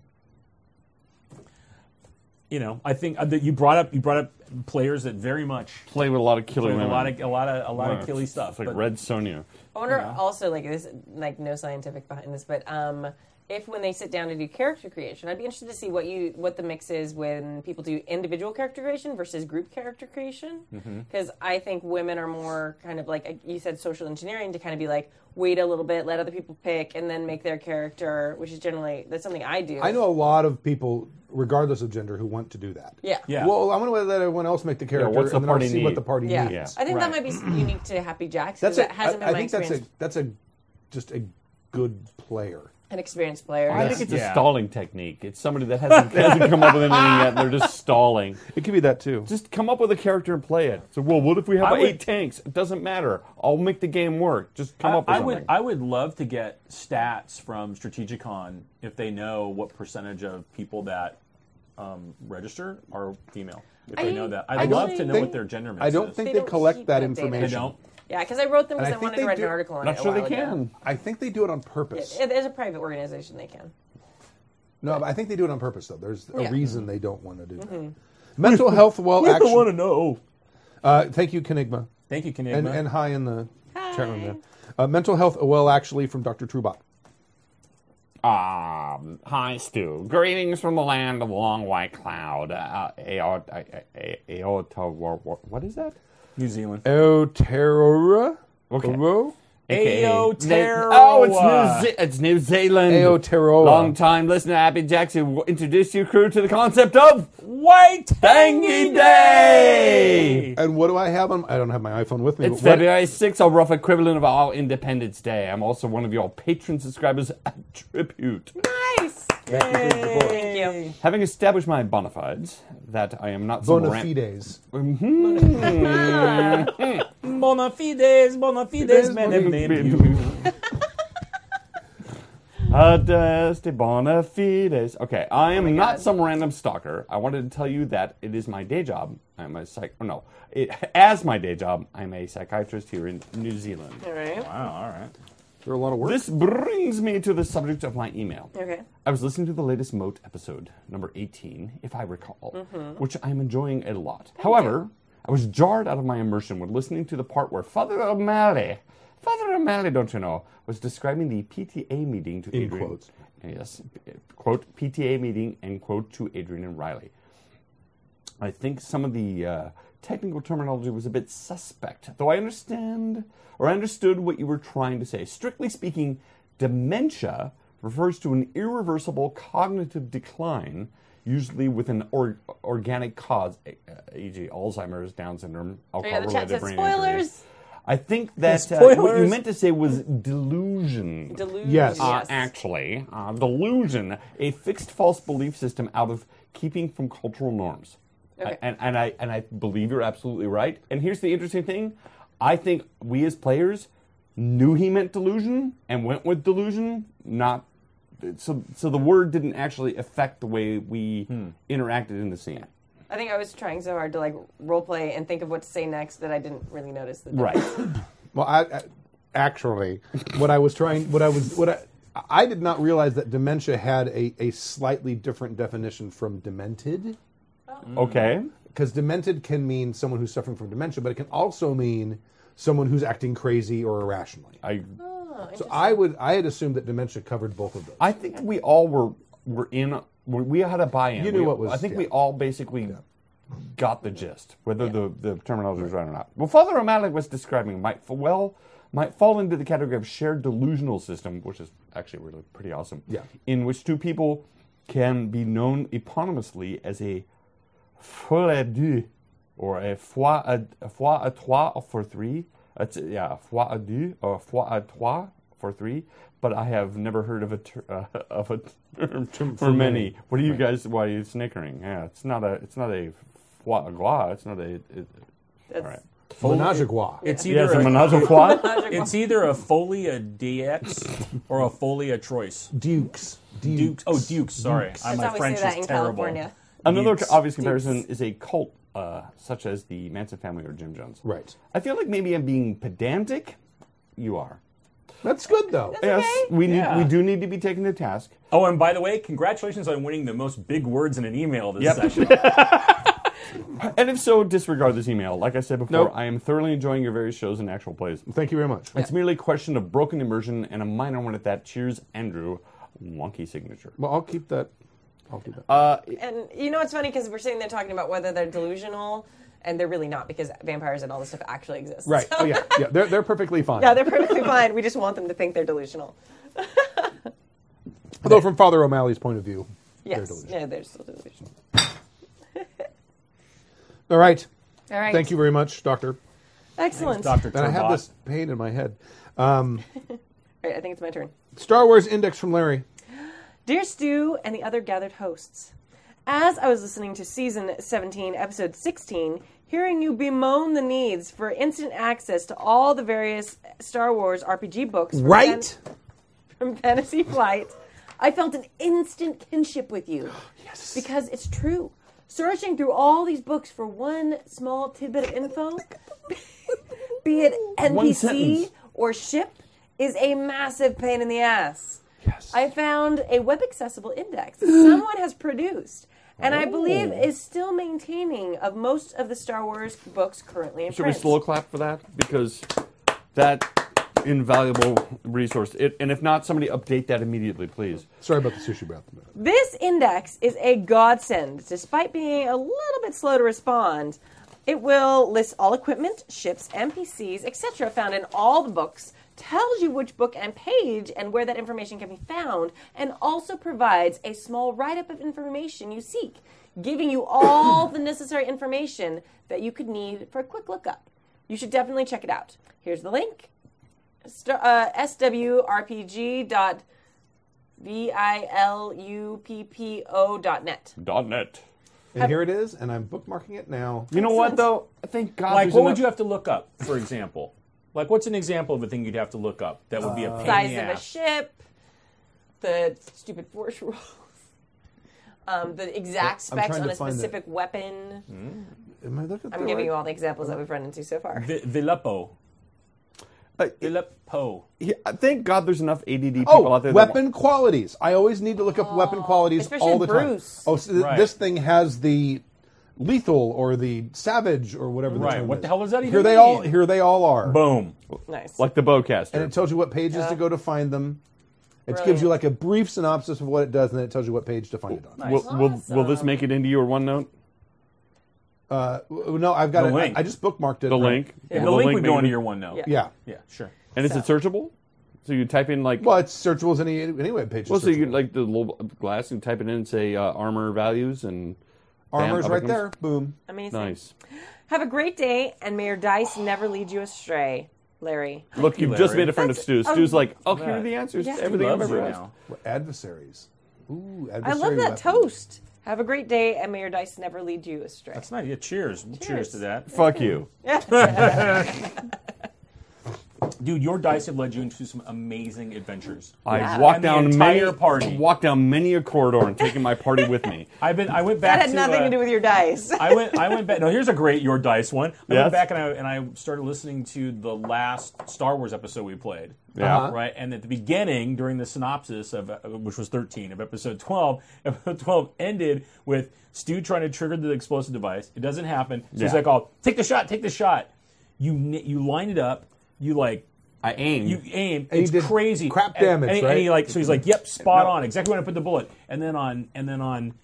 [SPEAKER 5] you know, I think uh, that you brought up you brought up players that very much
[SPEAKER 4] play with a lot of killer
[SPEAKER 5] a
[SPEAKER 4] women.
[SPEAKER 5] lot of a lot of a lot of killy stuff.
[SPEAKER 4] It's like
[SPEAKER 5] but-
[SPEAKER 4] Red Sonia.
[SPEAKER 3] I wonder also like this like no scientific behind this, but um if when they sit down to do character creation, I'd be interested to see what you what the mix is when people do individual character creation versus group character creation.
[SPEAKER 2] Mm-hmm.
[SPEAKER 3] Because I think women are more kind of like you said, social engineering to kind of be like wait a little bit, let other people pick, and then make their character, which is generally that's something I do.
[SPEAKER 2] I know a lot of people, regardless of gender, who want to do that.
[SPEAKER 3] Yeah.
[SPEAKER 5] Yeah.
[SPEAKER 2] Well, I want to let everyone else make the character,
[SPEAKER 4] what's the
[SPEAKER 2] and then I'll
[SPEAKER 4] party
[SPEAKER 2] see what
[SPEAKER 4] need?
[SPEAKER 2] the party
[SPEAKER 3] Yeah.
[SPEAKER 2] needs.
[SPEAKER 4] Yeah.
[SPEAKER 3] I think that
[SPEAKER 5] Right.
[SPEAKER 3] might be unique to Happy Jacks. 'cause
[SPEAKER 2] That's
[SPEAKER 3] that
[SPEAKER 2] a,
[SPEAKER 3] hasn't
[SPEAKER 2] I-
[SPEAKER 3] been
[SPEAKER 2] I
[SPEAKER 3] my
[SPEAKER 2] think that's a
[SPEAKER 3] experience.
[SPEAKER 2] that's a just a good player.
[SPEAKER 3] An experienced player.
[SPEAKER 4] I think it's
[SPEAKER 5] Yeah.
[SPEAKER 4] a stalling technique. It's somebody that hasn't, [LAUGHS] hasn't come up with anything yet. and They're just stalling.
[SPEAKER 2] It could be that too.
[SPEAKER 4] Just come up with a character and play it. So, well, what if we have
[SPEAKER 5] I would-
[SPEAKER 4] eight tanks? It doesn't matter. I'll make the game work. Just come
[SPEAKER 5] I,
[SPEAKER 4] up with
[SPEAKER 5] I
[SPEAKER 4] something.
[SPEAKER 5] would I would love to get stats from Strategicon if they know what percentage of people that um, register are female. If
[SPEAKER 3] I-
[SPEAKER 5] they know that, I'd
[SPEAKER 3] I
[SPEAKER 5] love
[SPEAKER 3] don't
[SPEAKER 5] to know
[SPEAKER 2] think-
[SPEAKER 5] what their gender mix
[SPEAKER 2] I don't
[SPEAKER 5] is.
[SPEAKER 2] think
[SPEAKER 3] They
[SPEAKER 2] they,
[SPEAKER 3] don't keep
[SPEAKER 2] collect
[SPEAKER 3] that
[SPEAKER 2] that
[SPEAKER 3] data.
[SPEAKER 2] information.
[SPEAKER 5] they don't.
[SPEAKER 3] Yeah, because I wrote them because
[SPEAKER 2] And
[SPEAKER 3] I,
[SPEAKER 2] I think
[SPEAKER 3] wanted to
[SPEAKER 2] they
[SPEAKER 3] write
[SPEAKER 2] do-
[SPEAKER 3] an article on it.
[SPEAKER 4] Not
[SPEAKER 3] a
[SPEAKER 4] sure they
[SPEAKER 3] while ago.
[SPEAKER 4] can.
[SPEAKER 2] I think they do it on purpose.
[SPEAKER 3] It is a private organization. They can.
[SPEAKER 2] no, but I think they do it on purpose though. There's a
[SPEAKER 3] Yeah. Mm-hmm.
[SPEAKER 2] reason they don't want to do that. Mental health well action.
[SPEAKER 5] want to know.
[SPEAKER 2] uh, thank you, Kenigma.
[SPEAKER 5] Thank you, Canigma.
[SPEAKER 2] And, and hi in the chat room there. Uh, mental health well actually from Dr. Trubot.
[SPEAKER 4] Um, hi, Stu. Greetings from the land of the long white cloud. Uh, Aot- A- A- A- Aotearoa. What is that?
[SPEAKER 5] New Zealand.
[SPEAKER 2] Oterora?
[SPEAKER 4] Okay.
[SPEAKER 2] Oro?
[SPEAKER 5] Aotearoa.
[SPEAKER 4] Oh, it's
[SPEAKER 5] uh,
[SPEAKER 4] New, Ze- it's New Zealand.
[SPEAKER 2] Aotearoa.
[SPEAKER 4] Long time listener, Happy Jackson, will introduce your crew to the concept of
[SPEAKER 5] White
[SPEAKER 4] Tangy Day.
[SPEAKER 2] And what do I have on? I don't have my iPhone with me.
[SPEAKER 4] It's
[SPEAKER 2] but what-
[SPEAKER 4] February 6th, a rough equivalent of our Independence Day. I'm also one of your patron subscribers [LAUGHS] at Tribute.
[SPEAKER 3] Nice. Thank you.
[SPEAKER 4] Having established my bona fides, that I am not some
[SPEAKER 2] Bona
[SPEAKER 4] ran- [LAUGHS]
[SPEAKER 2] fides.
[SPEAKER 5] Bona fides, bona fides, madam nephew.
[SPEAKER 4] [LAUGHS] Adeste bona fides. Okay, I am not some random stalker. I wanted to tell you that it is my day job. I'm a psych. Oh, no, it, [LAUGHS] as my day job, I'm a psychiatrist here in New Zealand.
[SPEAKER 3] [LAUGHS] All right.
[SPEAKER 5] Wow, all right.
[SPEAKER 2] There are a lot of words.
[SPEAKER 4] This brings me to the subject of my email.
[SPEAKER 3] Okay.
[SPEAKER 4] I was listening to the latest Moat episode, number 18, if I recall, which I am enjoying a lot. However, I was jarred out of my immersion when listening to the part where Father O'Malley, Father O'Malley, don't you know, was describing the PTA meeting to
[SPEAKER 2] In
[SPEAKER 4] Adrian.
[SPEAKER 2] quotes.
[SPEAKER 4] Yes, quote, PTA meeting, end quote, to Adrian and Riley. I think some of the uh, technical terminology was a bit suspect, though I understand or I understood what you were trying to say. Strictly speaking, dementia refers to an irreversible cognitive decline, usually with an or- organic cause, uh, e.g., Alzheimer's, Down syndrome,
[SPEAKER 3] yeah, the
[SPEAKER 4] alcohol-related
[SPEAKER 3] chat said
[SPEAKER 4] brain injuries.
[SPEAKER 3] spoilers.
[SPEAKER 4] I think that uh, what you
[SPEAKER 5] Spoilers.
[SPEAKER 4] meant to say was delusion.
[SPEAKER 3] Delusion.
[SPEAKER 2] Yes.
[SPEAKER 4] Uh, Actually, uh, delusion, a fixed false belief system out of keeping from cultural norms.
[SPEAKER 3] Okay.
[SPEAKER 4] And, and, I, and I believe you're absolutely right. And here's the interesting thing I think we as players knew he meant delusion and went with delusion, not. So, so the word didn't actually affect the way we interacted in the scene.
[SPEAKER 3] I think I was trying so hard to like role play and think of what to say next that I didn't really notice the
[SPEAKER 4] Right.
[SPEAKER 2] Well, I, I actually, what I was trying, what I was, what I, I did not realize that dementia had a, a slightly different definition from demented,
[SPEAKER 4] okay.
[SPEAKER 2] because demented can mean someone who's suffering from dementia, but it can also mean someone who's acting crazy or irrationally.
[SPEAKER 4] I
[SPEAKER 2] So I would, I had assumed that dementia covered both of those.
[SPEAKER 4] I think we all were were in. We we had a buy-in.
[SPEAKER 2] You knew
[SPEAKER 4] We-
[SPEAKER 2] what was-
[SPEAKER 4] I think
[SPEAKER 2] yeah.
[SPEAKER 4] we all basically got the gist, whether the, the terminology was right or not. Well, Father O'Malley was describing might f- well might fall into the category of shared delusional system, which is actually really pretty awesome.
[SPEAKER 2] Yeah.
[SPEAKER 4] In which two people can be known eponymously as a folle à deux or a foi à, a foi à trois for three. It's, yeah, a foi à deux or a foi à trois for three. But I have never heard of a ter- [LAUGHS] uh, of a term for many. What do you guys? Why are you snickering? Yeah, it's not a it's not a foi à gras. It's not a. It, all right.
[SPEAKER 2] Menage a trois.
[SPEAKER 5] It's
[SPEAKER 4] Yes, a
[SPEAKER 5] either a,
[SPEAKER 4] menage a trois.
[SPEAKER 5] [LAUGHS] it's either a folia DX or a folia Trois.
[SPEAKER 2] Dukes. Dukes.
[SPEAKER 5] Dukes. Oh, Dukes. Sorry, I,
[SPEAKER 3] That's
[SPEAKER 5] my
[SPEAKER 3] how we
[SPEAKER 5] French
[SPEAKER 3] say that
[SPEAKER 5] is
[SPEAKER 3] in
[SPEAKER 5] terrible.
[SPEAKER 3] California.
[SPEAKER 4] [LAUGHS] Another
[SPEAKER 5] Dukes.
[SPEAKER 4] obvious comparison is a cult, uh, such as the Manson family or Jim Jones.
[SPEAKER 2] Right.
[SPEAKER 4] I feel like maybe I'm being pedantic. You are.
[SPEAKER 2] That's good though.
[SPEAKER 4] Yes, we need,
[SPEAKER 5] Yeah.
[SPEAKER 4] we do need to be taken to task.
[SPEAKER 5] Oh, and by the way, congratulations on winning the most big words in an email this
[SPEAKER 4] Yep.
[SPEAKER 5] session.
[SPEAKER 4] And if so, disregard this email. Like I said before,
[SPEAKER 2] Nope.
[SPEAKER 4] I am thoroughly enjoying your various shows and actual plays.
[SPEAKER 2] Thank you very much.
[SPEAKER 4] It's merely a question of broken immersion and a minor one at that. Cheers, Andrew. Wonky signature.
[SPEAKER 2] Well, I'll keep that. I'll keep that.
[SPEAKER 3] And you know it's funny because we're sitting there talking about whether they're delusional, and they're really not because vampires and all this stuff actually exists.
[SPEAKER 2] right. Oh [LAUGHS] yeah. Yeah. They're they're perfectly fine.
[SPEAKER 3] [LAUGHS] Yeah, they're perfectly fine. We just want them to think they're delusional.
[SPEAKER 2] Although from Father O'Malley's point of view, they're
[SPEAKER 3] Yes,
[SPEAKER 2] delusional.
[SPEAKER 3] yeah, they're still delusional.
[SPEAKER 2] All right.
[SPEAKER 3] All right.
[SPEAKER 2] Thank you very much, Doctor.
[SPEAKER 3] Excellent.
[SPEAKER 5] Doctor
[SPEAKER 2] And I have
[SPEAKER 5] Turbot.
[SPEAKER 2] this pain in my head.
[SPEAKER 3] All right, I think it's my turn.
[SPEAKER 2] Star Wars Index from Larry.
[SPEAKER 3] Dear Stu and the other gathered hosts, as I was listening to season 17, episode 16, hearing you bemoan the needs for instant access to all the various Star Wars RPG books from,
[SPEAKER 2] Right?
[SPEAKER 3] fan- from Fantasy Flight, I felt an instant kinship with you.
[SPEAKER 4] [GASPS]
[SPEAKER 3] Yes. Because it's true. Searching through all these books for one small tidbit of info, [LAUGHS] be it NPC
[SPEAKER 4] sentence.
[SPEAKER 3] or ship, is a massive pain in the ass. I found a web accessible index
[SPEAKER 4] [GASPS]
[SPEAKER 3] that someone has produced, and I believe
[SPEAKER 4] Oh.
[SPEAKER 3] is still maintaining of most of the Star Wars books currently in
[SPEAKER 4] Should we
[SPEAKER 3] print.
[SPEAKER 4] slow clap for that? Because that invaluable resource. It, and if not, somebody update that immediately, please.
[SPEAKER 2] Sorry about the sushi breath.
[SPEAKER 3] this index is a godsend. Despite being a little bit slow to respond, it will list all equipment, ships, NPCs, etc. found in all the books tells you which book and page and where that information can be found, and also provides a small write up of information you seek, giving you all the necessary information that you could need for a quick lookup. You should definitely check it out. Here's the link st- uh, swrpg.viluppo.net.
[SPEAKER 4] Dot net.
[SPEAKER 2] And here it is, and I'm bookmarking it now.
[SPEAKER 4] You know what though? Thank God.
[SPEAKER 5] Like,
[SPEAKER 4] there's
[SPEAKER 5] what
[SPEAKER 4] enough-
[SPEAKER 5] would you have to look up, for example? Like, what's an example of a thing you'd have to look up that would be a pain
[SPEAKER 3] size
[SPEAKER 5] in the
[SPEAKER 3] of a
[SPEAKER 5] ass?
[SPEAKER 3] ship, the stupid force [LAUGHS] rules, um, the exact
[SPEAKER 2] I'm
[SPEAKER 3] specs
[SPEAKER 2] trying
[SPEAKER 3] on
[SPEAKER 2] to
[SPEAKER 3] a
[SPEAKER 2] find
[SPEAKER 3] specific weapon.
[SPEAKER 2] Am I looking at
[SPEAKER 3] I'm giving you all the examples that we've run into so far.
[SPEAKER 5] Vi- Villeppo.
[SPEAKER 4] Uh,
[SPEAKER 5] Villeppo.
[SPEAKER 4] Yeah, thank God there's enough ADD people
[SPEAKER 2] Oh,
[SPEAKER 4] out there. that
[SPEAKER 2] weapon
[SPEAKER 4] wa-
[SPEAKER 2] qualities. I always need to look up weapon qualities
[SPEAKER 3] Oh, especially
[SPEAKER 2] all the
[SPEAKER 3] Bruce.
[SPEAKER 2] time. Oh, so th-
[SPEAKER 5] Right.
[SPEAKER 2] this thing has the lethal or the savage or whatever. The
[SPEAKER 5] Right,
[SPEAKER 2] term
[SPEAKER 5] what
[SPEAKER 2] is.
[SPEAKER 5] the hell does that even
[SPEAKER 2] Here they all.
[SPEAKER 5] mean?
[SPEAKER 2] Here they all are.
[SPEAKER 5] Boom.
[SPEAKER 3] Nice.
[SPEAKER 4] like the bowcaster.
[SPEAKER 2] and it tells you what pages to go to find them. It gives you
[SPEAKER 3] Brilliant.
[SPEAKER 2] like a brief synopsis of what it does, and then it tells you what page to find it on.
[SPEAKER 4] will, will, will this
[SPEAKER 3] Awesome.
[SPEAKER 4] make it into your OneNote?
[SPEAKER 2] Uh, No, I've got
[SPEAKER 5] The
[SPEAKER 2] it. I-
[SPEAKER 5] link.
[SPEAKER 2] I just bookmarked it.
[SPEAKER 4] The
[SPEAKER 2] right?
[SPEAKER 4] link.
[SPEAKER 5] The link would
[SPEAKER 4] make it
[SPEAKER 5] go into
[SPEAKER 4] in-
[SPEAKER 5] your one note.
[SPEAKER 3] Yeah.
[SPEAKER 2] Yeah.
[SPEAKER 5] Yeah, sure.
[SPEAKER 4] And is it searchable? So you type in like.
[SPEAKER 2] Well, it's searchable as any any web page. is
[SPEAKER 4] well, so you
[SPEAKER 2] searchable.
[SPEAKER 4] could, like the little glass and type it in and say uh, armor values and. bam,
[SPEAKER 2] armor's
[SPEAKER 4] up it
[SPEAKER 2] right
[SPEAKER 4] comes.
[SPEAKER 2] there. Boom.
[SPEAKER 3] Amazing.
[SPEAKER 4] Nice.
[SPEAKER 3] Have a great day, and may your dice never lead you astray, Larry.
[SPEAKER 4] Look, you've just
[SPEAKER 5] Larry.
[SPEAKER 4] made a friend
[SPEAKER 3] That's-
[SPEAKER 4] of Stu's.
[SPEAKER 3] um,
[SPEAKER 4] Stu's like, oh,
[SPEAKER 5] that.
[SPEAKER 4] here are the answers
[SPEAKER 3] Yeah.
[SPEAKER 4] to everything I've
[SPEAKER 5] Loves you
[SPEAKER 4] ever asked.
[SPEAKER 5] now.
[SPEAKER 2] We're adversaries. Ooh, adversary
[SPEAKER 3] I love that
[SPEAKER 2] weapon.
[SPEAKER 3] toast. Have a great day, and may your dice never lead you astray.
[SPEAKER 5] That's nice. Yeah, cheers. cheers.
[SPEAKER 3] Cheers.
[SPEAKER 5] to that.
[SPEAKER 4] Fuck you.
[SPEAKER 5] Dude, your dice have led you into some amazing adventures.
[SPEAKER 4] I've
[SPEAKER 5] And
[SPEAKER 4] walked
[SPEAKER 5] the
[SPEAKER 4] down
[SPEAKER 5] entire
[SPEAKER 4] many
[SPEAKER 5] party.
[SPEAKER 4] walked down many a corridor and taken my party with me.
[SPEAKER 5] I've been. I went back.
[SPEAKER 3] that had
[SPEAKER 5] to,
[SPEAKER 3] nothing
[SPEAKER 5] uh,
[SPEAKER 3] to do with your dice.
[SPEAKER 4] [LAUGHS]
[SPEAKER 5] I went. I went back. No, here's a great your dice one. I
[SPEAKER 4] Yes.
[SPEAKER 5] went back and I and I started listening to the last Star Wars episode we played.
[SPEAKER 4] Yeah. Uh-huh.
[SPEAKER 5] Right. And at the beginning, during the synopsis of uh, which was 13 of episode 12, [LAUGHS] episode 12 ended with Stu trying to trigger the explosive device. It doesn't happen. So
[SPEAKER 4] Yeah.
[SPEAKER 5] he's like, "Oh, take the shot, take the shot." You ni- you line it up. You like
[SPEAKER 4] I aimed.
[SPEAKER 5] you aim.
[SPEAKER 2] And he
[SPEAKER 5] it's
[SPEAKER 2] did
[SPEAKER 5] crazy.
[SPEAKER 2] crap
[SPEAKER 5] And-
[SPEAKER 2] damage,
[SPEAKER 5] and, he- and he
[SPEAKER 2] right?
[SPEAKER 5] like so he's like, yep, spot
[SPEAKER 4] No.
[SPEAKER 5] on, exactly when I put the bullet. And then on and then on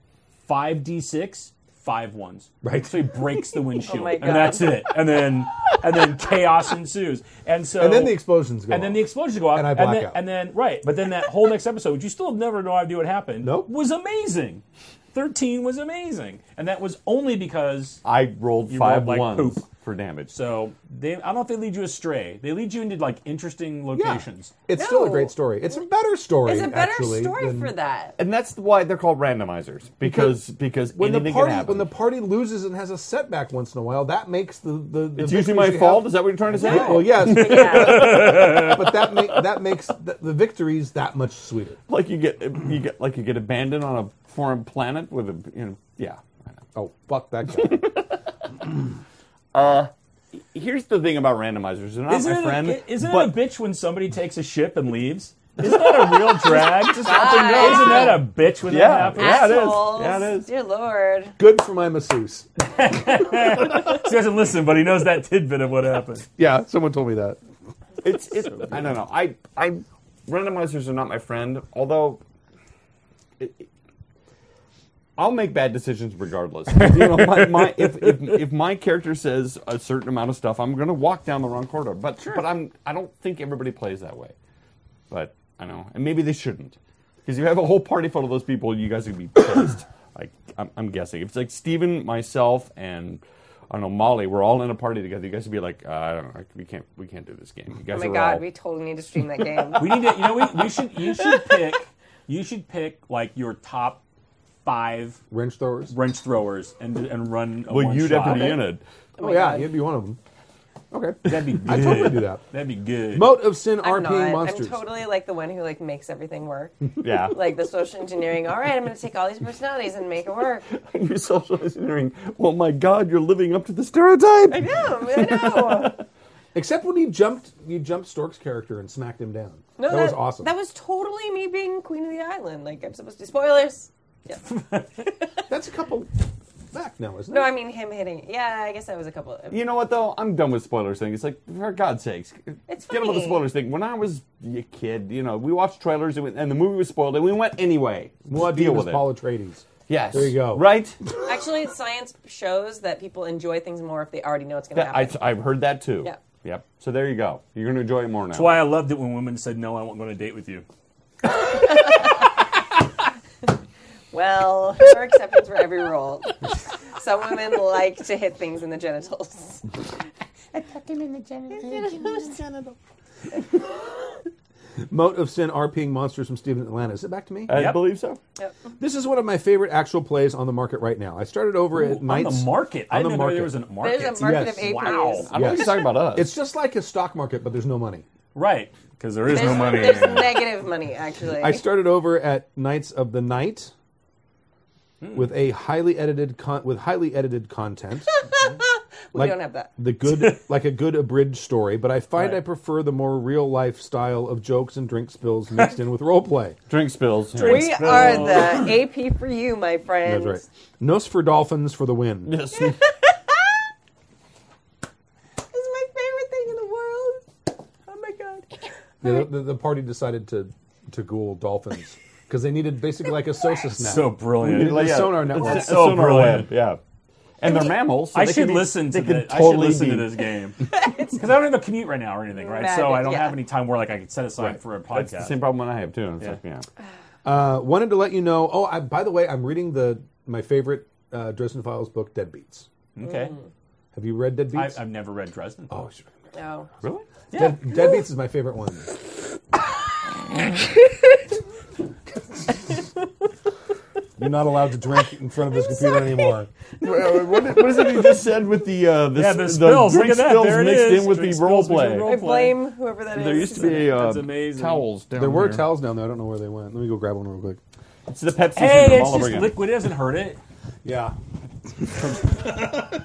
[SPEAKER 5] five d six, five ones.
[SPEAKER 2] Right.
[SPEAKER 5] So he
[SPEAKER 2] [LAUGHS]
[SPEAKER 5] breaks the windshield,
[SPEAKER 3] Oh my God.
[SPEAKER 5] and that's it. And then and then chaos ensues. And so
[SPEAKER 2] And then the explosions go
[SPEAKER 5] And then
[SPEAKER 2] off.
[SPEAKER 5] the explosions go off.
[SPEAKER 2] And I
[SPEAKER 5] and
[SPEAKER 2] black
[SPEAKER 5] then,
[SPEAKER 2] out.
[SPEAKER 5] and then right, but then that whole next episode, which you still have never no idea what happened,
[SPEAKER 2] Nope.
[SPEAKER 5] was amazing. Thirteen was amazing, and that was only because
[SPEAKER 4] I rolled
[SPEAKER 5] You
[SPEAKER 4] five
[SPEAKER 5] rolled like
[SPEAKER 4] ones
[SPEAKER 5] poop.
[SPEAKER 4] for damage.
[SPEAKER 5] so they. I don't know if they lead you astray. They lead you into like interesting locations.
[SPEAKER 2] It's still a
[SPEAKER 3] No.
[SPEAKER 2] great story. It's a better story.
[SPEAKER 3] it's a better
[SPEAKER 2] actually,
[SPEAKER 3] story
[SPEAKER 2] than-
[SPEAKER 3] for that.
[SPEAKER 4] and that's why they're called randomizers because because
[SPEAKER 2] When the
[SPEAKER 4] anything can
[SPEAKER 2] party
[SPEAKER 4] happen.
[SPEAKER 2] when the party loses and has a setback once in a while, that makes the the. the
[SPEAKER 4] it's usually
[SPEAKER 2] victories
[SPEAKER 4] my
[SPEAKER 2] you
[SPEAKER 4] fault.
[SPEAKER 2] have-
[SPEAKER 4] Is that what you're trying to say?
[SPEAKER 2] Well, yes,
[SPEAKER 3] Yeah.
[SPEAKER 2] but that ma- that makes the, the victories that much sweeter.
[SPEAKER 4] Like you get you get like you get abandoned on a foreign planet with a you know yeah. I know.
[SPEAKER 2] Oh fuck that guy!
[SPEAKER 4] Here's the thing about randomizers. They're not
[SPEAKER 5] Isn't
[SPEAKER 4] my
[SPEAKER 5] it,
[SPEAKER 4] friend.
[SPEAKER 5] a, isn't
[SPEAKER 4] but
[SPEAKER 5] it a bitch when somebody takes a ship and leaves? [LAUGHS] Isn't that a real drag? Isn't that a bitch when
[SPEAKER 4] Yeah.
[SPEAKER 5] that happens?
[SPEAKER 4] Yeah, it is.
[SPEAKER 3] Assholes.
[SPEAKER 4] Yeah, it is.
[SPEAKER 3] Dear Lord.
[SPEAKER 2] Good for my masseuse.
[SPEAKER 5] He doesn't listen, but he knows that tidbit of what happened.
[SPEAKER 2] Yeah, someone told me that.
[SPEAKER 4] it's, it's
[SPEAKER 5] [LAUGHS]
[SPEAKER 4] I don't know. I I randomizers are not my friend. Although. It, it- I'll make bad decisions regardless. You know, my, my, if, if, if my character says a certain amount of stuff, I'm going to walk down the wrong corridor. But but I'm I don't think everybody plays that way. But I know, and maybe they shouldn't, because if you have a whole party full of those people, you guys would be pissed. [COUGHS] like I'm, I'm guessing, if it's like Steven, myself, and I don't know Molly, we're all in a party together. You guys would be like, uh, I don't know, like, we can't we can't do this game. You guys
[SPEAKER 3] Oh my
[SPEAKER 4] are
[SPEAKER 3] God,
[SPEAKER 4] all-
[SPEAKER 3] we totally need to stream
[SPEAKER 2] [LAUGHS]
[SPEAKER 3] that game.
[SPEAKER 5] We need to, you know, we, we should, you should pick, you should pick like your top five
[SPEAKER 2] Wrench throwers.
[SPEAKER 5] wrench throwers and and run. A
[SPEAKER 4] well,
[SPEAKER 5] one
[SPEAKER 4] you'd
[SPEAKER 5] shot.
[SPEAKER 4] have to be in it.
[SPEAKER 2] Oh yeah, you'd be one of them. Okay.
[SPEAKER 5] That'd be good.
[SPEAKER 2] I totally do that.
[SPEAKER 5] That'd be good.
[SPEAKER 2] Moat of Sin
[SPEAKER 3] I'm
[SPEAKER 2] RP
[SPEAKER 3] not.
[SPEAKER 2] monsters.
[SPEAKER 3] I'm totally like the one who like makes everything work.
[SPEAKER 4] Yeah, [LAUGHS]
[SPEAKER 3] like the social engineering. All right, I'm going to take all these personalities and make it work.
[SPEAKER 4] you're social engineering. Well, my God, you're living up to the stereotype.
[SPEAKER 3] I know. I
[SPEAKER 2] [LAUGHS]
[SPEAKER 3] know.
[SPEAKER 2] Except when you jumped, you jumped Stork's character and smacked him down.
[SPEAKER 3] No,
[SPEAKER 2] that, was awesome.
[SPEAKER 3] That was totally me being queen of the island. Like I'm supposed to. Spoilers. Yeah.
[SPEAKER 2] That's a couple back now, isn't
[SPEAKER 3] No,
[SPEAKER 2] it?
[SPEAKER 3] I mean him hitting. it. Yeah, I guess that was a couple. Of,
[SPEAKER 4] You know what though? I'm done with spoilers thing. It's like for God's sakes,
[SPEAKER 3] It's
[SPEAKER 4] get over the
[SPEAKER 3] funny.
[SPEAKER 4] spoilers thing. When I was a kid, you know, we watched trailers and, we, and the movie was spoiled, and we went anyway.
[SPEAKER 2] Well,
[SPEAKER 4] Just deal with it.
[SPEAKER 2] Paul Atreides.
[SPEAKER 4] Yes.
[SPEAKER 2] There you go.
[SPEAKER 4] Right.
[SPEAKER 3] Actually, science shows that people enjoy things more if they already know it's going to
[SPEAKER 4] That- I,
[SPEAKER 3] happen.
[SPEAKER 4] I've heard that too.
[SPEAKER 3] Yeah.
[SPEAKER 4] Yep. So there you go. You're going to enjoy it more now.
[SPEAKER 5] That's why I loved it when women said, "No, I won't go on a date with you."
[SPEAKER 3] Well, there are exceptions for every
[SPEAKER 2] [LAUGHS]
[SPEAKER 3] rule. Some women like to hit things in the genitals. [LAUGHS]
[SPEAKER 2] Moat of Sin RPing monsters from Steven Atlanta. Is it back to me?
[SPEAKER 4] I
[SPEAKER 3] Uh,
[SPEAKER 5] Yep.
[SPEAKER 4] believe so.
[SPEAKER 2] this is one of my favorite actual plays on the market right now. I started over at
[SPEAKER 5] on
[SPEAKER 2] nights.
[SPEAKER 5] the market, I
[SPEAKER 2] on the
[SPEAKER 5] didn't know
[SPEAKER 2] market.
[SPEAKER 5] there was a market.
[SPEAKER 3] There's a market
[SPEAKER 2] Yes.
[SPEAKER 3] of apies.
[SPEAKER 5] Wow.
[SPEAKER 4] I don't think
[SPEAKER 2] Yes.
[SPEAKER 4] he's talking about us.
[SPEAKER 2] It's just like a stock market, but there's no money.
[SPEAKER 5] Right, because there is
[SPEAKER 3] There's,
[SPEAKER 5] no money.
[SPEAKER 3] there's
[SPEAKER 5] in it.
[SPEAKER 3] negative money, actually.
[SPEAKER 2] I started over at Knights of the Night
[SPEAKER 3] Hmm.
[SPEAKER 2] with a highly edited con- with highly edited content.
[SPEAKER 3] [LAUGHS] we
[SPEAKER 2] like-
[SPEAKER 3] don't have that.
[SPEAKER 2] the
[SPEAKER 3] [LAUGHS]
[SPEAKER 2] good like a good abridged story, but I find
[SPEAKER 5] Right.
[SPEAKER 2] I prefer the more real life style of jokes and drink spills
[SPEAKER 3] [LAUGHS]
[SPEAKER 2] mixed in with role play.
[SPEAKER 4] Drink
[SPEAKER 5] [LAUGHS]
[SPEAKER 4] spills.
[SPEAKER 3] We are
[SPEAKER 4] [LAUGHS]
[SPEAKER 3] the AP for you, my friend.
[SPEAKER 2] That's right. Nos for dolphins for the win.
[SPEAKER 3] It's
[SPEAKER 4] Yes. [LAUGHS]
[SPEAKER 3] my favorite thing in the world. Oh my god.
[SPEAKER 2] The, the, the party decided to to ghoul dolphins because they needed basically [LAUGHS] like a Sosa snack.
[SPEAKER 5] So brilliant.
[SPEAKER 2] the Sonar Network.
[SPEAKER 4] It's,
[SPEAKER 5] So
[SPEAKER 4] so sonar
[SPEAKER 5] brilliant.
[SPEAKER 4] web. Yeah. And they're mammals. so
[SPEAKER 5] I
[SPEAKER 4] they
[SPEAKER 5] should
[SPEAKER 4] could be-
[SPEAKER 5] listen to
[SPEAKER 4] they could
[SPEAKER 5] this. I should
[SPEAKER 4] totally
[SPEAKER 5] listen to
[SPEAKER 4] be- [LAUGHS]
[SPEAKER 5] this game because I don't have a commute right now or anything, right? so
[SPEAKER 3] Madness,
[SPEAKER 5] I don't
[SPEAKER 3] yeah.
[SPEAKER 5] have any time where like I could set aside for a
[SPEAKER 4] That's the
[SPEAKER 5] podcast.
[SPEAKER 4] same problem I have too. And it's
[SPEAKER 5] Yeah.
[SPEAKER 4] like, yeah.
[SPEAKER 2] uh, wanted to let you know. Oh, I, by the way, I'm reading the my favorite uh, Dresden Files book, Dead Beats.
[SPEAKER 4] Mm.
[SPEAKER 5] okay,
[SPEAKER 2] Have you read Dead
[SPEAKER 5] I,
[SPEAKER 2] Beats?
[SPEAKER 5] I've never read Dresden.
[SPEAKER 2] oh, sure.
[SPEAKER 3] No.
[SPEAKER 4] Really?
[SPEAKER 2] Dead, Dead Beats is my favorite one. [LAUGHS] You're not allowed to drink in front of this computer anymore.
[SPEAKER 4] [LAUGHS] what, is, what is it you just said with the uh, the,
[SPEAKER 5] Yeah,
[SPEAKER 4] s-
[SPEAKER 5] the spills. Look
[SPEAKER 4] drink
[SPEAKER 5] at that.
[SPEAKER 4] spills
[SPEAKER 5] There it
[SPEAKER 4] mixed
[SPEAKER 5] is.
[SPEAKER 4] in with
[SPEAKER 5] Drink
[SPEAKER 4] the
[SPEAKER 5] spills
[SPEAKER 4] role
[SPEAKER 5] mixed with
[SPEAKER 4] play?
[SPEAKER 5] role
[SPEAKER 3] I
[SPEAKER 5] play.
[SPEAKER 3] blame whoever that is.
[SPEAKER 4] There used to be uh,
[SPEAKER 5] That's amazing.
[SPEAKER 4] towels down
[SPEAKER 2] There were
[SPEAKER 4] here.
[SPEAKER 2] towels down there. I don't know where they went. Let me go grab one real quick.
[SPEAKER 4] It's the Pepsi
[SPEAKER 5] Hey,
[SPEAKER 4] system
[SPEAKER 5] it's
[SPEAKER 4] all over
[SPEAKER 5] just
[SPEAKER 4] again.
[SPEAKER 5] liquid. It doesn't hurt it.
[SPEAKER 4] [LAUGHS]
[SPEAKER 2] Yeah.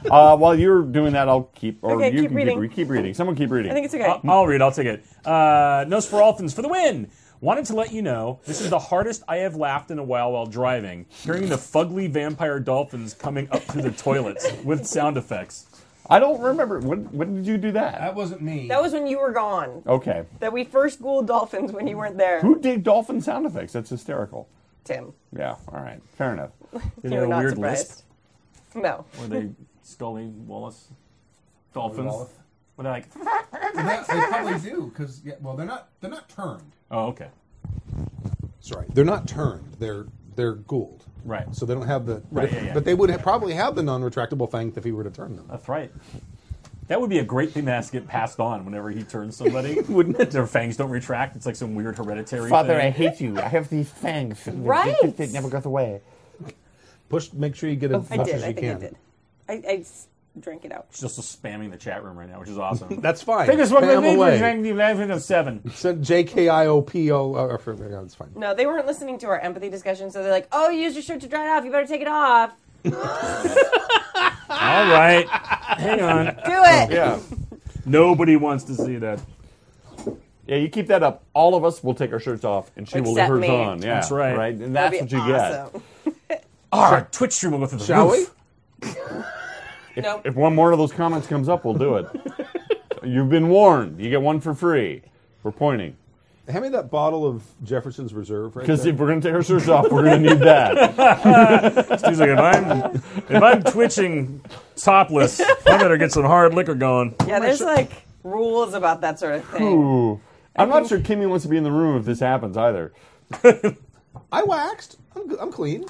[SPEAKER 4] Uh, while you're doing that, I'll keep. Or
[SPEAKER 3] Okay,
[SPEAKER 4] you
[SPEAKER 3] keep
[SPEAKER 4] can
[SPEAKER 3] reading.
[SPEAKER 4] Keep, re- keep reading. Someone keep reading.
[SPEAKER 3] I think it's okay.
[SPEAKER 5] I'll, I'll read. I'll take it. Uh, Nosferalfins for the win. Wanted to let you know this is the hardest I have laughed in a while while driving, hearing the fugly vampire dolphins coming up through the toilets with sound effects.
[SPEAKER 4] I don't remember. When, when did you do that?
[SPEAKER 2] wasn't me.
[SPEAKER 3] that was when you were gone.
[SPEAKER 4] okay.
[SPEAKER 3] That we first ghouled dolphins when you weren't there.
[SPEAKER 4] Oh. Who did dolphin sound effects? That's hysterical.
[SPEAKER 3] Tim.
[SPEAKER 4] Yeah. All right. Fair
[SPEAKER 5] [LAUGHS]
[SPEAKER 4] enough.
[SPEAKER 3] You
[SPEAKER 5] They had
[SPEAKER 3] were
[SPEAKER 5] a
[SPEAKER 3] not
[SPEAKER 5] weird lisp.
[SPEAKER 3] surprised. No.
[SPEAKER 5] Were they Scully Wallace dolphins?
[SPEAKER 2] Wallace.
[SPEAKER 5] Were they
[SPEAKER 3] [LAUGHS]
[SPEAKER 5] like?
[SPEAKER 2] they probably do because yeah, well, they're not they're not turned.
[SPEAKER 5] Oh, okay.
[SPEAKER 2] Sorry, they're not turned. They're they're ghouled.
[SPEAKER 5] Right.
[SPEAKER 2] So they don't have the
[SPEAKER 5] Right,
[SPEAKER 2] But,
[SPEAKER 5] yeah, yeah.
[SPEAKER 2] but they would ha- probably have the non-retractable fangs if he were to turn them.
[SPEAKER 5] That's right. That would be a great thing to ask get passed on whenever he
[SPEAKER 4] [LAUGHS]
[SPEAKER 5] turns somebody, wouldn't it? Their fangs don't retract. It's like some weird hereditary thing.
[SPEAKER 4] hate you. I have these fangs.
[SPEAKER 3] Right. that- that never
[SPEAKER 4] goes away.
[SPEAKER 2] Push. Make sure you get as
[SPEAKER 3] Oh, I
[SPEAKER 2] much
[SPEAKER 3] did.
[SPEAKER 2] as
[SPEAKER 3] I
[SPEAKER 2] you
[SPEAKER 3] think
[SPEAKER 2] can.
[SPEAKER 3] I did. I, I s- drank it out.
[SPEAKER 5] Just spamming the chat room right now, which is awesome.
[SPEAKER 2] That's fine.
[SPEAKER 5] Biggest one
[SPEAKER 2] Pay 'em
[SPEAKER 5] we've
[SPEAKER 2] away.
[SPEAKER 5] drank the eleven of seven.
[SPEAKER 2] Send JKIOPO. Uh, for, yeah, it's fine.
[SPEAKER 3] No, they weren't listening to our empathy discussion, so they're like, "Oh, you used your shirt to dry it off. You better take it off.
[SPEAKER 5] All right, hang
[SPEAKER 4] [LAUGHS]
[SPEAKER 5] on.
[SPEAKER 3] Do it."
[SPEAKER 4] Oh, Yeah.
[SPEAKER 5] Nobody wants to see that.
[SPEAKER 4] Yeah, you keep that up. All of us will take our shirts off, and she will leave
[SPEAKER 3] Except
[SPEAKER 4] hers
[SPEAKER 3] me.
[SPEAKER 4] on. Yeah,
[SPEAKER 5] That's right.
[SPEAKER 4] Right, and
[SPEAKER 3] That'd
[SPEAKER 4] that's what
[SPEAKER 3] be
[SPEAKER 4] you
[SPEAKER 3] awesome.
[SPEAKER 5] Our Twitch stream will go through the
[SPEAKER 2] Shall we?
[SPEAKER 5] roof.
[SPEAKER 4] get.
[SPEAKER 3] Nope.
[SPEAKER 4] If, if one more of those comments comes up, we'll [LAUGHS] do it. You've been warned. You get one for free. We're pointing
[SPEAKER 2] Hand me that bottle of Jefferson's Reserve. Right
[SPEAKER 4] because
[SPEAKER 2] there.
[SPEAKER 4] if we're gonna take our shirts off, we're gonna need that.
[SPEAKER 5] He's like, if I'm if I'm twitching topless, I better get some hard liquor going.
[SPEAKER 3] Yeah, there's like rules about that sort of thing.
[SPEAKER 4] Ooh. I'm not sure Kimmy wants to be in the room if this happens either.
[SPEAKER 2] I waxed. I'm, g- I'm clean.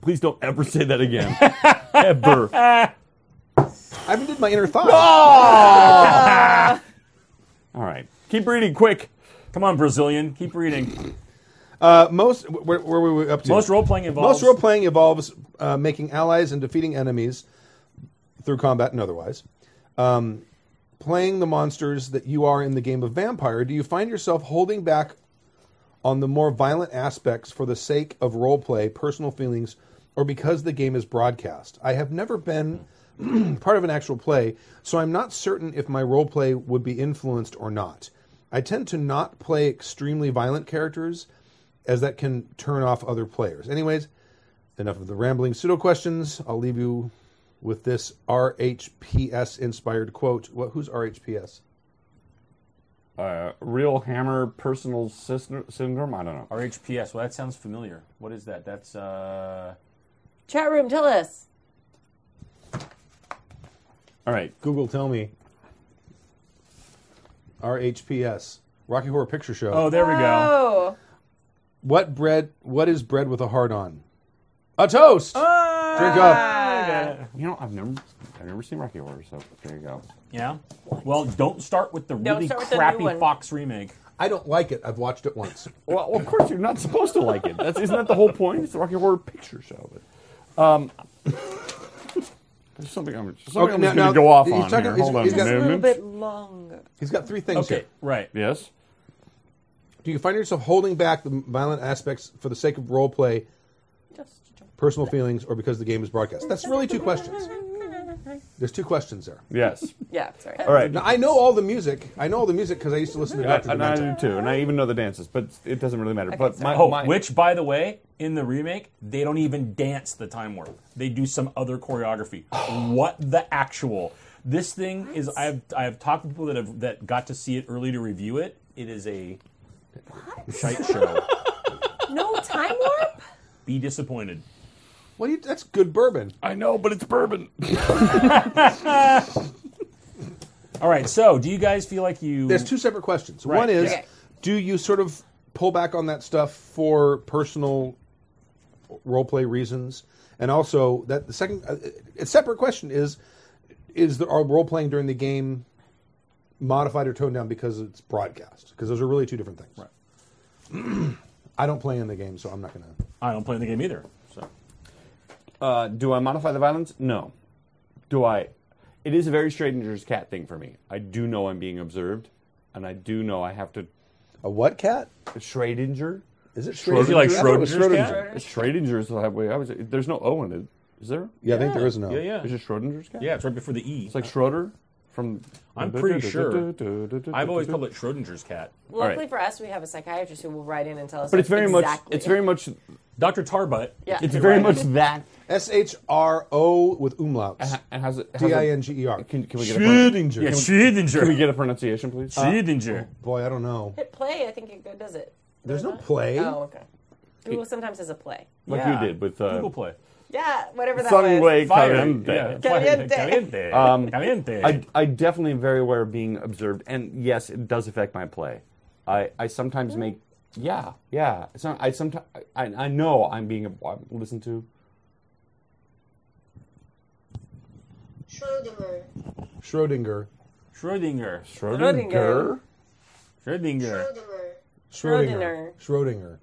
[SPEAKER 4] Please don't ever say that again. [LAUGHS] ever.
[SPEAKER 2] I haven't did my inner thigh.
[SPEAKER 5] Ah!
[SPEAKER 4] All right. Keep reading, quick.
[SPEAKER 5] Come on, Brazilian, keep reading.
[SPEAKER 2] Uh, most where, where were we up to?
[SPEAKER 5] Most role playing involves
[SPEAKER 2] Most role playing involves uh, making allies and defeating enemies through combat and otherwise. Um, playing the monsters that you are in the game of Vampire, do you find yourself holding back on the more violent aspects for the sake of role play, personal feelings, or because the game is broadcast? I have never been [CLEARS THROAT] part of an actual play, so I'm not certain if my role play would be influenced or not. I tend to not play extremely violent characters, as that can turn off other players. Anyways, enough of the rambling pseudo questions. I'll leave you with this RHPS inspired quote. What? Who's RHPS?
[SPEAKER 4] Uh, real hammer personal sys- syndrome. I don't know.
[SPEAKER 5] RHPS. Well, that sounds familiar. What is that? That's uh,
[SPEAKER 3] Chat room, tell us.
[SPEAKER 4] All right.
[SPEAKER 2] Google, tell me. RHPS Rocky Horror Picture Show.
[SPEAKER 5] Oh, there we go.
[SPEAKER 3] Oh,
[SPEAKER 2] What bread? What is bread with a heart on? A toast.
[SPEAKER 5] Ah!
[SPEAKER 2] Drink up.
[SPEAKER 4] You know, I've never, I've never seen Rocky Horror, so there you go.
[SPEAKER 5] Yeah. Well, don't start with the really
[SPEAKER 3] start with the new
[SPEAKER 5] crappy
[SPEAKER 3] one.
[SPEAKER 5] Fox remake.
[SPEAKER 2] I don't like it. I've watched it once.
[SPEAKER 4] Well, of course you're not supposed to like it. That's isn't that the whole point? It's the Rocky Horror Picture Show. But, um, there's something I'm, there's something I'm
[SPEAKER 2] now-
[SPEAKER 4] just going
[SPEAKER 2] now,
[SPEAKER 4] to go off
[SPEAKER 2] he's
[SPEAKER 4] on
[SPEAKER 2] talking-
[SPEAKER 4] here.
[SPEAKER 2] he's-
[SPEAKER 4] Hold on
[SPEAKER 2] he's
[SPEAKER 4] a
[SPEAKER 2] got-
[SPEAKER 3] just a little
[SPEAKER 4] minute.
[SPEAKER 3] bit longer.
[SPEAKER 2] He's got three things
[SPEAKER 5] Okay,
[SPEAKER 2] here.
[SPEAKER 5] right.
[SPEAKER 4] Yes.
[SPEAKER 2] Do you find yourself holding back the violent aspects for the sake of role play,
[SPEAKER 3] Just a drop.
[SPEAKER 2] personal feelings, or because the game is broadcast? That's really two questions. There's two questions there.
[SPEAKER 4] Yes.
[SPEAKER 3] Yeah, sorry.
[SPEAKER 4] All right.
[SPEAKER 2] Now I know all the music. I know all the music because I used to listen to
[SPEAKER 4] I,
[SPEAKER 2] Doctor
[SPEAKER 4] and I
[SPEAKER 2] Demento.
[SPEAKER 4] do too, and I even know the dances, but it doesn't really matter. but
[SPEAKER 3] so-
[SPEAKER 4] my,
[SPEAKER 5] Oh,
[SPEAKER 4] my-
[SPEAKER 5] which, by the way, in the remake, they don't even dance the time warp. They do some other [GASPS] choreography. what the actual? This thing is. I have I have talked to people that have that got to see it early to review it. It is a [LAUGHS] shite show.
[SPEAKER 3] No time warp?
[SPEAKER 5] Be disappointed.
[SPEAKER 2] What do you? That's good bourbon.
[SPEAKER 4] I know, but it's bourbon.
[SPEAKER 5] All right. So, do you guys feel like you?
[SPEAKER 2] There's two separate questions.
[SPEAKER 5] Mm. Right,
[SPEAKER 2] One is,
[SPEAKER 3] yeah.
[SPEAKER 2] do you sort of pull back on that stuff for personal role play reasons? And also, that the second, uh, a separate question is, is there are role playing during the game modified or toned down because it's broadcast? Because those are really two different things. Right. [CLEARS THROAT] I don't play in the game, so I'm not going to.
[SPEAKER 5] I don't play the game either. So.
[SPEAKER 4] Uh, do I modify the violence? No. Do I? It is a very stranger's cat thing for me. I do know I'm being observed, and I do know I have to.
[SPEAKER 2] A what cat?
[SPEAKER 4] Schrodinger.
[SPEAKER 2] Is it
[SPEAKER 4] Schrodinger? Is it like
[SPEAKER 2] I thought it was
[SPEAKER 5] Schrodinger's cat?
[SPEAKER 2] Schrodinger.
[SPEAKER 4] Schrodinger's the way I was. There's no O in it. Is there?
[SPEAKER 2] Yeah, I think there is no.
[SPEAKER 5] Yeah, yeah.
[SPEAKER 4] Is it Schrodinger's cat?
[SPEAKER 5] Yeah, it's right before the E.
[SPEAKER 4] It's like Schroeder from. [LAUGHS]
[SPEAKER 5] I'm pretty sure. I've always called it Schrodinger's cat.
[SPEAKER 3] Luckily
[SPEAKER 4] right.
[SPEAKER 3] for us, we have a psychiatrist who will write in and tell us.
[SPEAKER 4] But it's very
[SPEAKER 3] exactly.
[SPEAKER 4] much. It's very much.
[SPEAKER 5] Dr. Tarbutt.
[SPEAKER 3] Yeah.
[SPEAKER 4] It's very much that.
[SPEAKER 2] S H R O with umlauts.
[SPEAKER 5] Uh-huh.
[SPEAKER 4] And has it? has
[SPEAKER 2] D I
[SPEAKER 4] a-
[SPEAKER 2] N G E R.
[SPEAKER 4] Can, can we get a pron-
[SPEAKER 2] Schrodinger.
[SPEAKER 5] Yeah, Schrodinger.
[SPEAKER 4] Can we get a pronunciation, please?
[SPEAKER 5] Schrodinger.
[SPEAKER 2] Boy, I don't know.
[SPEAKER 3] Hit play, I think it go- does it.
[SPEAKER 2] There's no play.
[SPEAKER 3] Oh, okay. Google sometimes has a play.
[SPEAKER 4] like
[SPEAKER 5] Yeah.
[SPEAKER 4] you did with uh,
[SPEAKER 5] Google Play.
[SPEAKER 3] Yeah, whatever that was.
[SPEAKER 4] Sunway
[SPEAKER 5] Caliente.
[SPEAKER 4] Caliente.
[SPEAKER 5] Yeah.
[SPEAKER 3] Caliente.
[SPEAKER 5] Caliente.
[SPEAKER 4] Um,
[SPEAKER 5] Caliente.
[SPEAKER 4] I, I definitely am very aware of being observed, and yes, it does affect my play. I, I sometimes make yeah yeah. It's not, I sometimes I, I know I'm being I'm listened to.
[SPEAKER 6] Schrodinger.
[SPEAKER 2] Schrodinger.
[SPEAKER 5] Schrodinger.
[SPEAKER 3] Schrodinger.
[SPEAKER 5] Schrodinger.
[SPEAKER 6] Schrodinger.
[SPEAKER 2] Schrodinger. Schrodinger.
[SPEAKER 3] Schrodinger.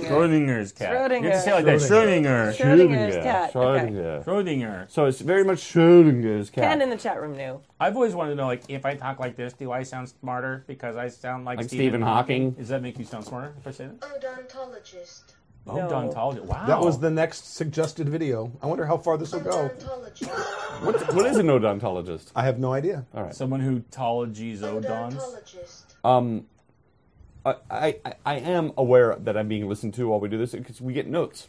[SPEAKER 5] Schrodinger's cat. You have to say it like that.
[SPEAKER 3] Schrodinger.
[SPEAKER 5] Schrodinger.
[SPEAKER 3] Schrodinger's cat. Okay.
[SPEAKER 4] Schrodinger.
[SPEAKER 5] Schrodinger.
[SPEAKER 4] So it's very much Schrodinger's
[SPEAKER 3] Ken in
[SPEAKER 4] cat.
[SPEAKER 3] the chat room knew.
[SPEAKER 5] I've always wanted to know, like, if I talk like this, do I sound smarter because I sound like,
[SPEAKER 4] Like Stephen Hawking.
[SPEAKER 5] Does that make you sound smarter if I say that?
[SPEAKER 6] Odontologist.
[SPEAKER 5] Odontologist. Wow.
[SPEAKER 3] Oh.
[SPEAKER 2] That was the next suggested video. I wonder how far this will go.
[SPEAKER 6] Odontologist.
[SPEAKER 4] What's, what is an odontologist?
[SPEAKER 2] I have no idea.
[SPEAKER 5] Someone who tologies odons.
[SPEAKER 6] Odontologist.
[SPEAKER 4] I, I, I- I am aware that I'm being listened to while we do this because we get notes.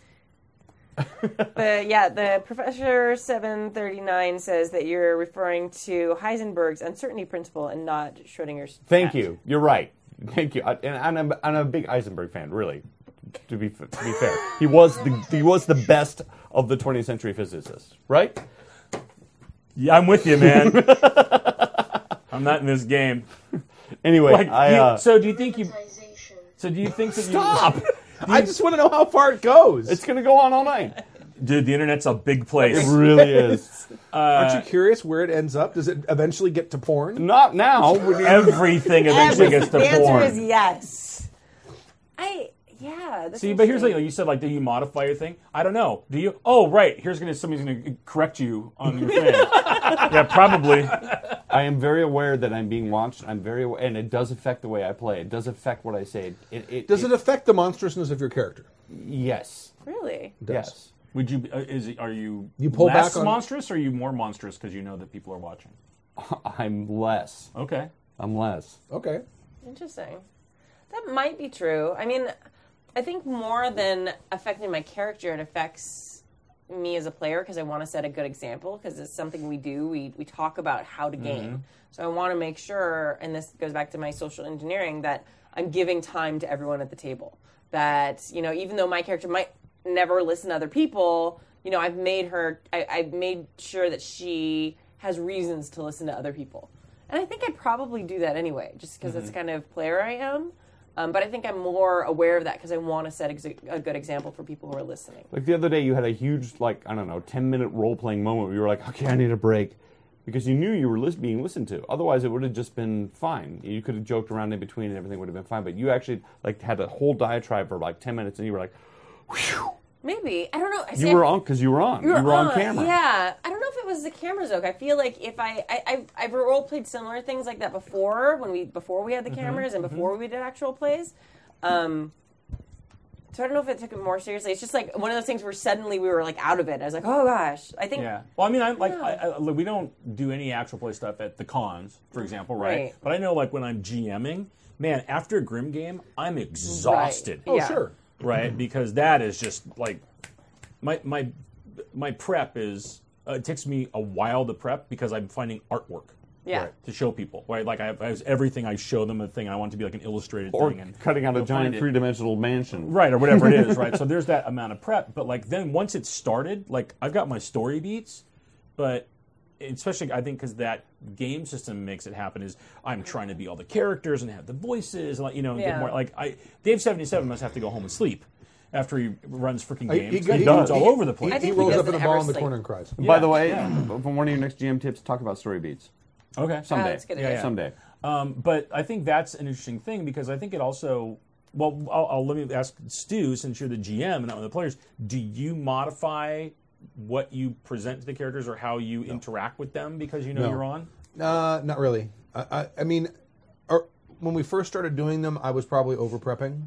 [SPEAKER 3] The yeah, the professor seven thirty nine says that you're referring to Heisenberg's uncertainty principle and not Schrodinger's.
[SPEAKER 4] Thank
[SPEAKER 3] cat.
[SPEAKER 4] you. You're right. Thank you. I, and, and I'm, and I'm a big Eisenberg fan, really. To be f- to be fair, he was the he was the best of the 20th century physicists, right?
[SPEAKER 5] Yeah, I'm with you, [LAUGHS] man. I'm not in this game.
[SPEAKER 4] Anyway,
[SPEAKER 5] Like,
[SPEAKER 4] I,
[SPEAKER 5] you-
[SPEAKER 4] uh,
[SPEAKER 5] so do you think you?
[SPEAKER 6] Privatization.
[SPEAKER 5] So do you think that
[SPEAKER 4] stop.
[SPEAKER 5] you?
[SPEAKER 2] I just want to know how far it goes.
[SPEAKER 4] it's gonna go on all night.
[SPEAKER 5] Dude, the internet's a big
[SPEAKER 4] It
[SPEAKER 5] place.
[SPEAKER 4] really is.
[SPEAKER 2] Aren't
[SPEAKER 3] uh,
[SPEAKER 2] you curious where it ends up? Does it eventually get to porn?
[SPEAKER 4] Not now. Would you-
[SPEAKER 5] Everything eventually gets to
[SPEAKER 3] the answer
[SPEAKER 5] porn.
[SPEAKER 3] is yes. I yeah. That's
[SPEAKER 5] See, but here's
[SPEAKER 3] interesting.
[SPEAKER 5] the thing. Like you said, like, do you modify your thing? I don't know. Do you? Oh, right. Here's gonna somebody's gonna correct you on your
[SPEAKER 3] [LAUGHS]
[SPEAKER 5] thing. yeah, probably.
[SPEAKER 4] I am very aware that I'm being watched. I'm very aware, and it does affect the way I play. It does affect what I say. It, it
[SPEAKER 2] Does it affect the monstrousness of your character?
[SPEAKER 4] Yes.
[SPEAKER 3] really.
[SPEAKER 4] Yes.
[SPEAKER 5] Would you? be- Uh, is it- are you?
[SPEAKER 2] You pull
[SPEAKER 5] less
[SPEAKER 2] back on-
[SPEAKER 5] monstrous, or are you more monstrous because you know that people are watching?
[SPEAKER 4] I'm less.
[SPEAKER 5] Okay.
[SPEAKER 4] I'm less.
[SPEAKER 2] Okay.
[SPEAKER 3] Interesting. That might be true. I mean, I think more than affecting my character, it affects me as a player because I want to set a good example because it's something we do. We we talk about how to
[SPEAKER 4] Mm-hmm.
[SPEAKER 3] game, so I want to make sure. And this goes back to my social engineering that I'm giving time to everyone at the table. That you know, even though my character might never listen to other people, you know, I've made her, I, I've made sure that she has reasons to listen to other people. And I think I'd probably do that anyway, just because
[SPEAKER 4] Mm-hmm.
[SPEAKER 3] that's the kind of player I am. Um, but I think I'm more aware of that because I want to set ex- a good example for people who are listening.
[SPEAKER 4] Like the other day, you had a huge, like, I don't know, 10 minute role playing moment where you were like, okay, I need a break. Because you knew you were lis- being listened to. Otherwise, it would have just been fine. You could have joked around in between and everything would have been fine. But you actually, like, had a whole diatribe for like 10 minutes and you were like, whew.
[SPEAKER 3] Maybe I don't know. I
[SPEAKER 4] You
[SPEAKER 3] see-
[SPEAKER 4] were on, because you were on. You were, on, camera.
[SPEAKER 3] Yeah, I don't know if it was the camera joke. I feel like if I, I I've, I've role played similar things like that before when we before we had
[SPEAKER 4] Mm-hmm.
[SPEAKER 3] the cameras and before we did actual plays. Um, so I don't know if it took it more seriously. It's just like one of those things where suddenly we were like out of it. I was like, oh gosh. I think
[SPEAKER 5] Yeah. Well, I mean, I like
[SPEAKER 3] Yeah.
[SPEAKER 5] I, I, look, we don't do any actual play stuff at the cons, for example, right?
[SPEAKER 3] Right.
[SPEAKER 5] But I know, like when I'm GMing, man, after a grim game, I'm exhausted,
[SPEAKER 3] Oh, Yeah. sure.
[SPEAKER 4] Mm-hmm.
[SPEAKER 5] right? Because that is just like my my my prep is. Uh, it takes me a while to prep because I'm finding artwork.
[SPEAKER 3] Yeah.
[SPEAKER 5] right, to show people, right? Like I have, I have everything. I show them a thing. And I want it to be like an illustrated
[SPEAKER 4] Or
[SPEAKER 5] thing. And
[SPEAKER 4] cutting out a
[SPEAKER 5] they'll find
[SPEAKER 4] giant
[SPEAKER 5] it
[SPEAKER 4] three dimensional mansion.
[SPEAKER 5] right or whatever it is right so there's that amount of prep but like then once it's started like i've got my story beats but especially i think because that game system makes it happen is i'm trying to be all the characters and have the voices and like you know get
[SPEAKER 3] Yeah.
[SPEAKER 5] more like i dave 77 must have to go home and sleep after he runs freaking games
[SPEAKER 2] he, got-
[SPEAKER 5] he,
[SPEAKER 2] he-
[SPEAKER 5] dudes all
[SPEAKER 2] he-
[SPEAKER 5] over the
[SPEAKER 2] he-
[SPEAKER 5] place
[SPEAKER 3] I
[SPEAKER 2] He,
[SPEAKER 3] think he
[SPEAKER 2] rolls up
[SPEAKER 3] doesn't
[SPEAKER 2] in a
[SPEAKER 3] ever
[SPEAKER 2] ball in the
[SPEAKER 3] sleep.
[SPEAKER 2] corner and cries.
[SPEAKER 4] By the way, from one of your next GM tips, talk about story beats.
[SPEAKER 5] okay
[SPEAKER 4] Someday.
[SPEAKER 3] that's a good Yeah, idea. yeah.
[SPEAKER 4] Someday.
[SPEAKER 5] Um, but I think that's an interesting thing because I think it also. Well, I'll, I'll let me ask Stu, since you're the GM and not one of the players. Do you modify what you present to the characters or how you interact with them because you know
[SPEAKER 2] No.
[SPEAKER 5] you're on?
[SPEAKER 2] Uh, not really. I, I, I mean, or, when we first started doing them, I was probably over prepping.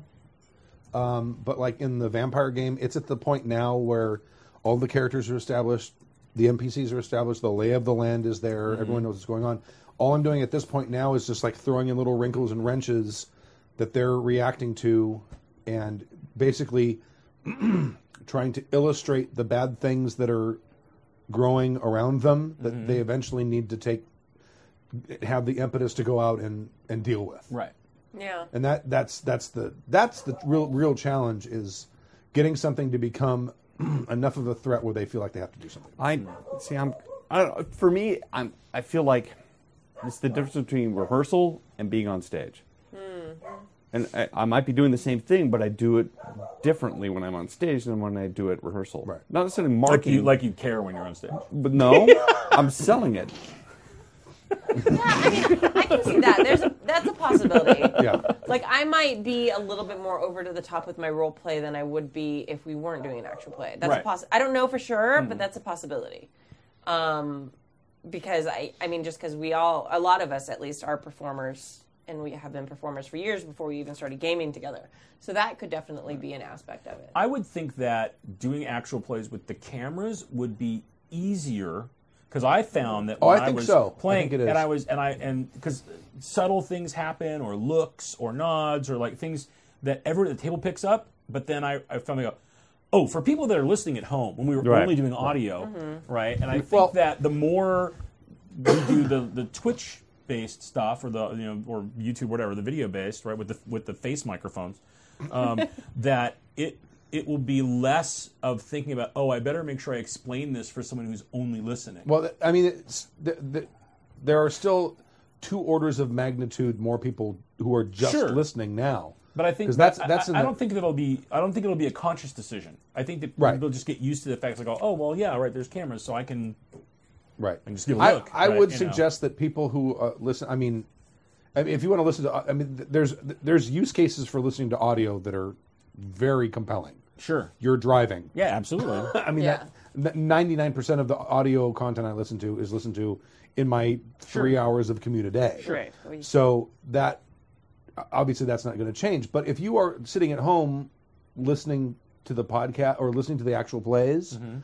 [SPEAKER 2] Um, but like in the vampire game, it's at the point now where all the characters are established, the NPCs are established, the lay of the land is there, everyone knows what's going on. All I'm doing at this point now is just like throwing in little wrinkles and wrenches that they're reacting to, and basically [CLEARS THROAT] trying to illustrate the bad things that are growing around them that they eventually need to take have the impetus to go out and and deal with
[SPEAKER 5] Right.
[SPEAKER 3] yeah. [LAUGHS]
[SPEAKER 2] and that that's that's the that's the real real challenge is getting something to become [CLEARS THROAT] enough of a threat where they feel like they have to do something
[SPEAKER 4] I see. I'm. I don't know. For me, I'm. I feel like it's the difference between rehearsal and being on stage.
[SPEAKER 3] Hmm.
[SPEAKER 4] And I, I might be doing the same thing, but I do it differently when I'm on stage than when I do at rehearsal.
[SPEAKER 2] Right.
[SPEAKER 4] Not necessarily
[SPEAKER 5] Like
[SPEAKER 4] marking,
[SPEAKER 5] you, like you care when you're on stage.
[SPEAKER 4] but no, I'm selling it.
[SPEAKER 3] I can see that. There's a, that's a possibility.
[SPEAKER 5] [LAUGHS]
[SPEAKER 2] yeah
[SPEAKER 3] Like I might be a little bit more over to the top with my role play than I would be if we weren't doing an actual play. That's
[SPEAKER 5] Right.
[SPEAKER 3] a poss- I don't know for sure, but that's a possibility. Um, because I, I mean, just because we all, a lot of us at least, are performers, and we have been performers for years before we even started gaming together. So that could definitely be an aspect of it.
[SPEAKER 5] I would think that doing actual plays with the cameras would be easier because I found that when
[SPEAKER 2] Oh, I
[SPEAKER 5] I,
[SPEAKER 2] think
[SPEAKER 5] was
[SPEAKER 2] so. I
[SPEAKER 5] playing
[SPEAKER 2] think it is.
[SPEAKER 5] and I was and I and because subtle things happen or looks or nods or like things that everyone at the table picks up, but then I, I found I go, oh, for people that are listening at home when we were
[SPEAKER 4] Right.
[SPEAKER 5] only doing audio, right? And I think
[SPEAKER 2] Well-
[SPEAKER 5] that the more we do the the Twitch based stuff or the you know or YouTube whatever the video based right with the with the face microphones
[SPEAKER 4] [LAUGHS]
[SPEAKER 5] um, that it it will be less of thinking about oh I better make sure I explain this for someone who's only listening.
[SPEAKER 2] well th- i mean it's th th there are still two orders of magnitude more people who are just
[SPEAKER 5] Sure.
[SPEAKER 2] listening now
[SPEAKER 5] but I think
[SPEAKER 2] 'Cause that's
[SPEAKER 5] I-
[SPEAKER 2] that's in
[SPEAKER 5] I, I
[SPEAKER 2] the-
[SPEAKER 5] don't think that it'll be I don't think it'll be a conscious decision. I think that
[SPEAKER 2] Right.
[SPEAKER 5] they'll just get used to the fact like oh well yeah right there's cameras so I can
[SPEAKER 2] Right.
[SPEAKER 5] And just give a
[SPEAKER 2] I-
[SPEAKER 5] look,
[SPEAKER 2] I,
[SPEAKER 5] right,
[SPEAKER 2] would
[SPEAKER 5] you know.
[SPEAKER 2] suggest that people who uh, listen. I mean, I mean, if you want to listen to, I mean, th- there's there's use cases for listening to audio that are very compelling.
[SPEAKER 5] sure
[SPEAKER 2] You're driving.
[SPEAKER 5] yeah [LAUGHS] absolutely
[SPEAKER 2] I mean,
[SPEAKER 3] Yeah.
[SPEAKER 2] that ninety nine percent of the audio content I listen to is listened to in my three hours of commute a day.
[SPEAKER 3] Sure. Right. Well, you-
[SPEAKER 2] So that obviously that's not going to change. But if you are sitting at home listening to the podcast or listening to the actual plays,
[SPEAKER 5] Mm-hmm.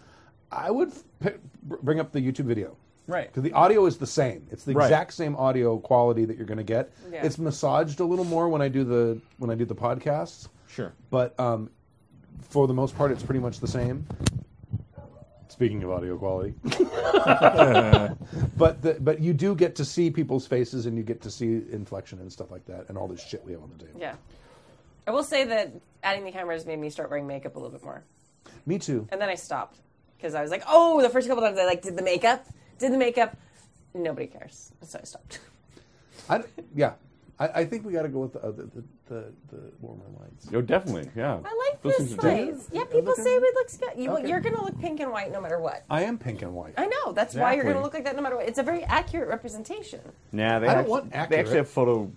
[SPEAKER 2] I would p- bring up the YouTube video.
[SPEAKER 5] right
[SPEAKER 2] Because the audio is the same. It's the
[SPEAKER 5] Right.
[SPEAKER 2] exact same audio quality that you're going to get.
[SPEAKER 3] Yeah.
[SPEAKER 2] It's massaged a little more when I do the when I do the podcasts,
[SPEAKER 5] sure
[SPEAKER 2] but um, for the most part, it's pretty much the same. Speaking of audio quality, [LAUGHS] but the, but you do get to see people's faces and you get to see inflection and stuff like that and all this shit we have on the table.
[SPEAKER 3] yeah. I will say that adding the cameras made me start wearing makeup a little bit more.
[SPEAKER 2] Me too.
[SPEAKER 3] and then I stopped because I was like, oh, the first couple times I like did the makeup, did the makeup, nobody cares, so I stopped.
[SPEAKER 2] I, yeah, I, I think we got to go with the, other the, the the warmer lines.
[SPEAKER 4] Oh, definitely. Yeah.
[SPEAKER 3] [LAUGHS] I like this
[SPEAKER 4] Those things are different.
[SPEAKER 3] place. Yeah, people
[SPEAKER 2] look at
[SPEAKER 3] say
[SPEAKER 2] it.
[SPEAKER 3] we look good. You,
[SPEAKER 2] Okay.
[SPEAKER 3] You're gonna look pink and white no matter what.
[SPEAKER 2] I am pink and white.
[SPEAKER 3] I know. That's why you're
[SPEAKER 2] Exactly.
[SPEAKER 3] gonna look like that no matter what. It's a very accurate representation.
[SPEAKER 4] Nah, they
[SPEAKER 2] I don't
[SPEAKER 4] actually,
[SPEAKER 2] want
[SPEAKER 4] They
[SPEAKER 2] accurate.
[SPEAKER 4] actually have photo.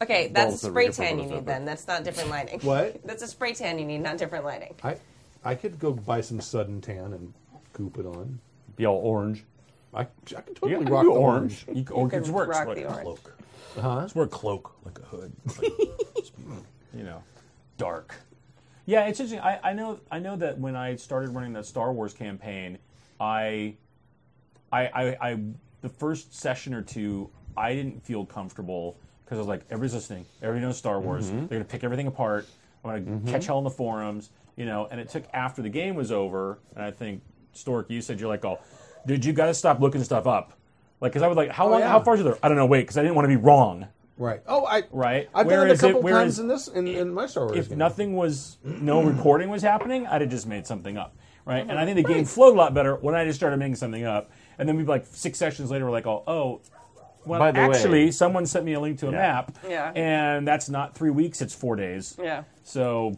[SPEAKER 3] Okay, that's a
[SPEAKER 4] Balls that were
[SPEAKER 3] spray
[SPEAKER 4] different
[SPEAKER 3] tan you
[SPEAKER 4] colors,
[SPEAKER 3] need
[SPEAKER 4] but-
[SPEAKER 3] then. That's not different lighting.
[SPEAKER 2] What?
[SPEAKER 3] [LAUGHS] That's a spray tan you need, not different lighting.
[SPEAKER 2] I I could go buy some sudden tan and goop it on.
[SPEAKER 4] Be all orange.
[SPEAKER 2] I, I can totally
[SPEAKER 4] Yeah, I can
[SPEAKER 2] rock
[SPEAKER 4] do
[SPEAKER 2] the orange.
[SPEAKER 5] You, or you
[SPEAKER 3] can
[SPEAKER 5] can just wear it
[SPEAKER 3] rock
[SPEAKER 5] like
[SPEAKER 3] the
[SPEAKER 5] a
[SPEAKER 3] orange.
[SPEAKER 5] cloak. Huh? Just wear a cloak, like a hood. Like, just be, you know, dark. Yeah, it's interesting. I, I know. I know that when I started running that Star Wars campaign, I, I, I, I the first session or two, I didn't feel comfortable because I was like, everybody's listening. Everybody knows Star Wars. They're gonna pick everything apart. I'm gonna catch hell in the forums, you know. And it took after the game was over, and I think Stork, you said you're like, oh, dude, you got to stop looking stuff up. Like, because I was like, how long?
[SPEAKER 2] yeah.
[SPEAKER 5] How far is it? there? I don't know. Wait, because I didn't want to be wrong.
[SPEAKER 2] Right. Oh, I
[SPEAKER 5] Right.
[SPEAKER 2] I've
[SPEAKER 5] Where
[SPEAKER 2] done it a
[SPEAKER 5] is it?
[SPEAKER 2] couple
[SPEAKER 5] Where
[SPEAKER 2] times
[SPEAKER 5] is-
[SPEAKER 2] in this in, in my Star Wars.
[SPEAKER 5] if
[SPEAKER 2] game.
[SPEAKER 5] nothing was
[SPEAKER 4] [CLEARS THROAT]
[SPEAKER 5] no recording was happening, I'd have just made something up, right? And I think the game flowed a lot better when I just started making something up. And then we like six sessions later, we're like, oh, oh, well,
[SPEAKER 4] By the way-
[SPEAKER 5] actually, someone sent me a link to a map,
[SPEAKER 3] Yeah.
[SPEAKER 5] and that's not three weeks; it's four days.
[SPEAKER 3] Yeah.
[SPEAKER 5] So,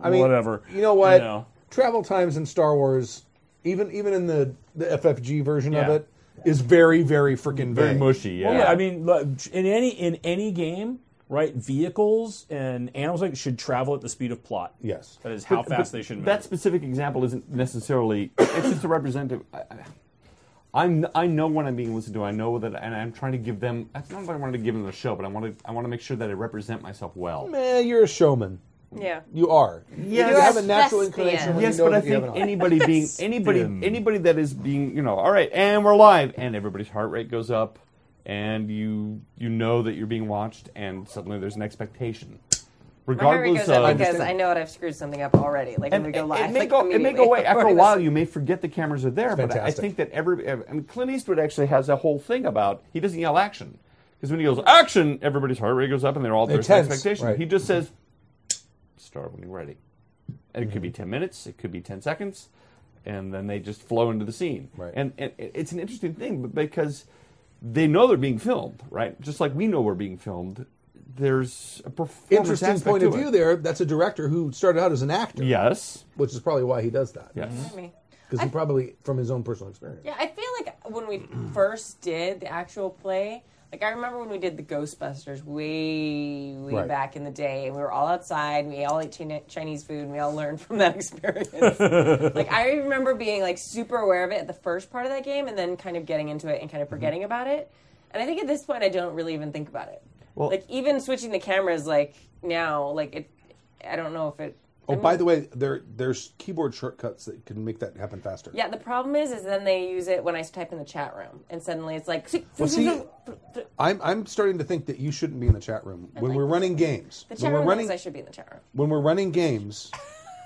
[SPEAKER 2] I mean,
[SPEAKER 5] whatever.
[SPEAKER 2] You know what?
[SPEAKER 5] know.
[SPEAKER 2] Travel times in Star Wars, even even in the the FFG version of
[SPEAKER 5] Yeah.
[SPEAKER 2] it, is very very freaking
[SPEAKER 4] Very
[SPEAKER 2] vague.
[SPEAKER 4] mushy. Yeah.
[SPEAKER 5] Well, look, I mean, look, in any in any game, right? Vehicles and animals like should travel at the speed of plot.
[SPEAKER 2] Yes.
[SPEAKER 5] That is how
[SPEAKER 4] But-
[SPEAKER 5] fast
[SPEAKER 4] but
[SPEAKER 5] they should move.
[SPEAKER 4] That specific example isn't necessarily. It's just a representative. I, I, am I know when I'm being listened to. I know that, and I'm trying to give them. That's not that I wanted to give them the show, but I want to. I want to make sure that I represent myself well.
[SPEAKER 2] Eh, you're a showman.
[SPEAKER 3] Yeah.
[SPEAKER 2] You are.
[SPEAKER 4] Yes.
[SPEAKER 2] You have a
[SPEAKER 3] You're a
[SPEAKER 2] natural
[SPEAKER 3] thespian.
[SPEAKER 2] inclination. When
[SPEAKER 4] Yes,
[SPEAKER 2] you know
[SPEAKER 4] but I
[SPEAKER 2] that you have
[SPEAKER 4] think
[SPEAKER 2] an eye.
[SPEAKER 4] anybody being anybody anybody that is being you know all right, and we're live, and everybody's heart rate goes up, and you you know that you're being watched, and suddenly there's an expectation,
[SPEAKER 3] My heart rate
[SPEAKER 4] regardless
[SPEAKER 3] goes up
[SPEAKER 4] of
[SPEAKER 3] because I know that I've screwed something up already. Like when we go live,
[SPEAKER 4] uh, It may,
[SPEAKER 3] like,
[SPEAKER 4] go, it may go
[SPEAKER 3] immediately
[SPEAKER 4] away. After a
[SPEAKER 3] before
[SPEAKER 4] while,
[SPEAKER 3] this-
[SPEAKER 4] you may forget the cameras are there. But I- I
[SPEAKER 2] fantastic.
[SPEAKER 4] think that every. I mean, Clint Eastwood actually has a whole thing about he doesn't yell action because when he goes action, everybody's heart rate goes up and they're all there's an
[SPEAKER 2] tense,
[SPEAKER 4] expectation.
[SPEAKER 2] right.
[SPEAKER 4] He just says, "Start when you're ready." And it could be ten minutes. It could be ten seconds, and then they just flow into the scene.
[SPEAKER 2] Right.
[SPEAKER 4] And, and it- it's an interesting thing b- because they know they're being filmed, right? Just like we know we're being filmed. There's a performance
[SPEAKER 2] [LAUGHS] Interesting
[SPEAKER 4] aspect
[SPEAKER 2] point of
[SPEAKER 4] to
[SPEAKER 2] view
[SPEAKER 4] it.
[SPEAKER 2] there. That's a director who started out as an actor,
[SPEAKER 4] Yes.
[SPEAKER 2] which is probably why he does that.
[SPEAKER 4] Yes.
[SPEAKER 3] Mm-hmm.
[SPEAKER 2] Because he probably, from his own personal experience.
[SPEAKER 3] Yeah, I feel like when we first did the actual play, like I remember when we did the Ghostbusters way, way
[SPEAKER 2] Right.
[SPEAKER 3] back in the day, and we were all outside, and we all ate China- Chinese food, and we all learned from
[SPEAKER 2] [LAUGHS]
[SPEAKER 3] that [LAUGHS] experience. like I remember being like super aware of it at the first part of that game, and then kind of getting into it and kind of
[SPEAKER 2] Mm-hmm.
[SPEAKER 3] forgetting about it. And I think at this point, I don't really even think about it.
[SPEAKER 4] Well-
[SPEAKER 3] like even switching the cameras, like now, like it, I don't know if it.
[SPEAKER 2] Oh, by the way, there there's keyboard shortcuts that can make that happen faster.
[SPEAKER 3] Yeah, the problem is, is then they use it when I type in the chat room, and suddenly it's like. [LAUGHS]
[SPEAKER 2] Well, see, I'm, I'm starting to think that you shouldn't be in the chat room when
[SPEAKER 3] like
[SPEAKER 2] we're
[SPEAKER 3] this
[SPEAKER 2] running games.
[SPEAKER 3] The
[SPEAKER 2] when
[SPEAKER 3] chat
[SPEAKER 2] we're
[SPEAKER 3] room
[SPEAKER 2] running
[SPEAKER 3] knows I should be in the chat room.
[SPEAKER 2] when we're running
[SPEAKER 3] [LAUGHS]
[SPEAKER 2] games,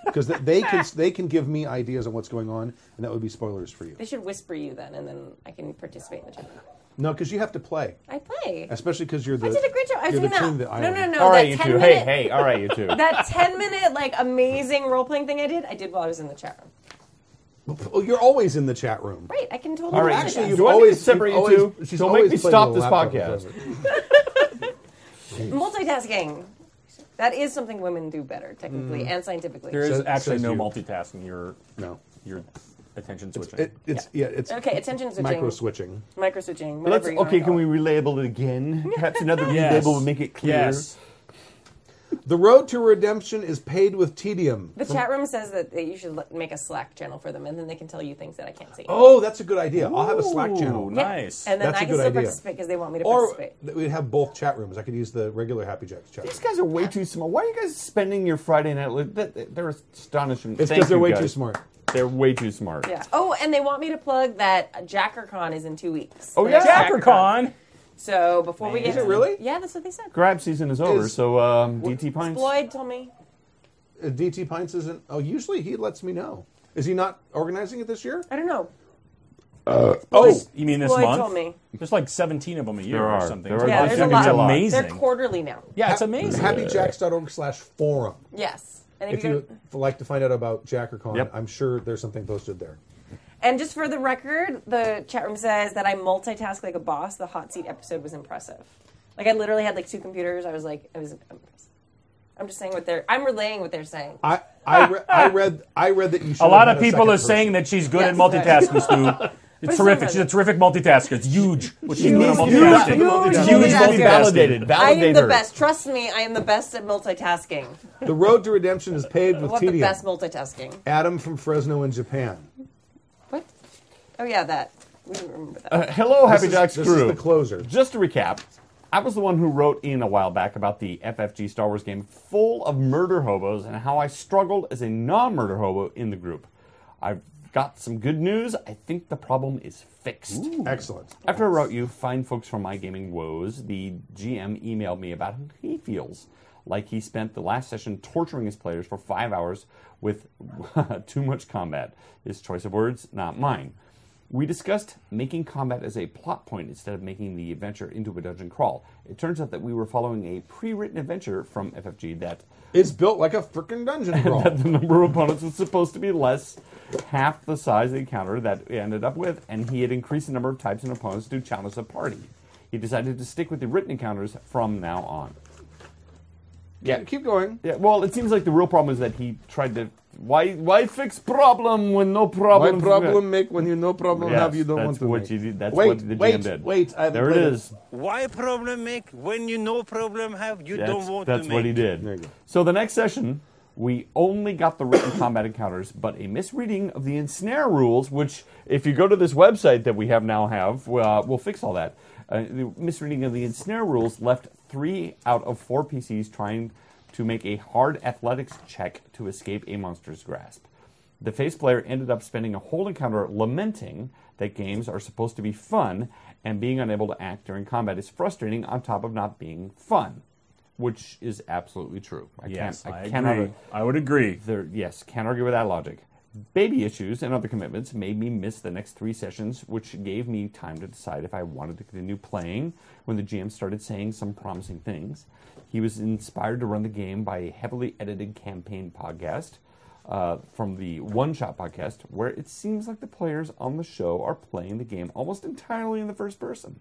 [SPEAKER 2] because they can they can give me ideas on what's going on, and that would be spoilers for you.
[SPEAKER 3] They should whisper you then, and then I can participate in the chat room.
[SPEAKER 2] No, because you have to play,
[SPEAKER 3] I play.
[SPEAKER 2] especially because you're the.
[SPEAKER 3] I did a great job. I was
[SPEAKER 2] you're the
[SPEAKER 3] doing
[SPEAKER 2] king of
[SPEAKER 3] that.
[SPEAKER 2] the
[SPEAKER 3] No,
[SPEAKER 2] island.
[SPEAKER 3] no, no.
[SPEAKER 4] all
[SPEAKER 3] that
[SPEAKER 4] right, you
[SPEAKER 3] 10
[SPEAKER 4] two.
[SPEAKER 3] Minute,
[SPEAKER 4] Hey, hey, all right, you
[SPEAKER 3] [LAUGHS]
[SPEAKER 4] two.
[SPEAKER 3] That ten minute like amazing role playing thing I did, I did while I was in the chat room.
[SPEAKER 2] Oh, you're always in the chat room.
[SPEAKER 3] Right, I can totally.
[SPEAKER 4] all right,
[SPEAKER 3] do
[SPEAKER 2] actually,
[SPEAKER 3] this.
[SPEAKER 2] you've
[SPEAKER 4] do I need to
[SPEAKER 2] always-
[SPEAKER 4] separate
[SPEAKER 2] you've
[SPEAKER 4] you
[SPEAKER 2] always-
[SPEAKER 4] two?
[SPEAKER 2] she's
[SPEAKER 4] Don't make me
[SPEAKER 2] always playing
[SPEAKER 4] stop
[SPEAKER 2] with
[SPEAKER 4] this
[SPEAKER 2] a laptop
[SPEAKER 4] podcast.
[SPEAKER 3] multitasking. That is something women do better, technically and scientifically.
[SPEAKER 5] there is
[SPEAKER 2] Says-
[SPEAKER 5] actually
[SPEAKER 2] says
[SPEAKER 5] no
[SPEAKER 2] you.
[SPEAKER 5] multitasking. Your
[SPEAKER 2] No.
[SPEAKER 5] your attention switching.
[SPEAKER 2] It, it's yeah. it's
[SPEAKER 3] Okay, attention switching.
[SPEAKER 2] micro switching.
[SPEAKER 3] Micro switching.
[SPEAKER 4] Let's,
[SPEAKER 3] whatever you wanna
[SPEAKER 4] okay, can
[SPEAKER 3] call
[SPEAKER 4] we
[SPEAKER 3] it.
[SPEAKER 4] relabel it
[SPEAKER 3] [LAUGHS]
[SPEAKER 4] again? Perhaps another
[SPEAKER 5] Yes.
[SPEAKER 4] relabel will make it clear.
[SPEAKER 5] Yes.
[SPEAKER 2] The road to redemption is paid with tedium.
[SPEAKER 3] The chat room says that that you should let- make a Slack channel for them, and then they can tell you things that I can't see.
[SPEAKER 2] Oh, that's a good idea. I'll have a Slack channel.
[SPEAKER 5] Ooh,
[SPEAKER 3] Yeah,
[SPEAKER 5] nice.
[SPEAKER 3] And then
[SPEAKER 2] That's
[SPEAKER 3] I
[SPEAKER 2] a
[SPEAKER 3] can
[SPEAKER 2] good
[SPEAKER 3] still
[SPEAKER 2] idea.
[SPEAKER 3] participate because they want me to
[SPEAKER 2] Or
[SPEAKER 3] participate.
[SPEAKER 2] th- we'd have both chat rooms. I could use the regular Happy Jacks chat.
[SPEAKER 4] These
[SPEAKER 2] room.
[SPEAKER 4] guys are way too smart. Why are you guys spending your Friday night? Li- that- that- they're astonishing.
[SPEAKER 2] It's
[SPEAKER 4] Thank
[SPEAKER 2] because they're
[SPEAKER 4] you
[SPEAKER 2] way
[SPEAKER 4] guys.
[SPEAKER 2] too smart.
[SPEAKER 4] They're way too smart.
[SPEAKER 3] Yeah. Oh, and they want me to plug that JackerCon is in two weeks.
[SPEAKER 4] Oh, yeah.
[SPEAKER 5] JackerCon.
[SPEAKER 3] So before we get
[SPEAKER 2] Is it really?
[SPEAKER 3] Yeah, that's what they said.
[SPEAKER 4] Grab season is over,
[SPEAKER 2] Is-
[SPEAKER 4] so um, DT Pines.
[SPEAKER 3] Floyd told me.
[SPEAKER 2] Uh, DT Pints isn't. Oh, usually he lets me know. Is he not organizing it this year?
[SPEAKER 3] I don't know.
[SPEAKER 2] Oh,
[SPEAKER 5] You mean this
[SPEAKER 3] Floyd
[SPEAKER 5] month?
[SPEAKER 3] told me.
[SPEAKER 5] There's like 17 of them a year
[SPEAKER 4] There
[SPEAKER 5] or
[SPEAKER 4] are.
[SPEAKER 5] something.
[SPEAKER 4] There are
[SPEAKER 3] Yeah,
[SPEAKER 4] Well,
[SPEAKER 3] there's
[SPEAKER 4] it's
[SPEAKER 3] a
[SPEAKER 4] gonna
[SPEAKER 3] lot.
[SPEAKER 4] be a lot.
[SPEAKER 5] amazing.
[SPEAKER 3] They're quarterly now.
[SPEAKER 5] yeah, it's amazing.
[SPEAKER 2] happyjacks.org slash forum.
[SPEAKER 3] Yes. And if,
[SPEAKER 2] If
[SPEAKER 3] you
[SPEAKER 2] you f- like to find out about Jack or Con,
[SPEAKER 4] Yep.
[SPEAKER 2] I'm sure there's something posted there.
[SPEAKER 3] and just for the record, the chat room says that I multitask like a boss. The hot seat episode was impressive. Like I literally had like two computers. I was like, I was impressed. I'm just saying what they're. I'm relaying what they're saying.
[SPEAKER 2] I I, re- I read I read that you. Should
[SPEAKER 5] A lot
[SPEAKER 2] have
[SPEAKER 5] of
[SPEAKER 2] had
[SPEAKER 5] people
[SPEAKER 2] second
[SPEAKER 5] are saying
[SPEAKER 2] person.
[SPEAKER 5] that she's good
[SPEAKER 3] Yes,
[SPEAKER 5] at multitasking,
[SPEAKER 3] [LAUGHS]
[SPEAKER 5] Stu. It's terrific.
[SPEAKER 3] not-
[SPEAKER 5] She's a terrific multitasker. It's huge. What she's doing on
[SPEAKER 4] needs to be validated.
[SPEAKER 5] multitasking. It's
[SPEAKER 4] She
[SPEAKER 5] huge
[SPEAKER 4] needs to be
[SPEAKER 5] multitasking.
[SPEAKER 4] validated.
[SPEAKER 3] I am
[SPEAKER 4] Validate
[SPEAKER 3] the
[SPEAKER 4] her.
[SPEAKER 3] best. Trust me, I am the best at multitasking.
[SPEAKER 2] the road to redemption is paved with
[SPEAKER 3] What the
[SPEAKER 2] tedium.
[SPEAKER 3] best multitasking?
[SPEAKER 2] Adam from Fresno in Japan.
[SPEAKER 3] What? Oh yeah, that. We didn't remember that.
[SPEAKER 4] Uh, hello, Happy
[SPEAKER 2] is-
[SPEAKER 4] Jack's
[SPEAKER 2] this is
[SPEAKER 4] crew.
[SPEAKER 2] the closer.
[SPEAKER 4] Just to recap, I was the one who wrote in a while back about the FFG Star Wars game full of murder hobos and how I struggled as a non-murder hobo in the group. I've got some good news. I think the problem is fixed.
[SPEAKER 2] Excellent.
[SPEAKER 4] After I wrote you, fine folks from my gaming woes, the GM emailed me about how he feels like he spent the last session torturing his players for five hours with [LAUGHS] too much combat. His choice of words, not mine. We discussed making combat as a plot point instead of making the adventure into a dungeon crawl. It turns out that we were following a pre-written adventure from FFG that
[SPEAKER 2] It's built like a freaking dungeon crawl.
[SPEAKER 4] the [LAUGHS] number of opponents was supposed to be less half the size of the encounter that we ended up with, and he had increased the number of types and opponents to challenge the party. He decided to stick with the written encounters from now on. Yeah.
[SPEAKER 2] Keep going.
[SPEAKER 4] Yeah, well, it seems like the real problem is that he tried to. Why? Why fix problem when no problem?
[SPEAKER 2] Why problem make when you no problem
[SPEAKER 4] Yes,
[SPEAKER 2] have you don't
[SPEAKER 4] that's
[SPEAKER 2] want to
[SPEAKER 4] what
[SPEAKER 2] make.
[SPEAKER 4] you did- that's
[SPEAKER 2] wait,
[SPEAKER 4] what the GM
[SPEAKER 2] wait,
[SPEAKER 4] did.
[SPEAKER 2] Wait, I haven't
[SPEAKER 4] There it
[SPEAKER 2] played
[SPEAKER 4] is.
[SPEAKER 7] Why problem make when you no problem have you
[SPEAKER 4] That's,
[SPEAKER 7] don't want
[SPEAKER 4] that's
[SPEAKER 7] to
[SPEAKER 4] what he
[SPEAKER 7] make?
[SPEAKER 4] did.
[SPEAKER 2] There you go.
[SPEAKER 4] So the next session, we only got the written [COUGHS] combat encounters, but a misreading of the ensnare rules, which if you go to this website that we have now have, uh, we'll fix all that. Uh, the misreading of the ensnare rules left three out of four PCs trying to make a hard athletics check to escape a monster's grasp. The face player ended up spending a whole encounter lamenting that games are supposed to be fun, and being unable to act during combat is frustrating on top of not being fun, which is absolutely true. I
[SPEAKER 5] Yes,
[SPEAKER 4] can't,
[SPEAKER 5] I,
[SPEAKER 4] I, cannot.
[SPEAKER 5] agree. I would agree.
[SPEAKER 4] There, yes, can't argue with that logic. Baby issues and other commitments made me miss the next three sessions, which gave me time to decide if I wanted to continue playing when the GM started saying some promising things. He was inspired to run the game by a heavily edited campaign podcast uh, from the One Shot podcast, where it seems like the players on the show are playing the game almost entirely in the first person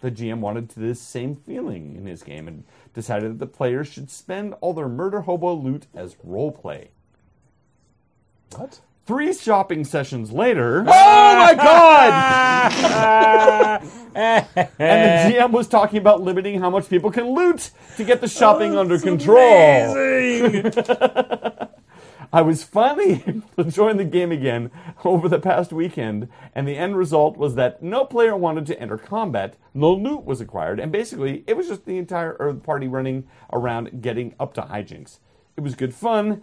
[SPEAKER 4] the GM wanted to this same feeling in his game and decided that the players should spend all their murder hobo loot as roleplay.
[SPEAKER 2] it. What?
[SPEAKER 4] Three shopping sessions
[SPEAKER 2] [LAUGHS]
[SPEAKER 4] later, [LAUGHS]
[SPEAKER 2] Oh my god!
[SPEAKER 4] and the GM was talking about limiting how much people can loot to get the
[SPEAKER 2] Oh,
[SPEAKER 4] shopping under control. I was finally [LAUGHS] able to join the game again over the past weekend, and the end result was that no player wanted to enter combat, no loot was acquired, and basically it was just the entire Earth party running around getting up to hijinks. It was good fun,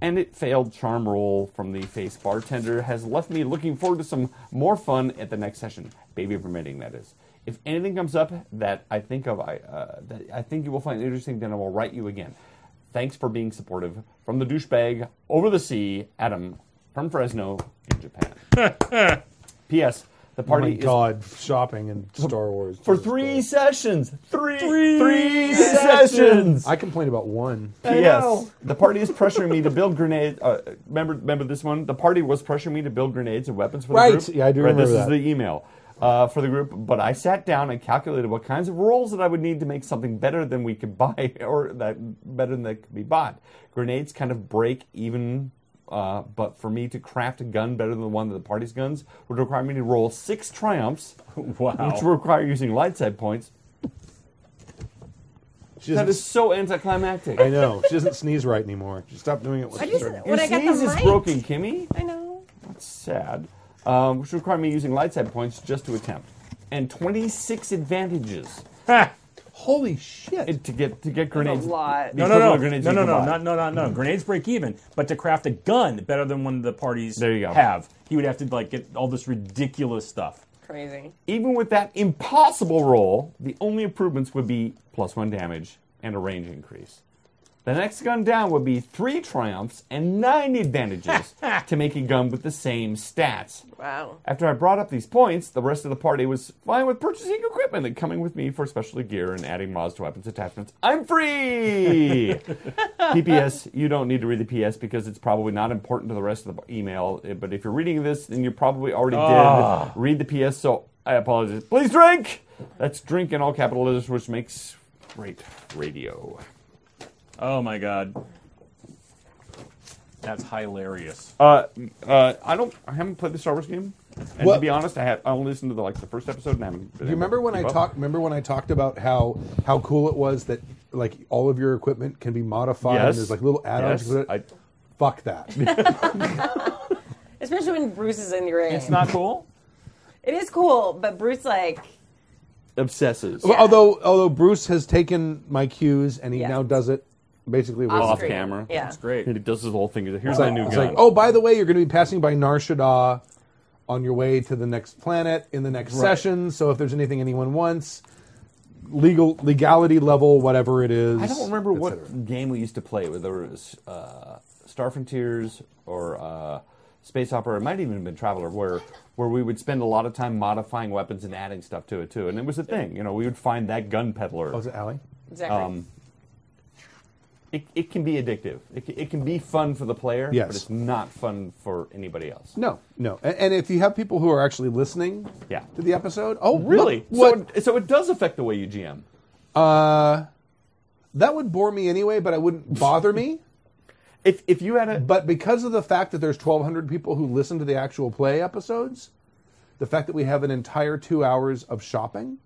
[SPEAKER 4] and it failed charm roll from the face bartender has left me looking forward to some more fun at the next session, baby permitting that is. If anything comes up that I think of, I uh, that I think you will find interesting, then I will write you again. Thanks for being supportive. From the douchebag over the sea, Adam from Fresno in Japan. P.S. The
[SPEAKER 2] Oh my
[SPEAKER 4] party is
[SPEAKER 2] god, shopping in Star Wars.
[SPEAKER 4] for
[SPEAKER 2] Jesus
[SPEAKER 4] three
[SPEAKER 2] Christ.
[SPEAKER 4] sessions. Three,
[SPEAKER 5] Three
[SPEAKER 4] three sessions.
[SPEAKER 2] I complained about one.
[SPEAKER 4] Yes. The party is pressuring me to build grenades. Uh, remember, remember this one. The party was pressuring me to build grenades and weapons for the
[SPEAKER 2] Right.
[SPEAKER 4] group.
[SPEAKER 2] Yeah, I do
[SPEAKER 4] Right, This
[SPEAKER 2] remember
[SPEAKER 4] is
[SPEAKER 2] that.
[SPEAKER 4] the email uh, for the group. But I sat down and calculated what kinds of rolls that I would need to make something better than we could [LAUGHS] buy, or that better than that could be bought. Grenades kind of break even. Uh, but for me to craft a gun better than the one that the party's guns would require me to roll six triumphs,
[SPEAKER 5] [LAUGHS] Wow. [LAUGHS]
[SPEAKER 4] which would require using light side points.
[SPEAKER 2] She
[SPEAKER 4] That
[SPEAKER 2] doesn't,
[SPEAKER 4] is so anticlimactic.
[SPEAKER 2] I know. She doesn't sneeze right anymore. She stopped doing it. When
[SPEAKER 3] I
[SPEAKER 2] she
[SPEAKER 3] just-
[SPEAKER 2] started.
[SPEAKER 4] Your
[SPEAKER 3] When I got the
[SPEAKER 4] sneeze is
[SPEAKER 3] mic.
[SPEAKER 4] broken, Kimmy.
[SPEAKER 3] I know.
[SPEAKER 4] sad, um, which require me using light side points just to attempt, and 26 advantages
[SPEAKER 2] Holy shit.
[SPEAKER 4] it- to get to get grenades.
[SPEAKER 3] lot.
[SPEAKER 4] the
[SPEAKER 5] No, no,
[SPEAKER 4] equivalent
[SPEAKER 5] no,
[SPEAKER 4] of grenades
[SPEAKER 5] no,
[SPEAKER 4] you
[SPEAKER 5] no,
[SPEAKER 4] can
[SPEAKER 5] no,
[SPEAKER 4] buy.
[SPEAKER 5] not, no, no, no. Grenades break even, but to craft a gun better than one of the parties
[SPEAKER 4] There you go.
[SPEAKER 5] have, he would have to like get all this ridiculous stuff.
[SPEAKER 3] Crazy.
[SPEAKER 4] Even with that impossible roll, the only improvements would be plus one damage and a range increase. The next gun down would be three triumphs and nine
[SPEAKER 5] [LAUGHS]
[SPEAKER 4] advantages to make a gun with the same stats.
[SPEAKER 3] Wow.
[SPEAKER 4] After I brought up these points, the rest of the party was fine with purchasing equipment and coming with me for specialty gear and adding mods to weapons attachments.
[SPEAKER 2] [LAUGHS]
[SPEAKER 4] I'm free! PPS, you don't need to read the PS because it's probably not important to the rest of the email. eh, But if you're reading this, then you probably already
[SPEAKER 2] Ah.
[SPEAKER 4] did read the PS, so I apologize. Please drink! That's drink in all capital letters, which makes great radio.
[SPEAKER 5] Oh my god. That's hilarious.
[SPEAKER 4] Uh, uh, I don't. I haven't played the Star Wars game, and
[SPEAKER 2] Well-
[SPEAKER 4] to be honest, I have. I only listened to the, like the first episode, and I haven't. been
[SPEAKER 2] Do you
[SPEAKER 4] able to
[SPEAKER 2] remember when I
[SPEAKER 4] keep up.
[SPEAKER 2] talked? Remember when I talked about how how cool it was that like all of your equipment can be modified
[SPEAKER 4] Yes.
[SPEAKER 2] and there's like little add-ons.
[SPEAKER 4] Yes.
[SPEAKER 2] to it?
[SPEAKER 4] I-
[SPEAKER 2] Fuck that.
[SPEAKER 3] Especially when Bruce is in your aim.
[SPEAKER 5] It's not cool.
[SPEAKER 3] It is cool, but Bruce like
[SPEAKER 4] Obsesses
[SPEAKER 2] Well, Although although Bruce has taken my cues and he
[SPEAKER 3] Yeah.
[SPEAKER 2] now does it basically with
[SPEAKER 3] off
[SPEAKER 4] off
[SPEAKER 3] screen.
[SPEAKER 4] camera.
[SPEAKER 3] Yeah.
[SPEAKER 5] It's great.
[SPEAKER 4] And he does his whole thing. He's like, Here's
[SPEAKER 2] It's oh. like,
[SPEAKER 4] my new
[SPEAKER 2] it's
[SPEAKER 4] gun.
[SPEAKER 2] like, oh, by the way, you're going to be passing by Nar Shaddaa on your way to the next planet in the next session. So if there's anything anyone wants, legal legality level, whatever it is.
[SPEAKER 4] I don't remember
[SPEAKER 2] et
[SPEAKER 4] what
[SPEAKER 2] cetera.
[SPEAKER 4] game we used to play. Whether it was uh, Star Frontiers or uh, Space Opera, it might even have been Traveler, where where we would spend a lot of time modifying weapons and adding stuff to it too. And it was a thing. You know, we would find that gun peddler.
[SPEAKER 2] Oh, is it Allie?
[SPEAKER 3] exactly.
[SPEAKER 4] Um, it, it can be addictive. It, ca- it can be fun for the player,
[SPEAKER 2] Yes.
[SPEAKER 4] but it's not fun for anybody else.
[SPEAKER 2] No, no. And, and if you have people who are actually listening
[SPEAKER 4] Yeah.
[SPEAKER 2] to the episode, oh,
[SPEAKER 4] Really?
[SPEAKER 2] look, what?
[SPEAKER 4] So, it, so it does affect the way you GM.
[SPEAKER 2] uh, that would bore me anyway, but it wouldn't bother me.
[SPEAKER 4] [LAUGHS] If, if you had a.
[SPEAKER 2] But because of the fact that there's 1,200 people who listen to the actual play episodes, the fact that we have an entire two hours of shopping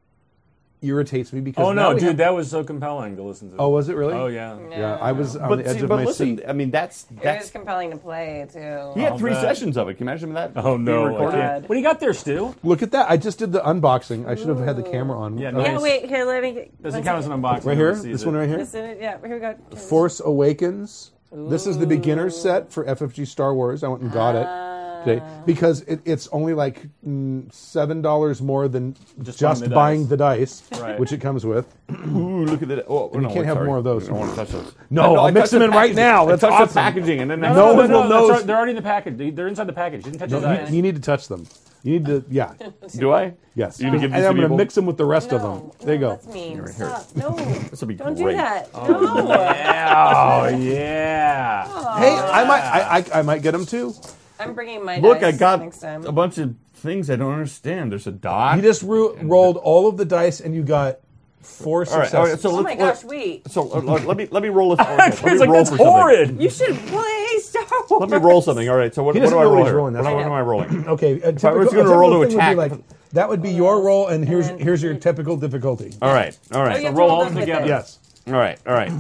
[SPEAKER 2] irritates me because
[SPEAKER 5] Oh
[SPEAKER 2] now
[SPEAKER 5] no,
[SPEAKER 2] we
[SPEAKER 5] dude,
[SPEAKER 2] have-
[SPEAKER 5] that was so compelling to listen to.
[SPEAKER 2] oh was it really
[SPEAKER 5] Oh yeah.
[SPEAKER 2] yeah I was on
[SPEAKER 4] but
[SPEAKER 2] the edge
[SPEAKER 4] see,
[SPEAKER 2] of
[SPEAKER 4] but
[SPEAKER 2] my
[SPEAKER 4] listen,
[SPEAKER 2] seat
[SPEAKER 4] I mean, that's.
[SPEAKER 3] it was
[SPEAKER 4] that's
[SPEAKER 3] compelling to play too.
[SPEAKER 4] he had three
[SPEAKER 5] bet.
[SPEAKER 4] sessions of it. Can you imagine that?
[SPEAKER 5] Oh
[SPEAKER 4] being
[SPEAKER 5] no. I
[SPEAKER 4] recorded?
[SPEAKER 5] can't. What do you got there, Stu?
[SPEAKER 2] look at that I just did the unboxing I should have had the camera on
[SPEAKER 5] Yeah,
[SPEAKER 2] Uh,
[SPEAKER 5] nice.
[SPEAKER 3] Yeah, wait, here, let me get
[SPEAKER 5] Doesn't
[SPEAKER 3] one
[SPEAKER 5] count as an
[SPEAKER 3] second.
[SPEAKER 5] unboxing.
[SPEAKER 2] right
[SPEAKER 5] no
[SPEAKER 2] here
[SPEAKER 5] one sees
[SPEAKER 2] this
[SPEAKER 5] it.
[SPEAKER 2] one right here
[SPEAKER 3] This is- Yeah, here we go.
[SPEAKER 2] Force Awakens this is the beginner set for FFG Star Wars I went and got
[SPEAKER 3] Ah.
[SPEAKER 2] it today because it, it's only like mm, seven dollars more than just,
[SPEAKER 5] Just buying the
[SPEAKER 2] buying
[SPEAKER 5] dice.
[SPEAKER 2] the dice
[SPEAKER 5] Right.
[SPEAKER 2] which it comes with
[SPEAKER 4] Ooh, look at that. Oh,
[SPEAKER 2] you
[SPEAKER 4] no,
[SPEAKER 2] can't have
[SPEAKER 4] sorry.
[SPEAKER 2] more of those.
[SPEAKER 4] I don't want to touch those.
[SPEAKER 2] No, I'll
[SPEAKER 4] I
[SPEAKER 2] mix
[SPEAKER 4] touched
[SPEAKER 2] them
[SPEAKER 4] the
[SPEAKER 2] in right
[SPEAKER 4] packaging.
[SPEAKER 2] now.
[SPEAKER 4] I
[SPEAKER 2] That's
[SPEAKER 4] touched
[SPEAKER 2] awesome.
[SPEAKER 4] the packaging, and then
[SPEAKER 5] No,
[SPEAKER 4] I-
[SPEAKER 5] no,
[SPEAKER 2] No one
[SPEAKER 5] no,
[SPEAKER 2] will
[SPEAKER 5] no,
[SPEAKER 2] know.
[SPEAKER 5] that's right, They're already in the package. They- They're inside the package. You didn't touch
[SPEAKER 2] No,
[SPEAKER 5] his
[SPEAKER 2] you,
[SPEAKER 5] eyes.
[SPEAKER 2] you need to touch them. You need to, yeah,
[SPEAKER 3] [LAUGHS]
[SPEAKER 4] Do I?
[SPEAKER 2] yes.
[SPEAKER 4] You need to give
[SPEAKER 2] and
[SPEAKER 4] these to
[SPEAKER 2] I'm going to
[SPEAKER 4] people?
[SPEAKER 2] mix them with the rest
[SPEAKER 3] No,
[SPEAKER 2] of them. There you
[SPEAKER 3] no,
[SPEAKER 2] go.
[SPEAKER 3] That's mean.
[SPEAKER 4] Here, here.
[SPEAKER 3] Stop. No.
[SPEAKER 4] This will be
[SPEAKER 3] Don't
[SPEAKER 4] great.
[SPEAKER 3] do that. no.
[SPEAKER 5] Yeah, oh yeah.
[SPEAKER 2] Hey, I might, I, I, I might get them too.
[SPEAKER 3] I'm bringing my
[SPEAKER 4] Look, I
[SPEAKER 3] dice
[SPEAKER 4] got
[SPEAKER 3] next time.
[SPEAKER 4] a bunch of things I don't understand. There's a dot.
[SPEAKER 2] You just ru- rolled all of the dice and you got four
[SPEAKER 4] All right,
[SPEAKER 2] successes.
[SPEAKER 4] all right. So
[SPEAKER 3] oh
[SPEAKER 4] let's,
[SPEAKER 3] my gosh,
[SPEAKER 4] let-
[SPEAKER 3] wait.
[SPEAKER 4] So uh, let, let me let me roll a. okay, let me
[SPEAKER 5] It's like
[SPEAKER 4] roll
[SPEAKER 5] that's
[SPEAKER 4] for something.
[SPEAKER 5] horrid.
[SPEAKER 3] You should play Star Wars.
[SPEAKER 4] Let me roll something. All right. So what,
[SPEAKER 2] He
[SPEAKER 4] what do
[SPEAKER 2] doesn't
[SPEAKER 4] I
[SPEAKER 2] know what
[SPEAKER 4] roll
[SPEAKER 2] he's
[SPEAKER 4] here?
[SPEAKER 2] rolling, that's
[SPEAKER 4] What,
[SPEAKER 2] all.
[SPEAKER 4] am I rolling?
[SPEAKER 2] okay, a typical,
[SPEAKER 4] was gonna
[SPEAKER 2] a
[SPEAKER 4] roll to
[SPEAKER 2] typical thing would
[SPEAKER 4] attack-
[SPEAKER 2] be like, that would be your roll, and here's
[SPEAKER 3] And-
[SPEAKER 2] here's your typical difficulty.
[SPEAKER 4] All right. All
[SPEAKER 3] Oh, you
[SPEAKER 4] right.
[SPEAKER 3] have to
[SPEAKER 5] roll
[SPEAKER 3] roll
[SPEAKER 5] all
[SPEAKER 3] them with
[SPEAKER 5] together.
[SPEAKER 3] it.
[SPEAKER 2] Yes,
[SPEAKER 4] All right. All right.
[SPEAKER 5] All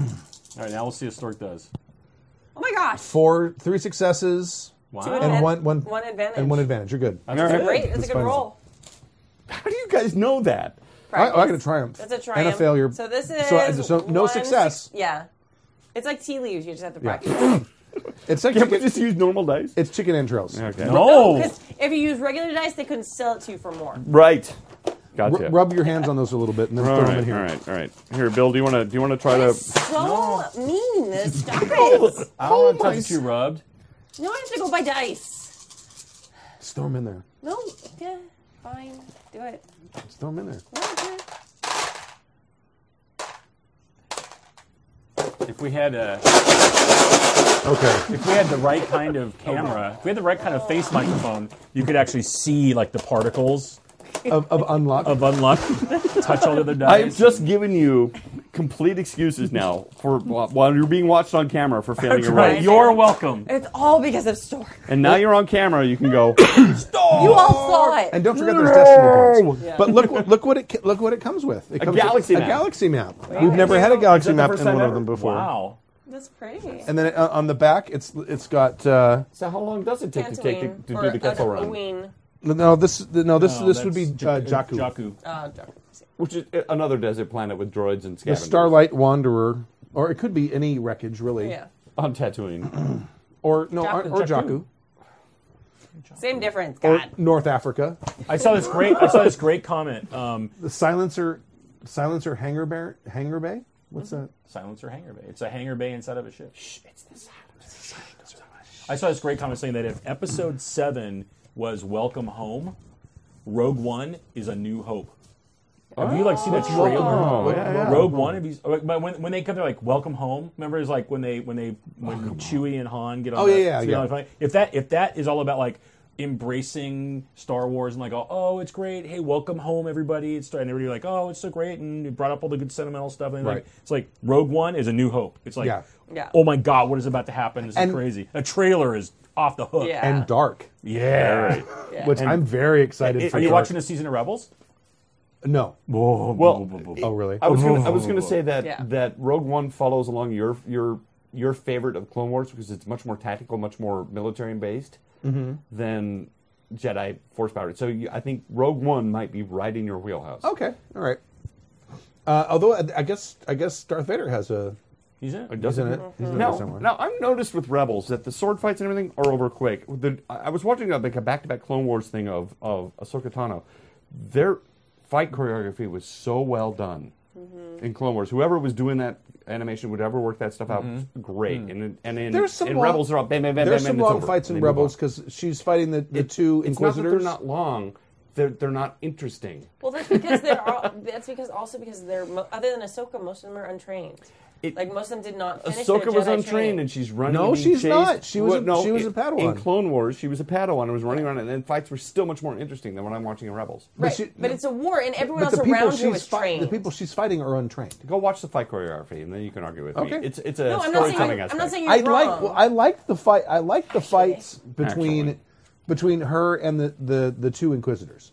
[SPEAKER 5] right, now we'll see if Stork does.
[SPEAKER 3] Oh my gosh.
[SPEAKER 2] four, three successes,
[SPEAKER 3] Two
[SPEAKER 5] Wow.
[SPEAKER 2] and
[SPEAKER 3] advan-
[SPEAKER 2] one, one,
[SPEAKER 3] one advantage.
[SPEAKER 2] and one advantage. You're good. I,
[SPEAKER 4] All right.
[SPEAKER 3] Great, that's a good
[SPEAKER 2] fine.
[SPEAKER 3] roll.
[SPEAKER 4] How do you guys know that?
[SPEAKER 2] I got a triumph.
[SPEAKER 3] That's a triumph.
[SPEAKER 2] and a failure.
[SPEAKER 3] So this is
[SPEAKER 2] So, uh, so no
[SPEAKER 3] one
[SPEAKER 2] success.
[SPEAKER 3] suc- yeah, it's like tea leaves. You just have to
[SPEAKER 2] Yeah.
[SPEAKER 3] practice.
[SPEAKER 2] It's like
[SPEAKER 4] Can't we
[SPEAKER 2] chicken,
[SPEAKER 4] just use normal dice?
[SPEAKER 2] it's chicken entrails.
[SPEAKER 4] okay.
[SPEAKER 2] Oh.
[SPEAKER 5] No.
[SPEAKER 3] Because if you use regular dice, they couldn't sell it to you for more.
[SPEAKER 4] Right.
[SPEAKER 2] Ru-
[SPEAKER 4] Gotcha.
[SPEAKER 2] rub your hands on those a little bit and then
[SPEAKER 4] all
[SPEAKER 2] throw them in
[SPEAKER 4] right.
[SPEAKER 2] here.
[SPEAKER 4] All right. All right. Here, Bill. Do you want to? Do you want to
[SPEAKER 2] uh,
[SPEAKER 4] try
[SPEAKER 3] That's
[SPEAKER 4] to?
[SPEAKER 3] so mean.
[SPEAKER 2] [LAUGHS]
[SPEAKER 3] Stop it.
[SPEAKER 2] Oh
[SPEAKER 5] I don't want to touch what you rubbed.
[SPEAKER 3] No, I have to go buy dice.
[SPEAKER 2] Just throw them in there.
[SPEAKER 3] No, yeah, fine, do it.
[SPEAKER 2] Just throw them in there.
[SPEAKER 3] No, yeah.
[SPEAKER 5] If we had a,
[SPEAKER 2] Okay.
[SPEAKER 5] if we had the right kind of camera, if we had the right kind of face microphone, you could actually see like the particles
[SPEAKER 2] of, of unlock.
[SPEAKER 5] of unluck touch all the other
[SPEAKER 4] I've
[SPEAKER 5] dice.
[SPEAKER 4] just given you complete excuses now for while you're being watched on camera for failing your
[SPEAKER 5] Right,
[SPEAKER 4] roll.
[SPEAKER 5] You're welcome.
[SPEAKER 3] It's all because of Stork.
[SPEAKER 4] And now you're on camera. You can go.
[SPEAKER 3] You all saw
[SPEAKER 2] Oh.
[SPEAKER 3] it.
[SPEAKER 2] and don't forget there's destiny cards. But look, what- look what it ca- look what it comes with. It comes
[SPEAKER 4] galaxy
[SPEAKER 2] with,
[SPEAKER 4] map.
[SPEAKER 2] A galaxy map. We've never had a galaxy
[SPEAKER 4] Is that the
[SPEAKER 2] map in
[SPEAKER 4] first
[SPEAKER 2] one
[SPEAKER 4] time
[SPEAKER 2] of
[SPEAKER 4] ever?
[SPEAKER 2] them before.
[SPEAKER 5] Wow.
[SPEAKER 3] That's pretty.
[SPEAKER 2] And then uh, on the back, it's it's got uh,
[SPEAKER 4] So how long does it take to take to,
[SPEAKER 3] Tatooine
[SPEAKER 4] to do
[SPEAKER 3] or
[SPEAKER 4] the Kessel
[SPEAKER 3] a
[SPEAKER 4] Run?
[SPEAKER 3] ween.
[SPEAKER 2] no this no this
[SPEAKER 5] No,
[SPEAKER 2] this would be
[SPEAKER 5] that's
[SPEAKER 2] uh, Jakku.
[SPEAKER 5] Jakku.
[SPEAKER 3] Uh, Jakku.
[SPEAKER 4] which is uh, another desert planet with droids and
[SPEAKER 2] the
[SPEAKER 4] scavengers.
[SPEAKER 2] Starlight Wanderer, or it could be any wreckage really.
[SPEAKER 3] Yeah.
[SPEAKER 4] on Tatooine.
[SPEAKER 2] Or no, or,
[SPEAKER 3] Jakku.
[SPEAKER 2] or
[SPEAKER 5] Jakku.
[SPEAKER 2] Jakku,
[SPEAKER 3] Same difference.
[SPEAKER 2] or
[SPEAKER 3] God.
[SPEAKER 2] North Africa.
[SPEAKER 5] I saw this great. I saw this great comment. Um,
[SPEAKER 2] The silencer, silencer hangar bay, hangar bay. What's
[SPEAKER 4] Mm-hmm.
[SPEAKER 2] that?
[SPEAKER 5] Silencer hangar bay. It's a hangar bay inside of a ship. Shh, it's the silencer. I saw this great comment saying that if episode seven was Welcome Home, Rogue One is a New Hope. Have you like seen the trailer?
[SPEAKER 4] Oh, yeah, yeah.
[SPEAKER 5] Rogue One. If you, but when, when they come, they're like "Welcome home." Remember, it's like when they when they when Chewie and Han get on.
[SPEAKER 2] Oh,
[SPEAKER 5] the,
[SPEAKER 2] yeah, yeah,
[SPEAKER 5] get on
[SPEAKER 2] yeah.
[SPEAKER 5] the plane. If that if that is all about like embracing Star Wars and like oh, oh it's great. Hey, welcome home, everybody. It's and everybody like oh it's so great and it brought up all the good sentimental stuff and
[SPEAKER 2] Right.
[SPEAKER 5] like it's like Rogue One is a New Hope. It's like
[SPEAKER 2] Yeah.
[SPEAKER 3] Yeah.
[SPEAKER 5] oh my god, what is about to happen? This is
[SPEAKER 2] And-
[SPEAKER 5] crazy. A trailer is off the hook.
[SPEAKER 3] Yeah.
[SPEAKER 2] And Dark,
[SPEAKER 5] yeah.
[SPEAKER 3] Yeah.
[SPEAKER 2] which I'm very excited for.
[SPEAKER 5] Are you
[SPEAKER 2] Dark.
[SPEAKER 5] watching the season of Rebels?
[SPEAKER 2] No.
[SPEAKER 4] Well,
[SPEAKER 2] Oh, really?
[SPEAKER 4] I was gonna, I was gonna say that
[SPEAKER 3] Yeah.
[SPEAKER 4] that Rogue One follows along your your your favorite of Clone Wars because it's much more tactical, much more military based than Jedi Force powered. So you, I think Rogue One might be right in your wheelhouse.
[SPEAKER 2] Okay. All right. Uh, although I, I guess I guess Darth Vader has a
[SPEAKER 5] He's in. it.
[SPEAKER 2] doesn't it? He's in there
[SPEAKER 4] Now,
[SPEAKER 2] somewhere.
[SPEAKER 4] now I've noticed with Rebels that the sword fights and everything are over quick. The, I I was watching uh, like a back-to-back Clone Wars thing of of Ahsoka Tano. Their fight choreography was so well done in Clone Wars. Whoever was doing that animation, would ever work that stuff out, great. And in, and
[SPEAKER 2] Mm-hmm. Mm.
[SPEAKER 4] in,
[SPEAKER 2] There's some
[SPEAKER 4] in
[SPEAKER 2] long-
[SPEAKER 4] Rebels, they're all bam, bam, bam,
[SPEAKER 2] There's
[SPEAKER 4] bam,
[SPEAKER 2] some
[SPEAKER 4] and it's
[SPEAKER 2] long
[SPEAKER 4] over.
[SPEAKER 2] fights
[SPEAKER 4] And
[SPEAKER 2] in
[SPEAKER 4] they move
[SPEAKER 2] Rebels
[SPEAKER 4] on.
[SPEAKER 2] because she's fighting the, the two
[SPEAKER 4] It's not that
[SPEAKER 2] Inquisitors.
[SPEAKER 4] they're not long. They're they're not interesting.
[SPEAKER 3] Well, that's because they're all. That's because also because they're mo- other than Ahsoka, most of them are untrained.
[SPEAKER 4] It-
[SPEAKER 3] like most of them did not. Finish their
[SPEAKER 4] Ahsoka was
[SPEAKER 3] Jedi
[SPEAKER 4] untrained
[SPEAKER 3] training.
[SPEAKER 4] and she's running.
[SPEAKER 2] No,
[SPEAKER 4] and being
[SPEAKER 2] she's not.
[SPEAKER 4] chased.
[SPEAKER 2] She was a-
[SPEAKER 4] no,
[SPEAKER 2] she was a
[SPEAKER 4] in-
[SPEAKER 2] Padawan.
[SPEAKER 4] In Clone Wars, she was a Padawan and was running around, and then fights were still much more interesting than when I'm watching in Rebels.
[SPEAKER 2] But
[SPEAKER 3] right,
[SPEAKER 2] she-
[SPEAKER 3] but it's a war, and everyone
[SPEAKER 2] but
[SPEAKER 3] else
[SPEAKER 2] the people
[SPEAKER 3] around her
[SPEAKER 2] she's
[SPEAKER 3] is
[SPEAKER 2] fi-
[SPEAKER 3] trained.
[SPEAKER 2] the people she's fighting are untrained.
[SPEAKER 4] Go watch the fight choreography, and then you can argue with
[SPEAKER 2] Okay.
[SPEAKER 4] me. It's it's a
[SPEAKER 3] no, I'm not saying.
[SPEAKER 4] storytelling
[SPEAKER 3] You're,
[SPEAKER 4] aspect.
[SPEAKER 3] I'm not saying you're
[SPEAKER 2] I
[SPEAKER 3] wrong.
[SPEAKER 2] like well, I like the fight. I like the fights between
[SPEAKER 4] Actually.
[SPEAKER 2] between her and the, the, the two Inquisitors.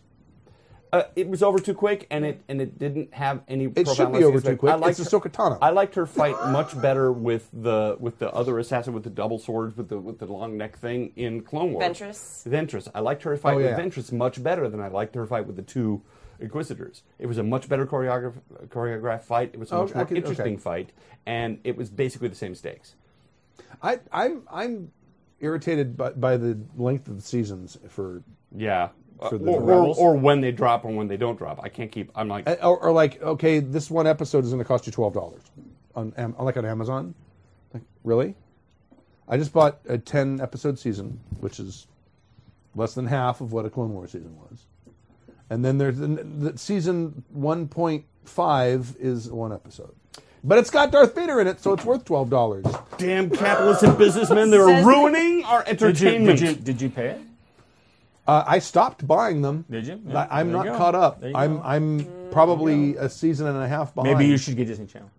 [SPEAKER 4] uh, it was over too quick, and it and it didn't have any.
[SPEAKER 2] It
[SPEAKER 4] profound
[SPEAKER 2] should be
[SPEAKER 4] lessons.
[SPEAKER 2] over too quick.
[SPEAKER 4] I liked
[SPEAKER 2] It's
[SPEAKER 4] her,
[SPEAKER 2] Ahsoka Tano.
[SPEAKER 4] I liked her fight much better with the with the other assassin with the double swords with the with the long neck thing in Clone Wars.
[SPEAKER 3] Ventress.
[SPEAKER 4] Ventress. I liked her fight
[SPEAKER 2] Oh, yeah.
[SPEAKER 4] with Ventress much better than I liked her fight with the two Inquisitors. It was a much better choreograph choreographed fight. It was a
[SPEAKER 2] Oh,
[SPEAKER 4] much
[SPEAKER 2] I
[SPEAKER 4] more
[SPEAKER 2] could- okay.
[SPEAKER 4] interesting fight, and it was basically the same stakes.
[SPEAKER 2] I I'm I'm irritated by, by the length of the seasons for
[SPEAKER 4] Yeah. Uh,
[SPEAKER 2] For the
[SPEAKER 4] or, or,
[SPEAKER 2] Rebels?
[SPEAKER 4] or when they drop or when they don't drop. I can't keep. I'm like,
[SPEAKER 2] Uh, or, or like okay this one episode is going to cost you twelve dollars on Am- like on amazon like really i just bought a 10 episode season which is less than half of what a clone war season was and then there's the, the season 1.5 is one episode but it's got darth vader in it so it's worth $12
[SPEAKER 4] damn capitalists and businessmen, they're
[SPEAKER 3] Says-
[SPEAKER 4] ruining our
[SPEAKER 5] Did you,
[SPEAKER 4] entertainment.
[SPEAKER 5] did you did you pay it?
[SPEAKER 2] uh, i stopped buying them
[SPEAKER 5] Did you?
[SPEAKER 2] I- i'm
[SPEAKER 5] There
[SPEAKER 2] not
[SPEAKER 5] you go.
[SPEAKER 2] caught up
[SPEAKER 5] There you
[SPEAKER 2] i'm
[SPEAKER 5] go.
[SPEAKER 2] i'm probably a season and a half behind
[SPEAKER 5] Maybe you should get Disney Channel.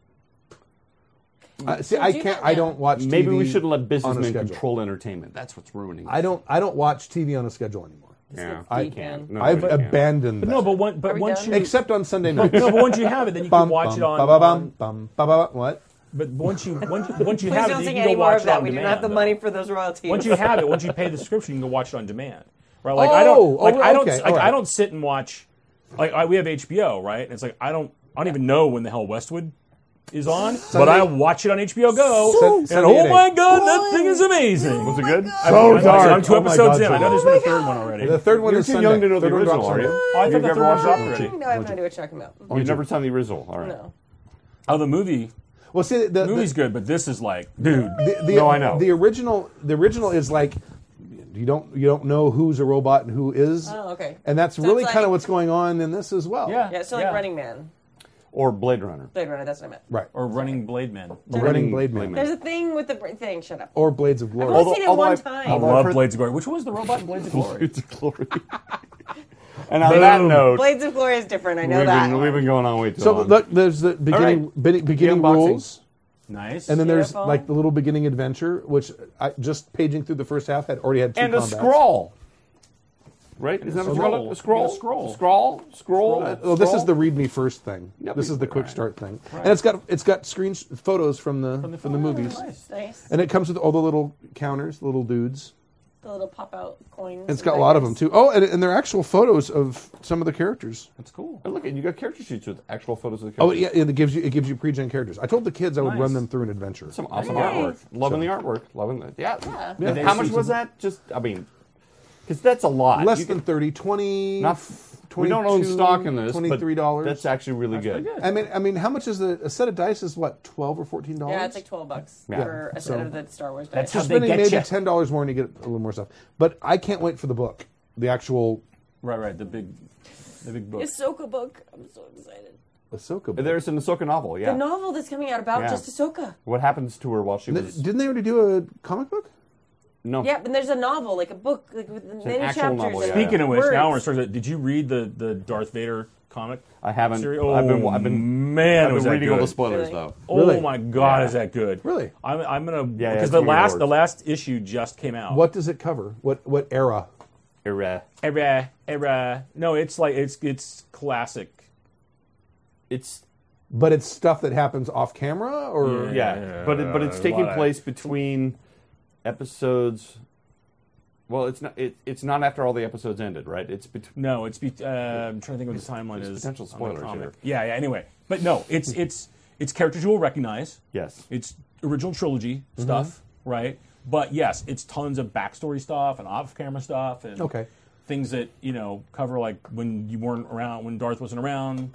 [SPEAKER 2] Uh, see i
[SPEAKER 3] do
[SPEAKER 2] can't
[SPEAKER 3] that
[SPEAKER 2] i
[SPEAKER 3] now.
[SPEAKER 2] don't watch
[SPEAKER 4] Maybe
[SPEAKER 2] TV
[SPEAKER 4] we shouldn't
[SPEAKER 2] on a
[SPEAKER 4] let businessmen
[SPEAKER 2] schedule.
[SPEAKER 4] control entertainment. That's what's ruining.
[SPEAKER 2] I don't. I don't watch TV on a schedule anymore.
[SPEAKER 4] Yeah,
[SPEAKER 3] I-
[SPEAKER 4] No,
[SPEAKER 2] I've
[SPEAKER 4] we can't.
[SPEAKER 2] abandoned.
[SPEAKER 5] But no,
[SPEAKER 2] that.
[SPEAKER 5] but one, but
[SPEAKER 3] we
[SPEAKER 5] once
[SPEAKER 3] done?
[SPEAKER 5] you
[SPEAKER 2] except on Sunday nights.
[SPEAKER 5] no, but once you have it, then you can
[SPEAKER 2] Bum,
[SPEAKER 5] watch
[SPEAKER 2] bum,
[SPEAKER 5] it on.
[SPEAKER 2] ba, ba, bum,
[SPEAKER 5] on-
[SPEAKER 2] bum, ba, ba, ba. What?
[SPEAKER 5] But once you once, once you
[SPEAKER 3] Please
[SPEAKER 5] have it,
[SPEAKER 3] don't
[SPEAKER 5] you
[SPEAKER 3] sing
[SPEAKER 5] can go
[SPEAKER 3] any more
[SPEAKER 5] watch
[SPEAKER 3] of
[SPEAKER 5] it
[SPEAKER 3] that.
[SPEAKER 5] on
[SPEAKER 3] We do
[SPEAKER 5] demand.
[SPEAKER 3] not have the
[SPEAKER 5] though.
[SPEAKER 3] money for those royalties.
[SPEAKER 5] Once you have it, once you pay the subscription, you can go watch it on demand. Right? Like I
[SPEAKER 2] Oh,
[SPEAKER 5] don't like
[SPEAKER 2] oh,
[SPEAKER 5] I don't
[SPEAKER 2] okay,
[SPEAKER 5] like
[SPEAKER 2] alright.
[SPEAKER 5] I don't sit and watch. Like I, we have HBO, right? And it's like I don't I don't even know when the hell Westwood is on, but I watch it on HBO Go.
[SPEAKER 2] Sun-
[SPEAKER 5] and
[SPEAKER 2] Sunday
[SPEAKER 5] oh
[SPEAKER 2] at
[SPEAKER 5] my
[SPEAKER 2] eight.
[SPEAKER 5] god, that thing is amazing.
[SPEAKER 3] Oh
[SPEAKER 4] Was it good?
[SPEAKER 5] I'm,
[SPEAKER 2] dark.
[SPEAKER 5] I'm two
[SPEAKER 2] Oh my
[SPEAKER 5] episodes
[SPEAKER 2] God,
[SPEAKER 5] in. I know
[SPEAKER 2] Jordan.
[SPEAKER 5] there's been a third one already.
[SPEAKER 2] The third one
[SPEAKER 4] You're
[SPEAKER 2] is
[SPEAKER 4] too
[SPEAKER 2] Sunday.
[SPEAKER 4] young to know the
[SPEAKER 2] Third one
[SPEAKER 4] original,
[SPEAKER 2] drops
[SPEAKER 4] are
[SPEAKER 2] Sunday.
[SPEAKER 4] you?
[SPEAKER 5] Oh, I
[SPEAKER 4] You've
[SPEAKER 5] thought the
[SPEAKER 4] never
[SPEAKER 5] third one
[SPEAKER 4] watched
[SPEAKER 5] dropped
[SPEAKER 4] it?
[SPEAKER 5] already.
[SPEAKER 3] no, I have no idea what you're talking about.
[SPEAKER 4] Oh, You've never seen the original. All right.
[SPEAKER 3] No.
[SPEAKER 5] Oh, the movie.
[SPEAKER 2] Well, see, the,
[SPEAKER 5] The movie's
[SPEAKER 2] the,
[SPEAKER 5] good, but this is like, dude.
[SPEAKER 2] the, the,
[SPEAKER 4] No, I know.
[SPEAKER 2] The original. The original is like you don't you don't know who's a robot and who is.
[SPEAKER 3] Oh, okay.
[SPEAKER 2] And that's
[SPEAKER 3] So
[SPEAKER 2] really
[SPEAKER 3] it's
[SPEAKER 2] kind of
[SPEAKER 3] like-
[SPEAKER 2] what's going on in this as well.
[SPEAKER 5] Yeah.
[SPEAKER 3] Yeah, it's so like
[SPEAKER 5] Yeah.
[SPEAKER 3] Running Man,
[SPEAKER 4] Or Blade Runner.
[SPEAKER 3] Blade Runner. That's what I meant.
[SPEAKER 2] Right. Or
[SPEAKER 5] Or running blade men.
[SPEAKER 2] running blade man.
[SPEAKER 4] Blade
[SPEAKER 3] There's a thing with the br- thing. Shut up.
[SPEAKER 2] Or blades of glory.
[SPEAKER 3] Although- seen it one
[SPEAKER 4] I-
[SPEAKER 3] time.
[SPEAKER 5] I
[SPEAKER 4] although I've [LAUGHS]
[SPEAKER 5] love
[SPEAKER 4] heard-
[SPEAKER 5] Blades of Glory. Which one was the robot in Blades of Glory?
[SPEAKER 4] Blades of Glory. [LAUGHS] and on that note,
[SPEAKER 3] Blades of Glory is different. I know
[SPEAKER 4] we've
[SPEAKER 3] that.
[SPEAKER 4] been, we've been going on way too
[SPEAKER 2] so
[SPEAKER 4] long.
[SPEAKER 2] look, there's the beginning
[SPEAKER 4] right.
[SPEAKER 2] be- beginning
[SPEAKER 4] The unboxing.
[SPEAKER 2] rules.
[SPEAKER 5] Nice.
[SPEAKER 2] And then there's
[SPEAKER 3] Beautiful.
[SPEAKER 2] like the little beginning adventure, which I just paging through the first half had already had two
[SPEAKER 4] and a
[SPEAKER 2] combats.
[SPEAKER 4] scroll. Right? Isn't that
[SPEAKER 5] a
[SPEAKER 4] what you call
[SPEAKER 5] roll.
[SPEAKER 4] it? A scroll?
[SPEAKER 5] Yeah, scroll.
[SPEAKER 4] Scroll? Scroll?
[SPEAKER 5] Scroll.
[SPEAKER 2] Uh, Well, this is
[SPEAKER 4] Scroll?
[SPEAKER 2] the read me first thing.
[SPEAKER 4] Yep.
[SPEAKER 2] This is the quick
[SPEAKER 4] Right.
[SPEAKER 2] start thing, and it's got it's got screen photos from the from the, movies,
[SPEAKER 5] Nice.
[SPEAKER 3] nice.
[SPEAKER 2] and it comes with all the little counters, little dudes.
[SPEAKER 3] the little pop out coins.
[SPEAKER 2] It's
[SPEAKER 3] and
[SPEAKER 2] got a lot of them
[SPEAKER 3] dice.
[SPEAKER 2] too. Oh, and, and they're actual photos of some of the characters.
[SPEAKER 5] That's cool.
[SPEAKER 4] And look, and you got character sheets with actual photos of the
[SPEAKER 2] Oh,
[SPEAKER 4] characters.
[SPEAKER 2] yeah, it gives you it gives you pre-gen characters. I told the kids I would run
[SPEAKER 5] Nice.
[SPEAKER 2] them through an adventure.
[SPEAKER 4] Some awesome
[SPEAKER 3] Nice.
[SPEAKER 4] artwork. Loving the artwork. Loving the yeah.
[SPEAKER 3] Yeah.
[SPEAKER 4] How much was that? Just I mean, because that's a lot.
[SPEAKER 2] Less
[SPEAKER 4] You
[SPEAKER 2] than
[SPEAKER 4] can-
[SPEAKER 2] 30, 20.
[SPEAKER 4] not. f- We don't own
[SPEAKER 2] 22,
[SPEAKER 4] stock in this. but
[SPEAKER 2] Twenty-three dollars.
[SPEAKER 4] That's actually really good.
[SPEAKER 2] I mean, I mean, how much is the a set of dice? Is what twelve or fourteen dollars?
[SPEAKER 3] Yeah, it's like twelve bucks
[SPEAKER 4] Yeah.
[SPEAKER 3] for a set
[SPEAKER 2] So-
[SPEAKER 3] of the Star Wars
[SPEAKER 5] That's
[SPEAKER 3] dice.
[SPEAKER 5] how they
[SPEAKER 2] spending
[SPEAKER 5] get
[SPEAKER 2] maybe
[SPEAKER 5] you.
[SPEAKER 2] ten dollars more and you get a little more stuff. But I can't wait for the book, the actual
[SPEAKER 5] Right, right. The big, the big book.
[SPEAKER 3] Ahsoka book. I'm so excited.
[SPEAKER 2] Ahsoka. Book.
[SPEAKER 4] There's an Ahsoka novel. Yeah.
[SPEAKER 3] The novel that's coming out about
[SPEAKER 4] Yeah.
[SPEAKER 3] just Ahsoka.
[SPEAKER 4] What happens to her while she
[SPEAKER 2] Th-
[SPEAKER 4] was?
[SPEAKER 2] Didn't they already do a comic book?
[SPEAKER 4] no.
[SPEAKER 3] Yep, and there's a novel, like a book, like with many
[SPEAKER 4] actual
[SPEAKER 3] chapters.
[SPEAKER 4] novel,
[SPEAKER 3] and
[SPEAKER 4] yeah.
[SPEAKER 5] Speaking of which,
[SPEAKER 3] words.
[SPEAKER 5] now we're starting. To, did you read the the Darth Vader comic?
[SPEAKER 4] I haven't.
[SPEAKER 5] series? Oh,
[SPEAKER 4] I've been. I've been.
[SPEAKER 5] man,
[SPEAKER 4] I've
[SPEAKER 5] was
[SPEAKER 4] been
[SPEAKER 5] that
[SPEAKER 4] reading all
[SPEAKER 5] good.
[SPEAKER 4] the spoilers
[SPEAKER 3] Really?
[SPEAKER 4] though.
[SPEAKER 5] Oh
[SPEAKER 2] Really?
[SPEAKER 5] my God,
[SPEAKER 4] Yeah.
[SPEAKER 5] is that good?
[SPEAKER 2] Really?
[SPEAKER 5] I'm, I'm
[SPEAKER 4] Yeah,
[SPEAKER 5] gonna
[SPEAKER 4] yeah,
[SPEAKER 5] because
[SPEAKER 4] it's
[SPEAKER 5] the
[SPEAKER 4] gonna be
[SPEAKER 5] last
[SPEAKER 4] large.
[SPEAKER 5] the last issue just came out.
[SPEAKER 2] What does it cover? What what era?
[SPEAKER 4] Era.
[SPEAKER 5] Era, era. No, it's like it's it's classic.
[SPEAKER 4] It's
[SPEAKER 2] But it's stuff that happens off camera, or
[SPEAKER 4] Mm, yeah, but it, but it's taking place between episodes. Well, it's not. It, it's not after all the episodes ended, right? It's between.
[SPEAKER 5] No, it's be, uh, I'm trying to think of what the timeline
[SPEAKER 4] it's
[SPEAKER 5] is.
[SPEAKER 4] potential
[SPEAKER 5] on the
[SPEAKER 4] spoilers
[SPEAKER 5] comic.
[SPEAKER 4] here.
[SPEAKER 5] Yeah, yeah. Anyway, but no, it's it's it's characters you will recognize.
[SPEAKER 4] Yes.
[SPEAKER 5] It's original trilogy stuff, right? But yes, it's tons of backstory stuff and off-camera stuff and
[SPEAKER 2] Okay.
[SPEAKER 5] things that you know cover like when you weren't around, when Darth wasn't around.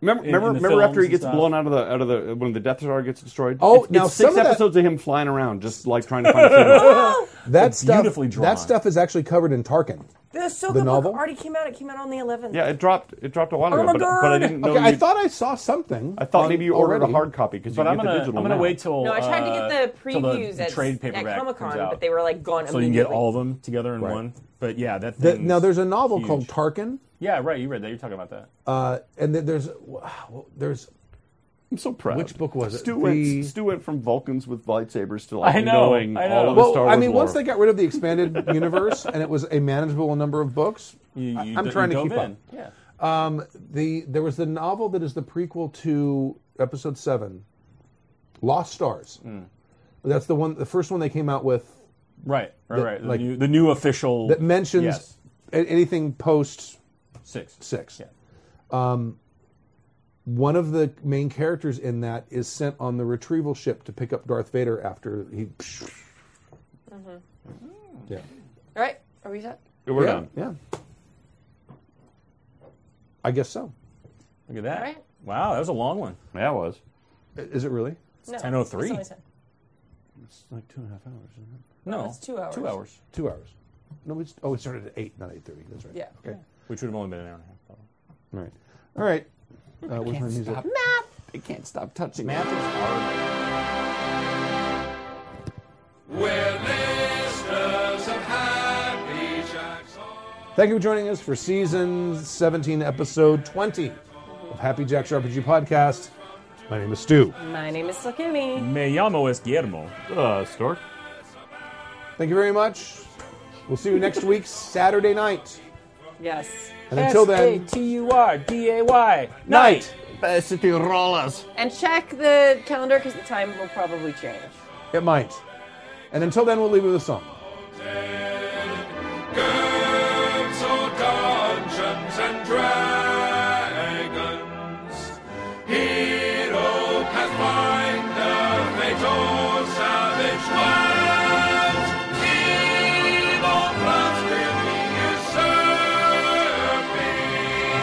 [SPEAKER 4] Remember,
[SPEAKER 5] in-
[SPEAKER 4] remember,
[SPEAKER 5] in the
[SPEAKER 4] remember after
[SPEAKER 5] films
[SPEAKER 4] he
[SPEAKER 5] and
[SPEAKER 4] gets
[SPEAKER 5] stuff.
[SPEAKER 4] blown out of the out of the when the Death Star gets destroyed.
[SPEAKER 2] Oh,
[SPEAKER 4] It's- it's
[SPEAKER 2] now
[SPEAKER 4] six
[SPEAKER 2] some of that-
[SPEAKER 4] episodes of him flying around, just like trying to
[SPEAKER 2] [LAUGHS]
[SPEAKER 4] find. a
[SPEAKER 2] that stuff.
[SPEAKER 5] beautifully drawn.
[SPEAKER 2] That stuff is actually covered in Tarkin.
[SPEAKER 3] the Ahsoka
[SPEAKER 2] the
[SPEAKER 3] book
[SPEAKER 2] novel?
[SPEAKER 3] already came out. It came out on the 11th.
[SPEAKER 4] Yeah, it dropped. It dropped a while ago,
[SPEAKER 3] my
[SPEAKER 4] but, but I
[SPEAKER 3] God!
[SPEAKER 4] didn't know.
[SPEAKER 2] Okay, I
[SPEAKER 4] you-
[SPEAKER 2] thought I saw something.
[SPEAKER 4] I thought
[SPEAKER 2] on-
[SPEAKER 4] maybe you ordered
[SPEAKER 2] already.
[SPEAKER 4] a hard copy because you
[SPEAKER 5] But
[SPEAKER 4] can
[SPEAKER 5] I'm
[SPEAKER 4] get
[SPEAKER 5] gonna
[SPEAKER 4] the
[SPEAKER 5] I'm
[SPEAKER 4] digital.
[SPEAKER 5] gonna
[SPEAKER 4] now.
[SPEAKER 5] wait till
[SPEAKER 3] No, I tried to get
[SPEAKER 5] uh,
[SPEAKER 3] the
[SPEAKER 5] till
[SPEAKER 3] previews
[SPEAKER 5] the
[SPEAKER 3] at,
[SPEAKER 5] trade paperback
[SPEAKER 3] at Comic
[SPEAKER 5] comes
[SPEAKER 3] Con,
[SPEAKER 5] out.
[SPEAKER 3] but they were like gone.
[SPEAKER 5] so you can get
[SPEAKER 3] immediately.
[SPEAKER 5] all of them together in
[SPEAKER 2] Right.
[SPEAKER 5] one. But yeah, that
[SPEAKER 2] The-
[SPEAKER 5] thing.
[SPEAKER 2] now there's a novel
[SPEAKER 5] huge.
[SPEAKER 2] called Tarkin,
[SPEAKER 5] yeah, right. You read that. You're talking about that.
[SPEAKER 2] uh, and then there's wow, there's
[SPEAKER 4] I'm so proud.
[SPEAKER 2] Which book was it?
[SPEAKER 4] Stu,
[SPEAKER 2] The-
[SPEAKER 4] went, Stu went from Vulcans with lightsabers to like
[SPEAKER 5] I know,
[SPEAKER 4] knowing
[SPEAKER 5] I know.
[SPEAKER 4] all of the
[SPEAKER 5] Well,
[SPEAKER 4] Star
[SPEAKER 2] Well,
[SPEAKER 4] Wars
[SPEAKER 2] I mean,
[SPEAKER 4] lore.
[SPEAKER 2] once they got rid of the
[SPEAKER 4] [LAUGHS]
[SPEAKER 2] expanded universe and it was a manageable number of books,
[SPEAKER 5] You,
[SPEAKER 2] I-
[SPEAKER 5] you
[SPEAKER 2] I'm
[SPEAKER 5] d-
[SPEAKER 2] trying
[SPEAKER 5] you
[SPEAKER 2] to
[SPEAKER 5] dove
[SPEAKER 2] keep
[SPEAKER 5] in.
[SPEAKER 2] up.
[SPEAKER 5] Yeah.
[SPEAKER 2] Um, the there was the novel that is the prequel to Episode Seven, Lost Stars.
[SPEAKER 4] Hmm.
[SPEAKER 2] That's the one, the first one they came out with
[SPEAKER 5] Right. Right.
[SPEAKER 2] That,
[SPEAKER 5] right. The,
[SPEAKER 2] like-
[SPEAKER 5] new, the new official
[SPEAKER 2] that mentions
[SPEAKER 5] yes,
[SPEAKER 2] a- anything post
[SPEAKER 5] six.
[SPEAKER 2] six. Um,
[SPEAKER 5] Yeah.
[SPEAKER 2] One of the main characters in that is sent on the retrieval ship to pick up Darth Vader after he. Yeah.
[SPEAKER 3] All right, are we done?
[SPEAKER 4] We're
[SPEAKER 2] yeah,
[SPEAKER 4] done.
[SPEAKER 2] Yeah. I guess so.
[SPEAKER 5] Look at that.
[SPEAKER 3] Right.
[SPEAKER 5] Wow, that was a long one.
[SPEAKER 4] Yeah, it was.
[SPEAKER 2] I- Is it really?
[SPEAKER 3] No,
[SPEAKER 5] 10:03.
[SPEAKER 3] it's only 10.
[SPEAKER 4] It's like two and a half hours. Isn't it?
[SPEAKER 5] No,
[SPEAKER 3] it's two hours.
[SPEAKER 5] Two hours,
[SPEAKER 2] Two hours. No, we, oh, it started at eight, not eight thirty. That's right.
[SPEAKER 3] Yeah.
[SPEAKER 2] Okay.
[SPEAKER 5] which would have only been an hour and a half. probably.
[SPEAKER 2] All right. All right. Uh, where's my music?
[SPEAKER 4] I can't stop touching
[SPEAKER 2] Thank you for joining us for season 17, episode 20 of Happy Jack's RPG Podcast. My name is Stu.
[SPEAKER 3] My name is Silkimi.
[SPEAKER 5] Me llamo es Guillermo.
[SPEAKER 4] Uh, Stork.
[SPEAKER 2] Thank you very much. We'll see you next week, Saturday night.
[SPEAKER 3] Yes.
[SPEAKER 2] And until then,
[SPEAKER 5] S A T U R D A Y.
[SPEAKER 2] night.
[SPEAKER 4] City Rollers.
[SPEAKER 3] And check the calendar because the time will probably change.
[SPEAKER 2] It might. And until then, we'll leave you with a song.
[SPEAKER 8] Games or Dungeons and Dragons. Hero, Pathfinder, Fate or Savage Lands. Evil plans will be usurping.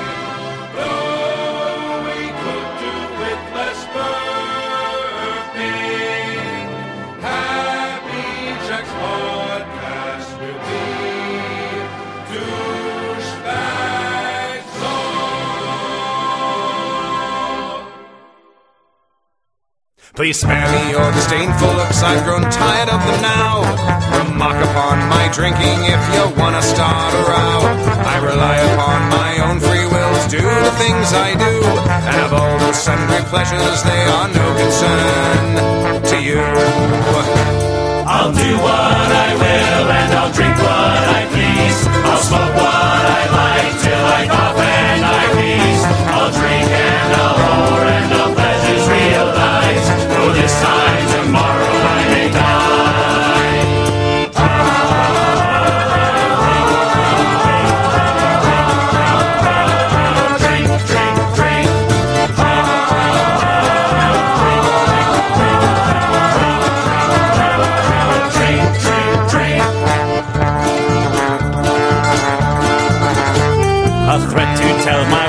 [SPEAKER 8] Though we could do with less burping. Happy Jack's podcast will be douchebags
[SPEAKER 9] Please spare me your disdainful looks, I've grown tired of them now. Remark upon my drinking if you wanna start a row. I rely upon my own free will to do the things I do, and of all those sundry pleasures, they are no concern to you.
[SPEAKER 8] I'll do what I will and I'll drink what I please. I'll smoke what I like till I cough and I wheeze. I'll drink and I'll whore and I'll pleasures realize. Though this time tomorrow I may die. Drink, drink, drink. Drink, drink,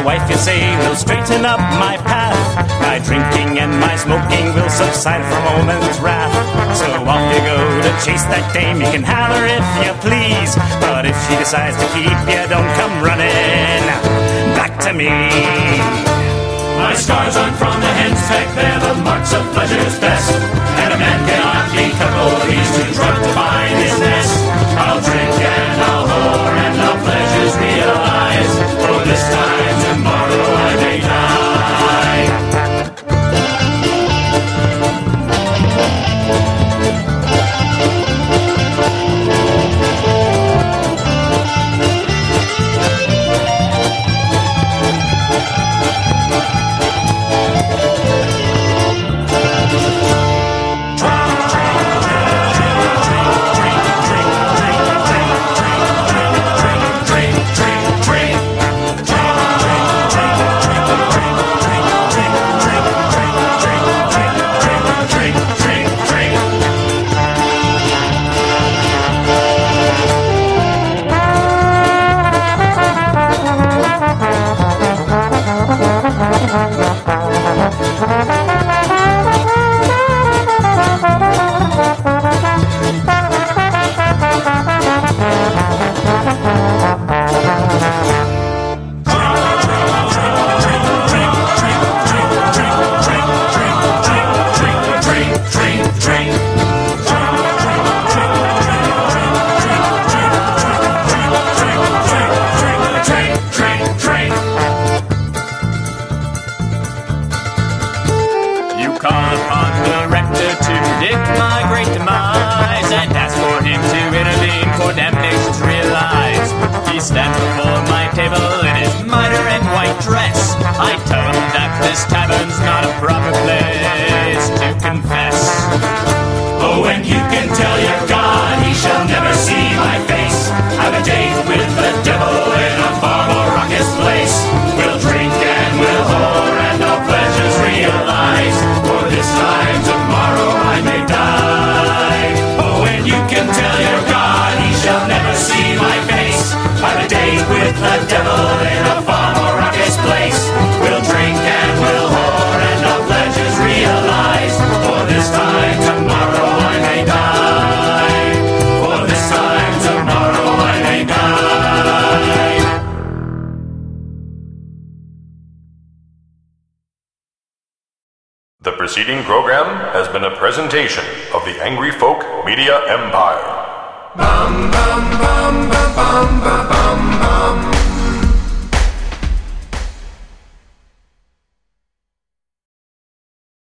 [SPEAKER 5] open up my path. My drinking and my smoking will subside from a woman's wrath. So off you go to chase that dame. You can holler if you please. But if she decides to keep you, don't come running back to me. My scars aren't from the hen's peck, they're the marks of pleasure's best. And a man cannot be coupled, he's too drunk to find his nest. I'll drink and I'll whore and I'll pleasures realize. For this time tomorrow I may die. You call upon the rector to predict my great demise and ask for him to intervene for damnation's realized. He stands before my table in his mitre and white dress. I tell him that this tavern's not a proper place to confess. Oh, and you can tell your God he shall never see my face. Have a date with the devil in a far more raucous place. We'll drink and we'll whore and our pleasures realize. For this time tomorrow I may die. Oh, and you can tell your God he shall never see my face. Have a date with the devil in a far more raucous place. We'll drink and we'll whore and our pleasures realize. For this time tomorrow I may die. For this time tomorrow I may die.
[SPEAKER 1] The preceding program has been a presentation of the Angry Folk Media Empire.
[SPEAKER 10] Bum, bum, bum, bum, bum, bum,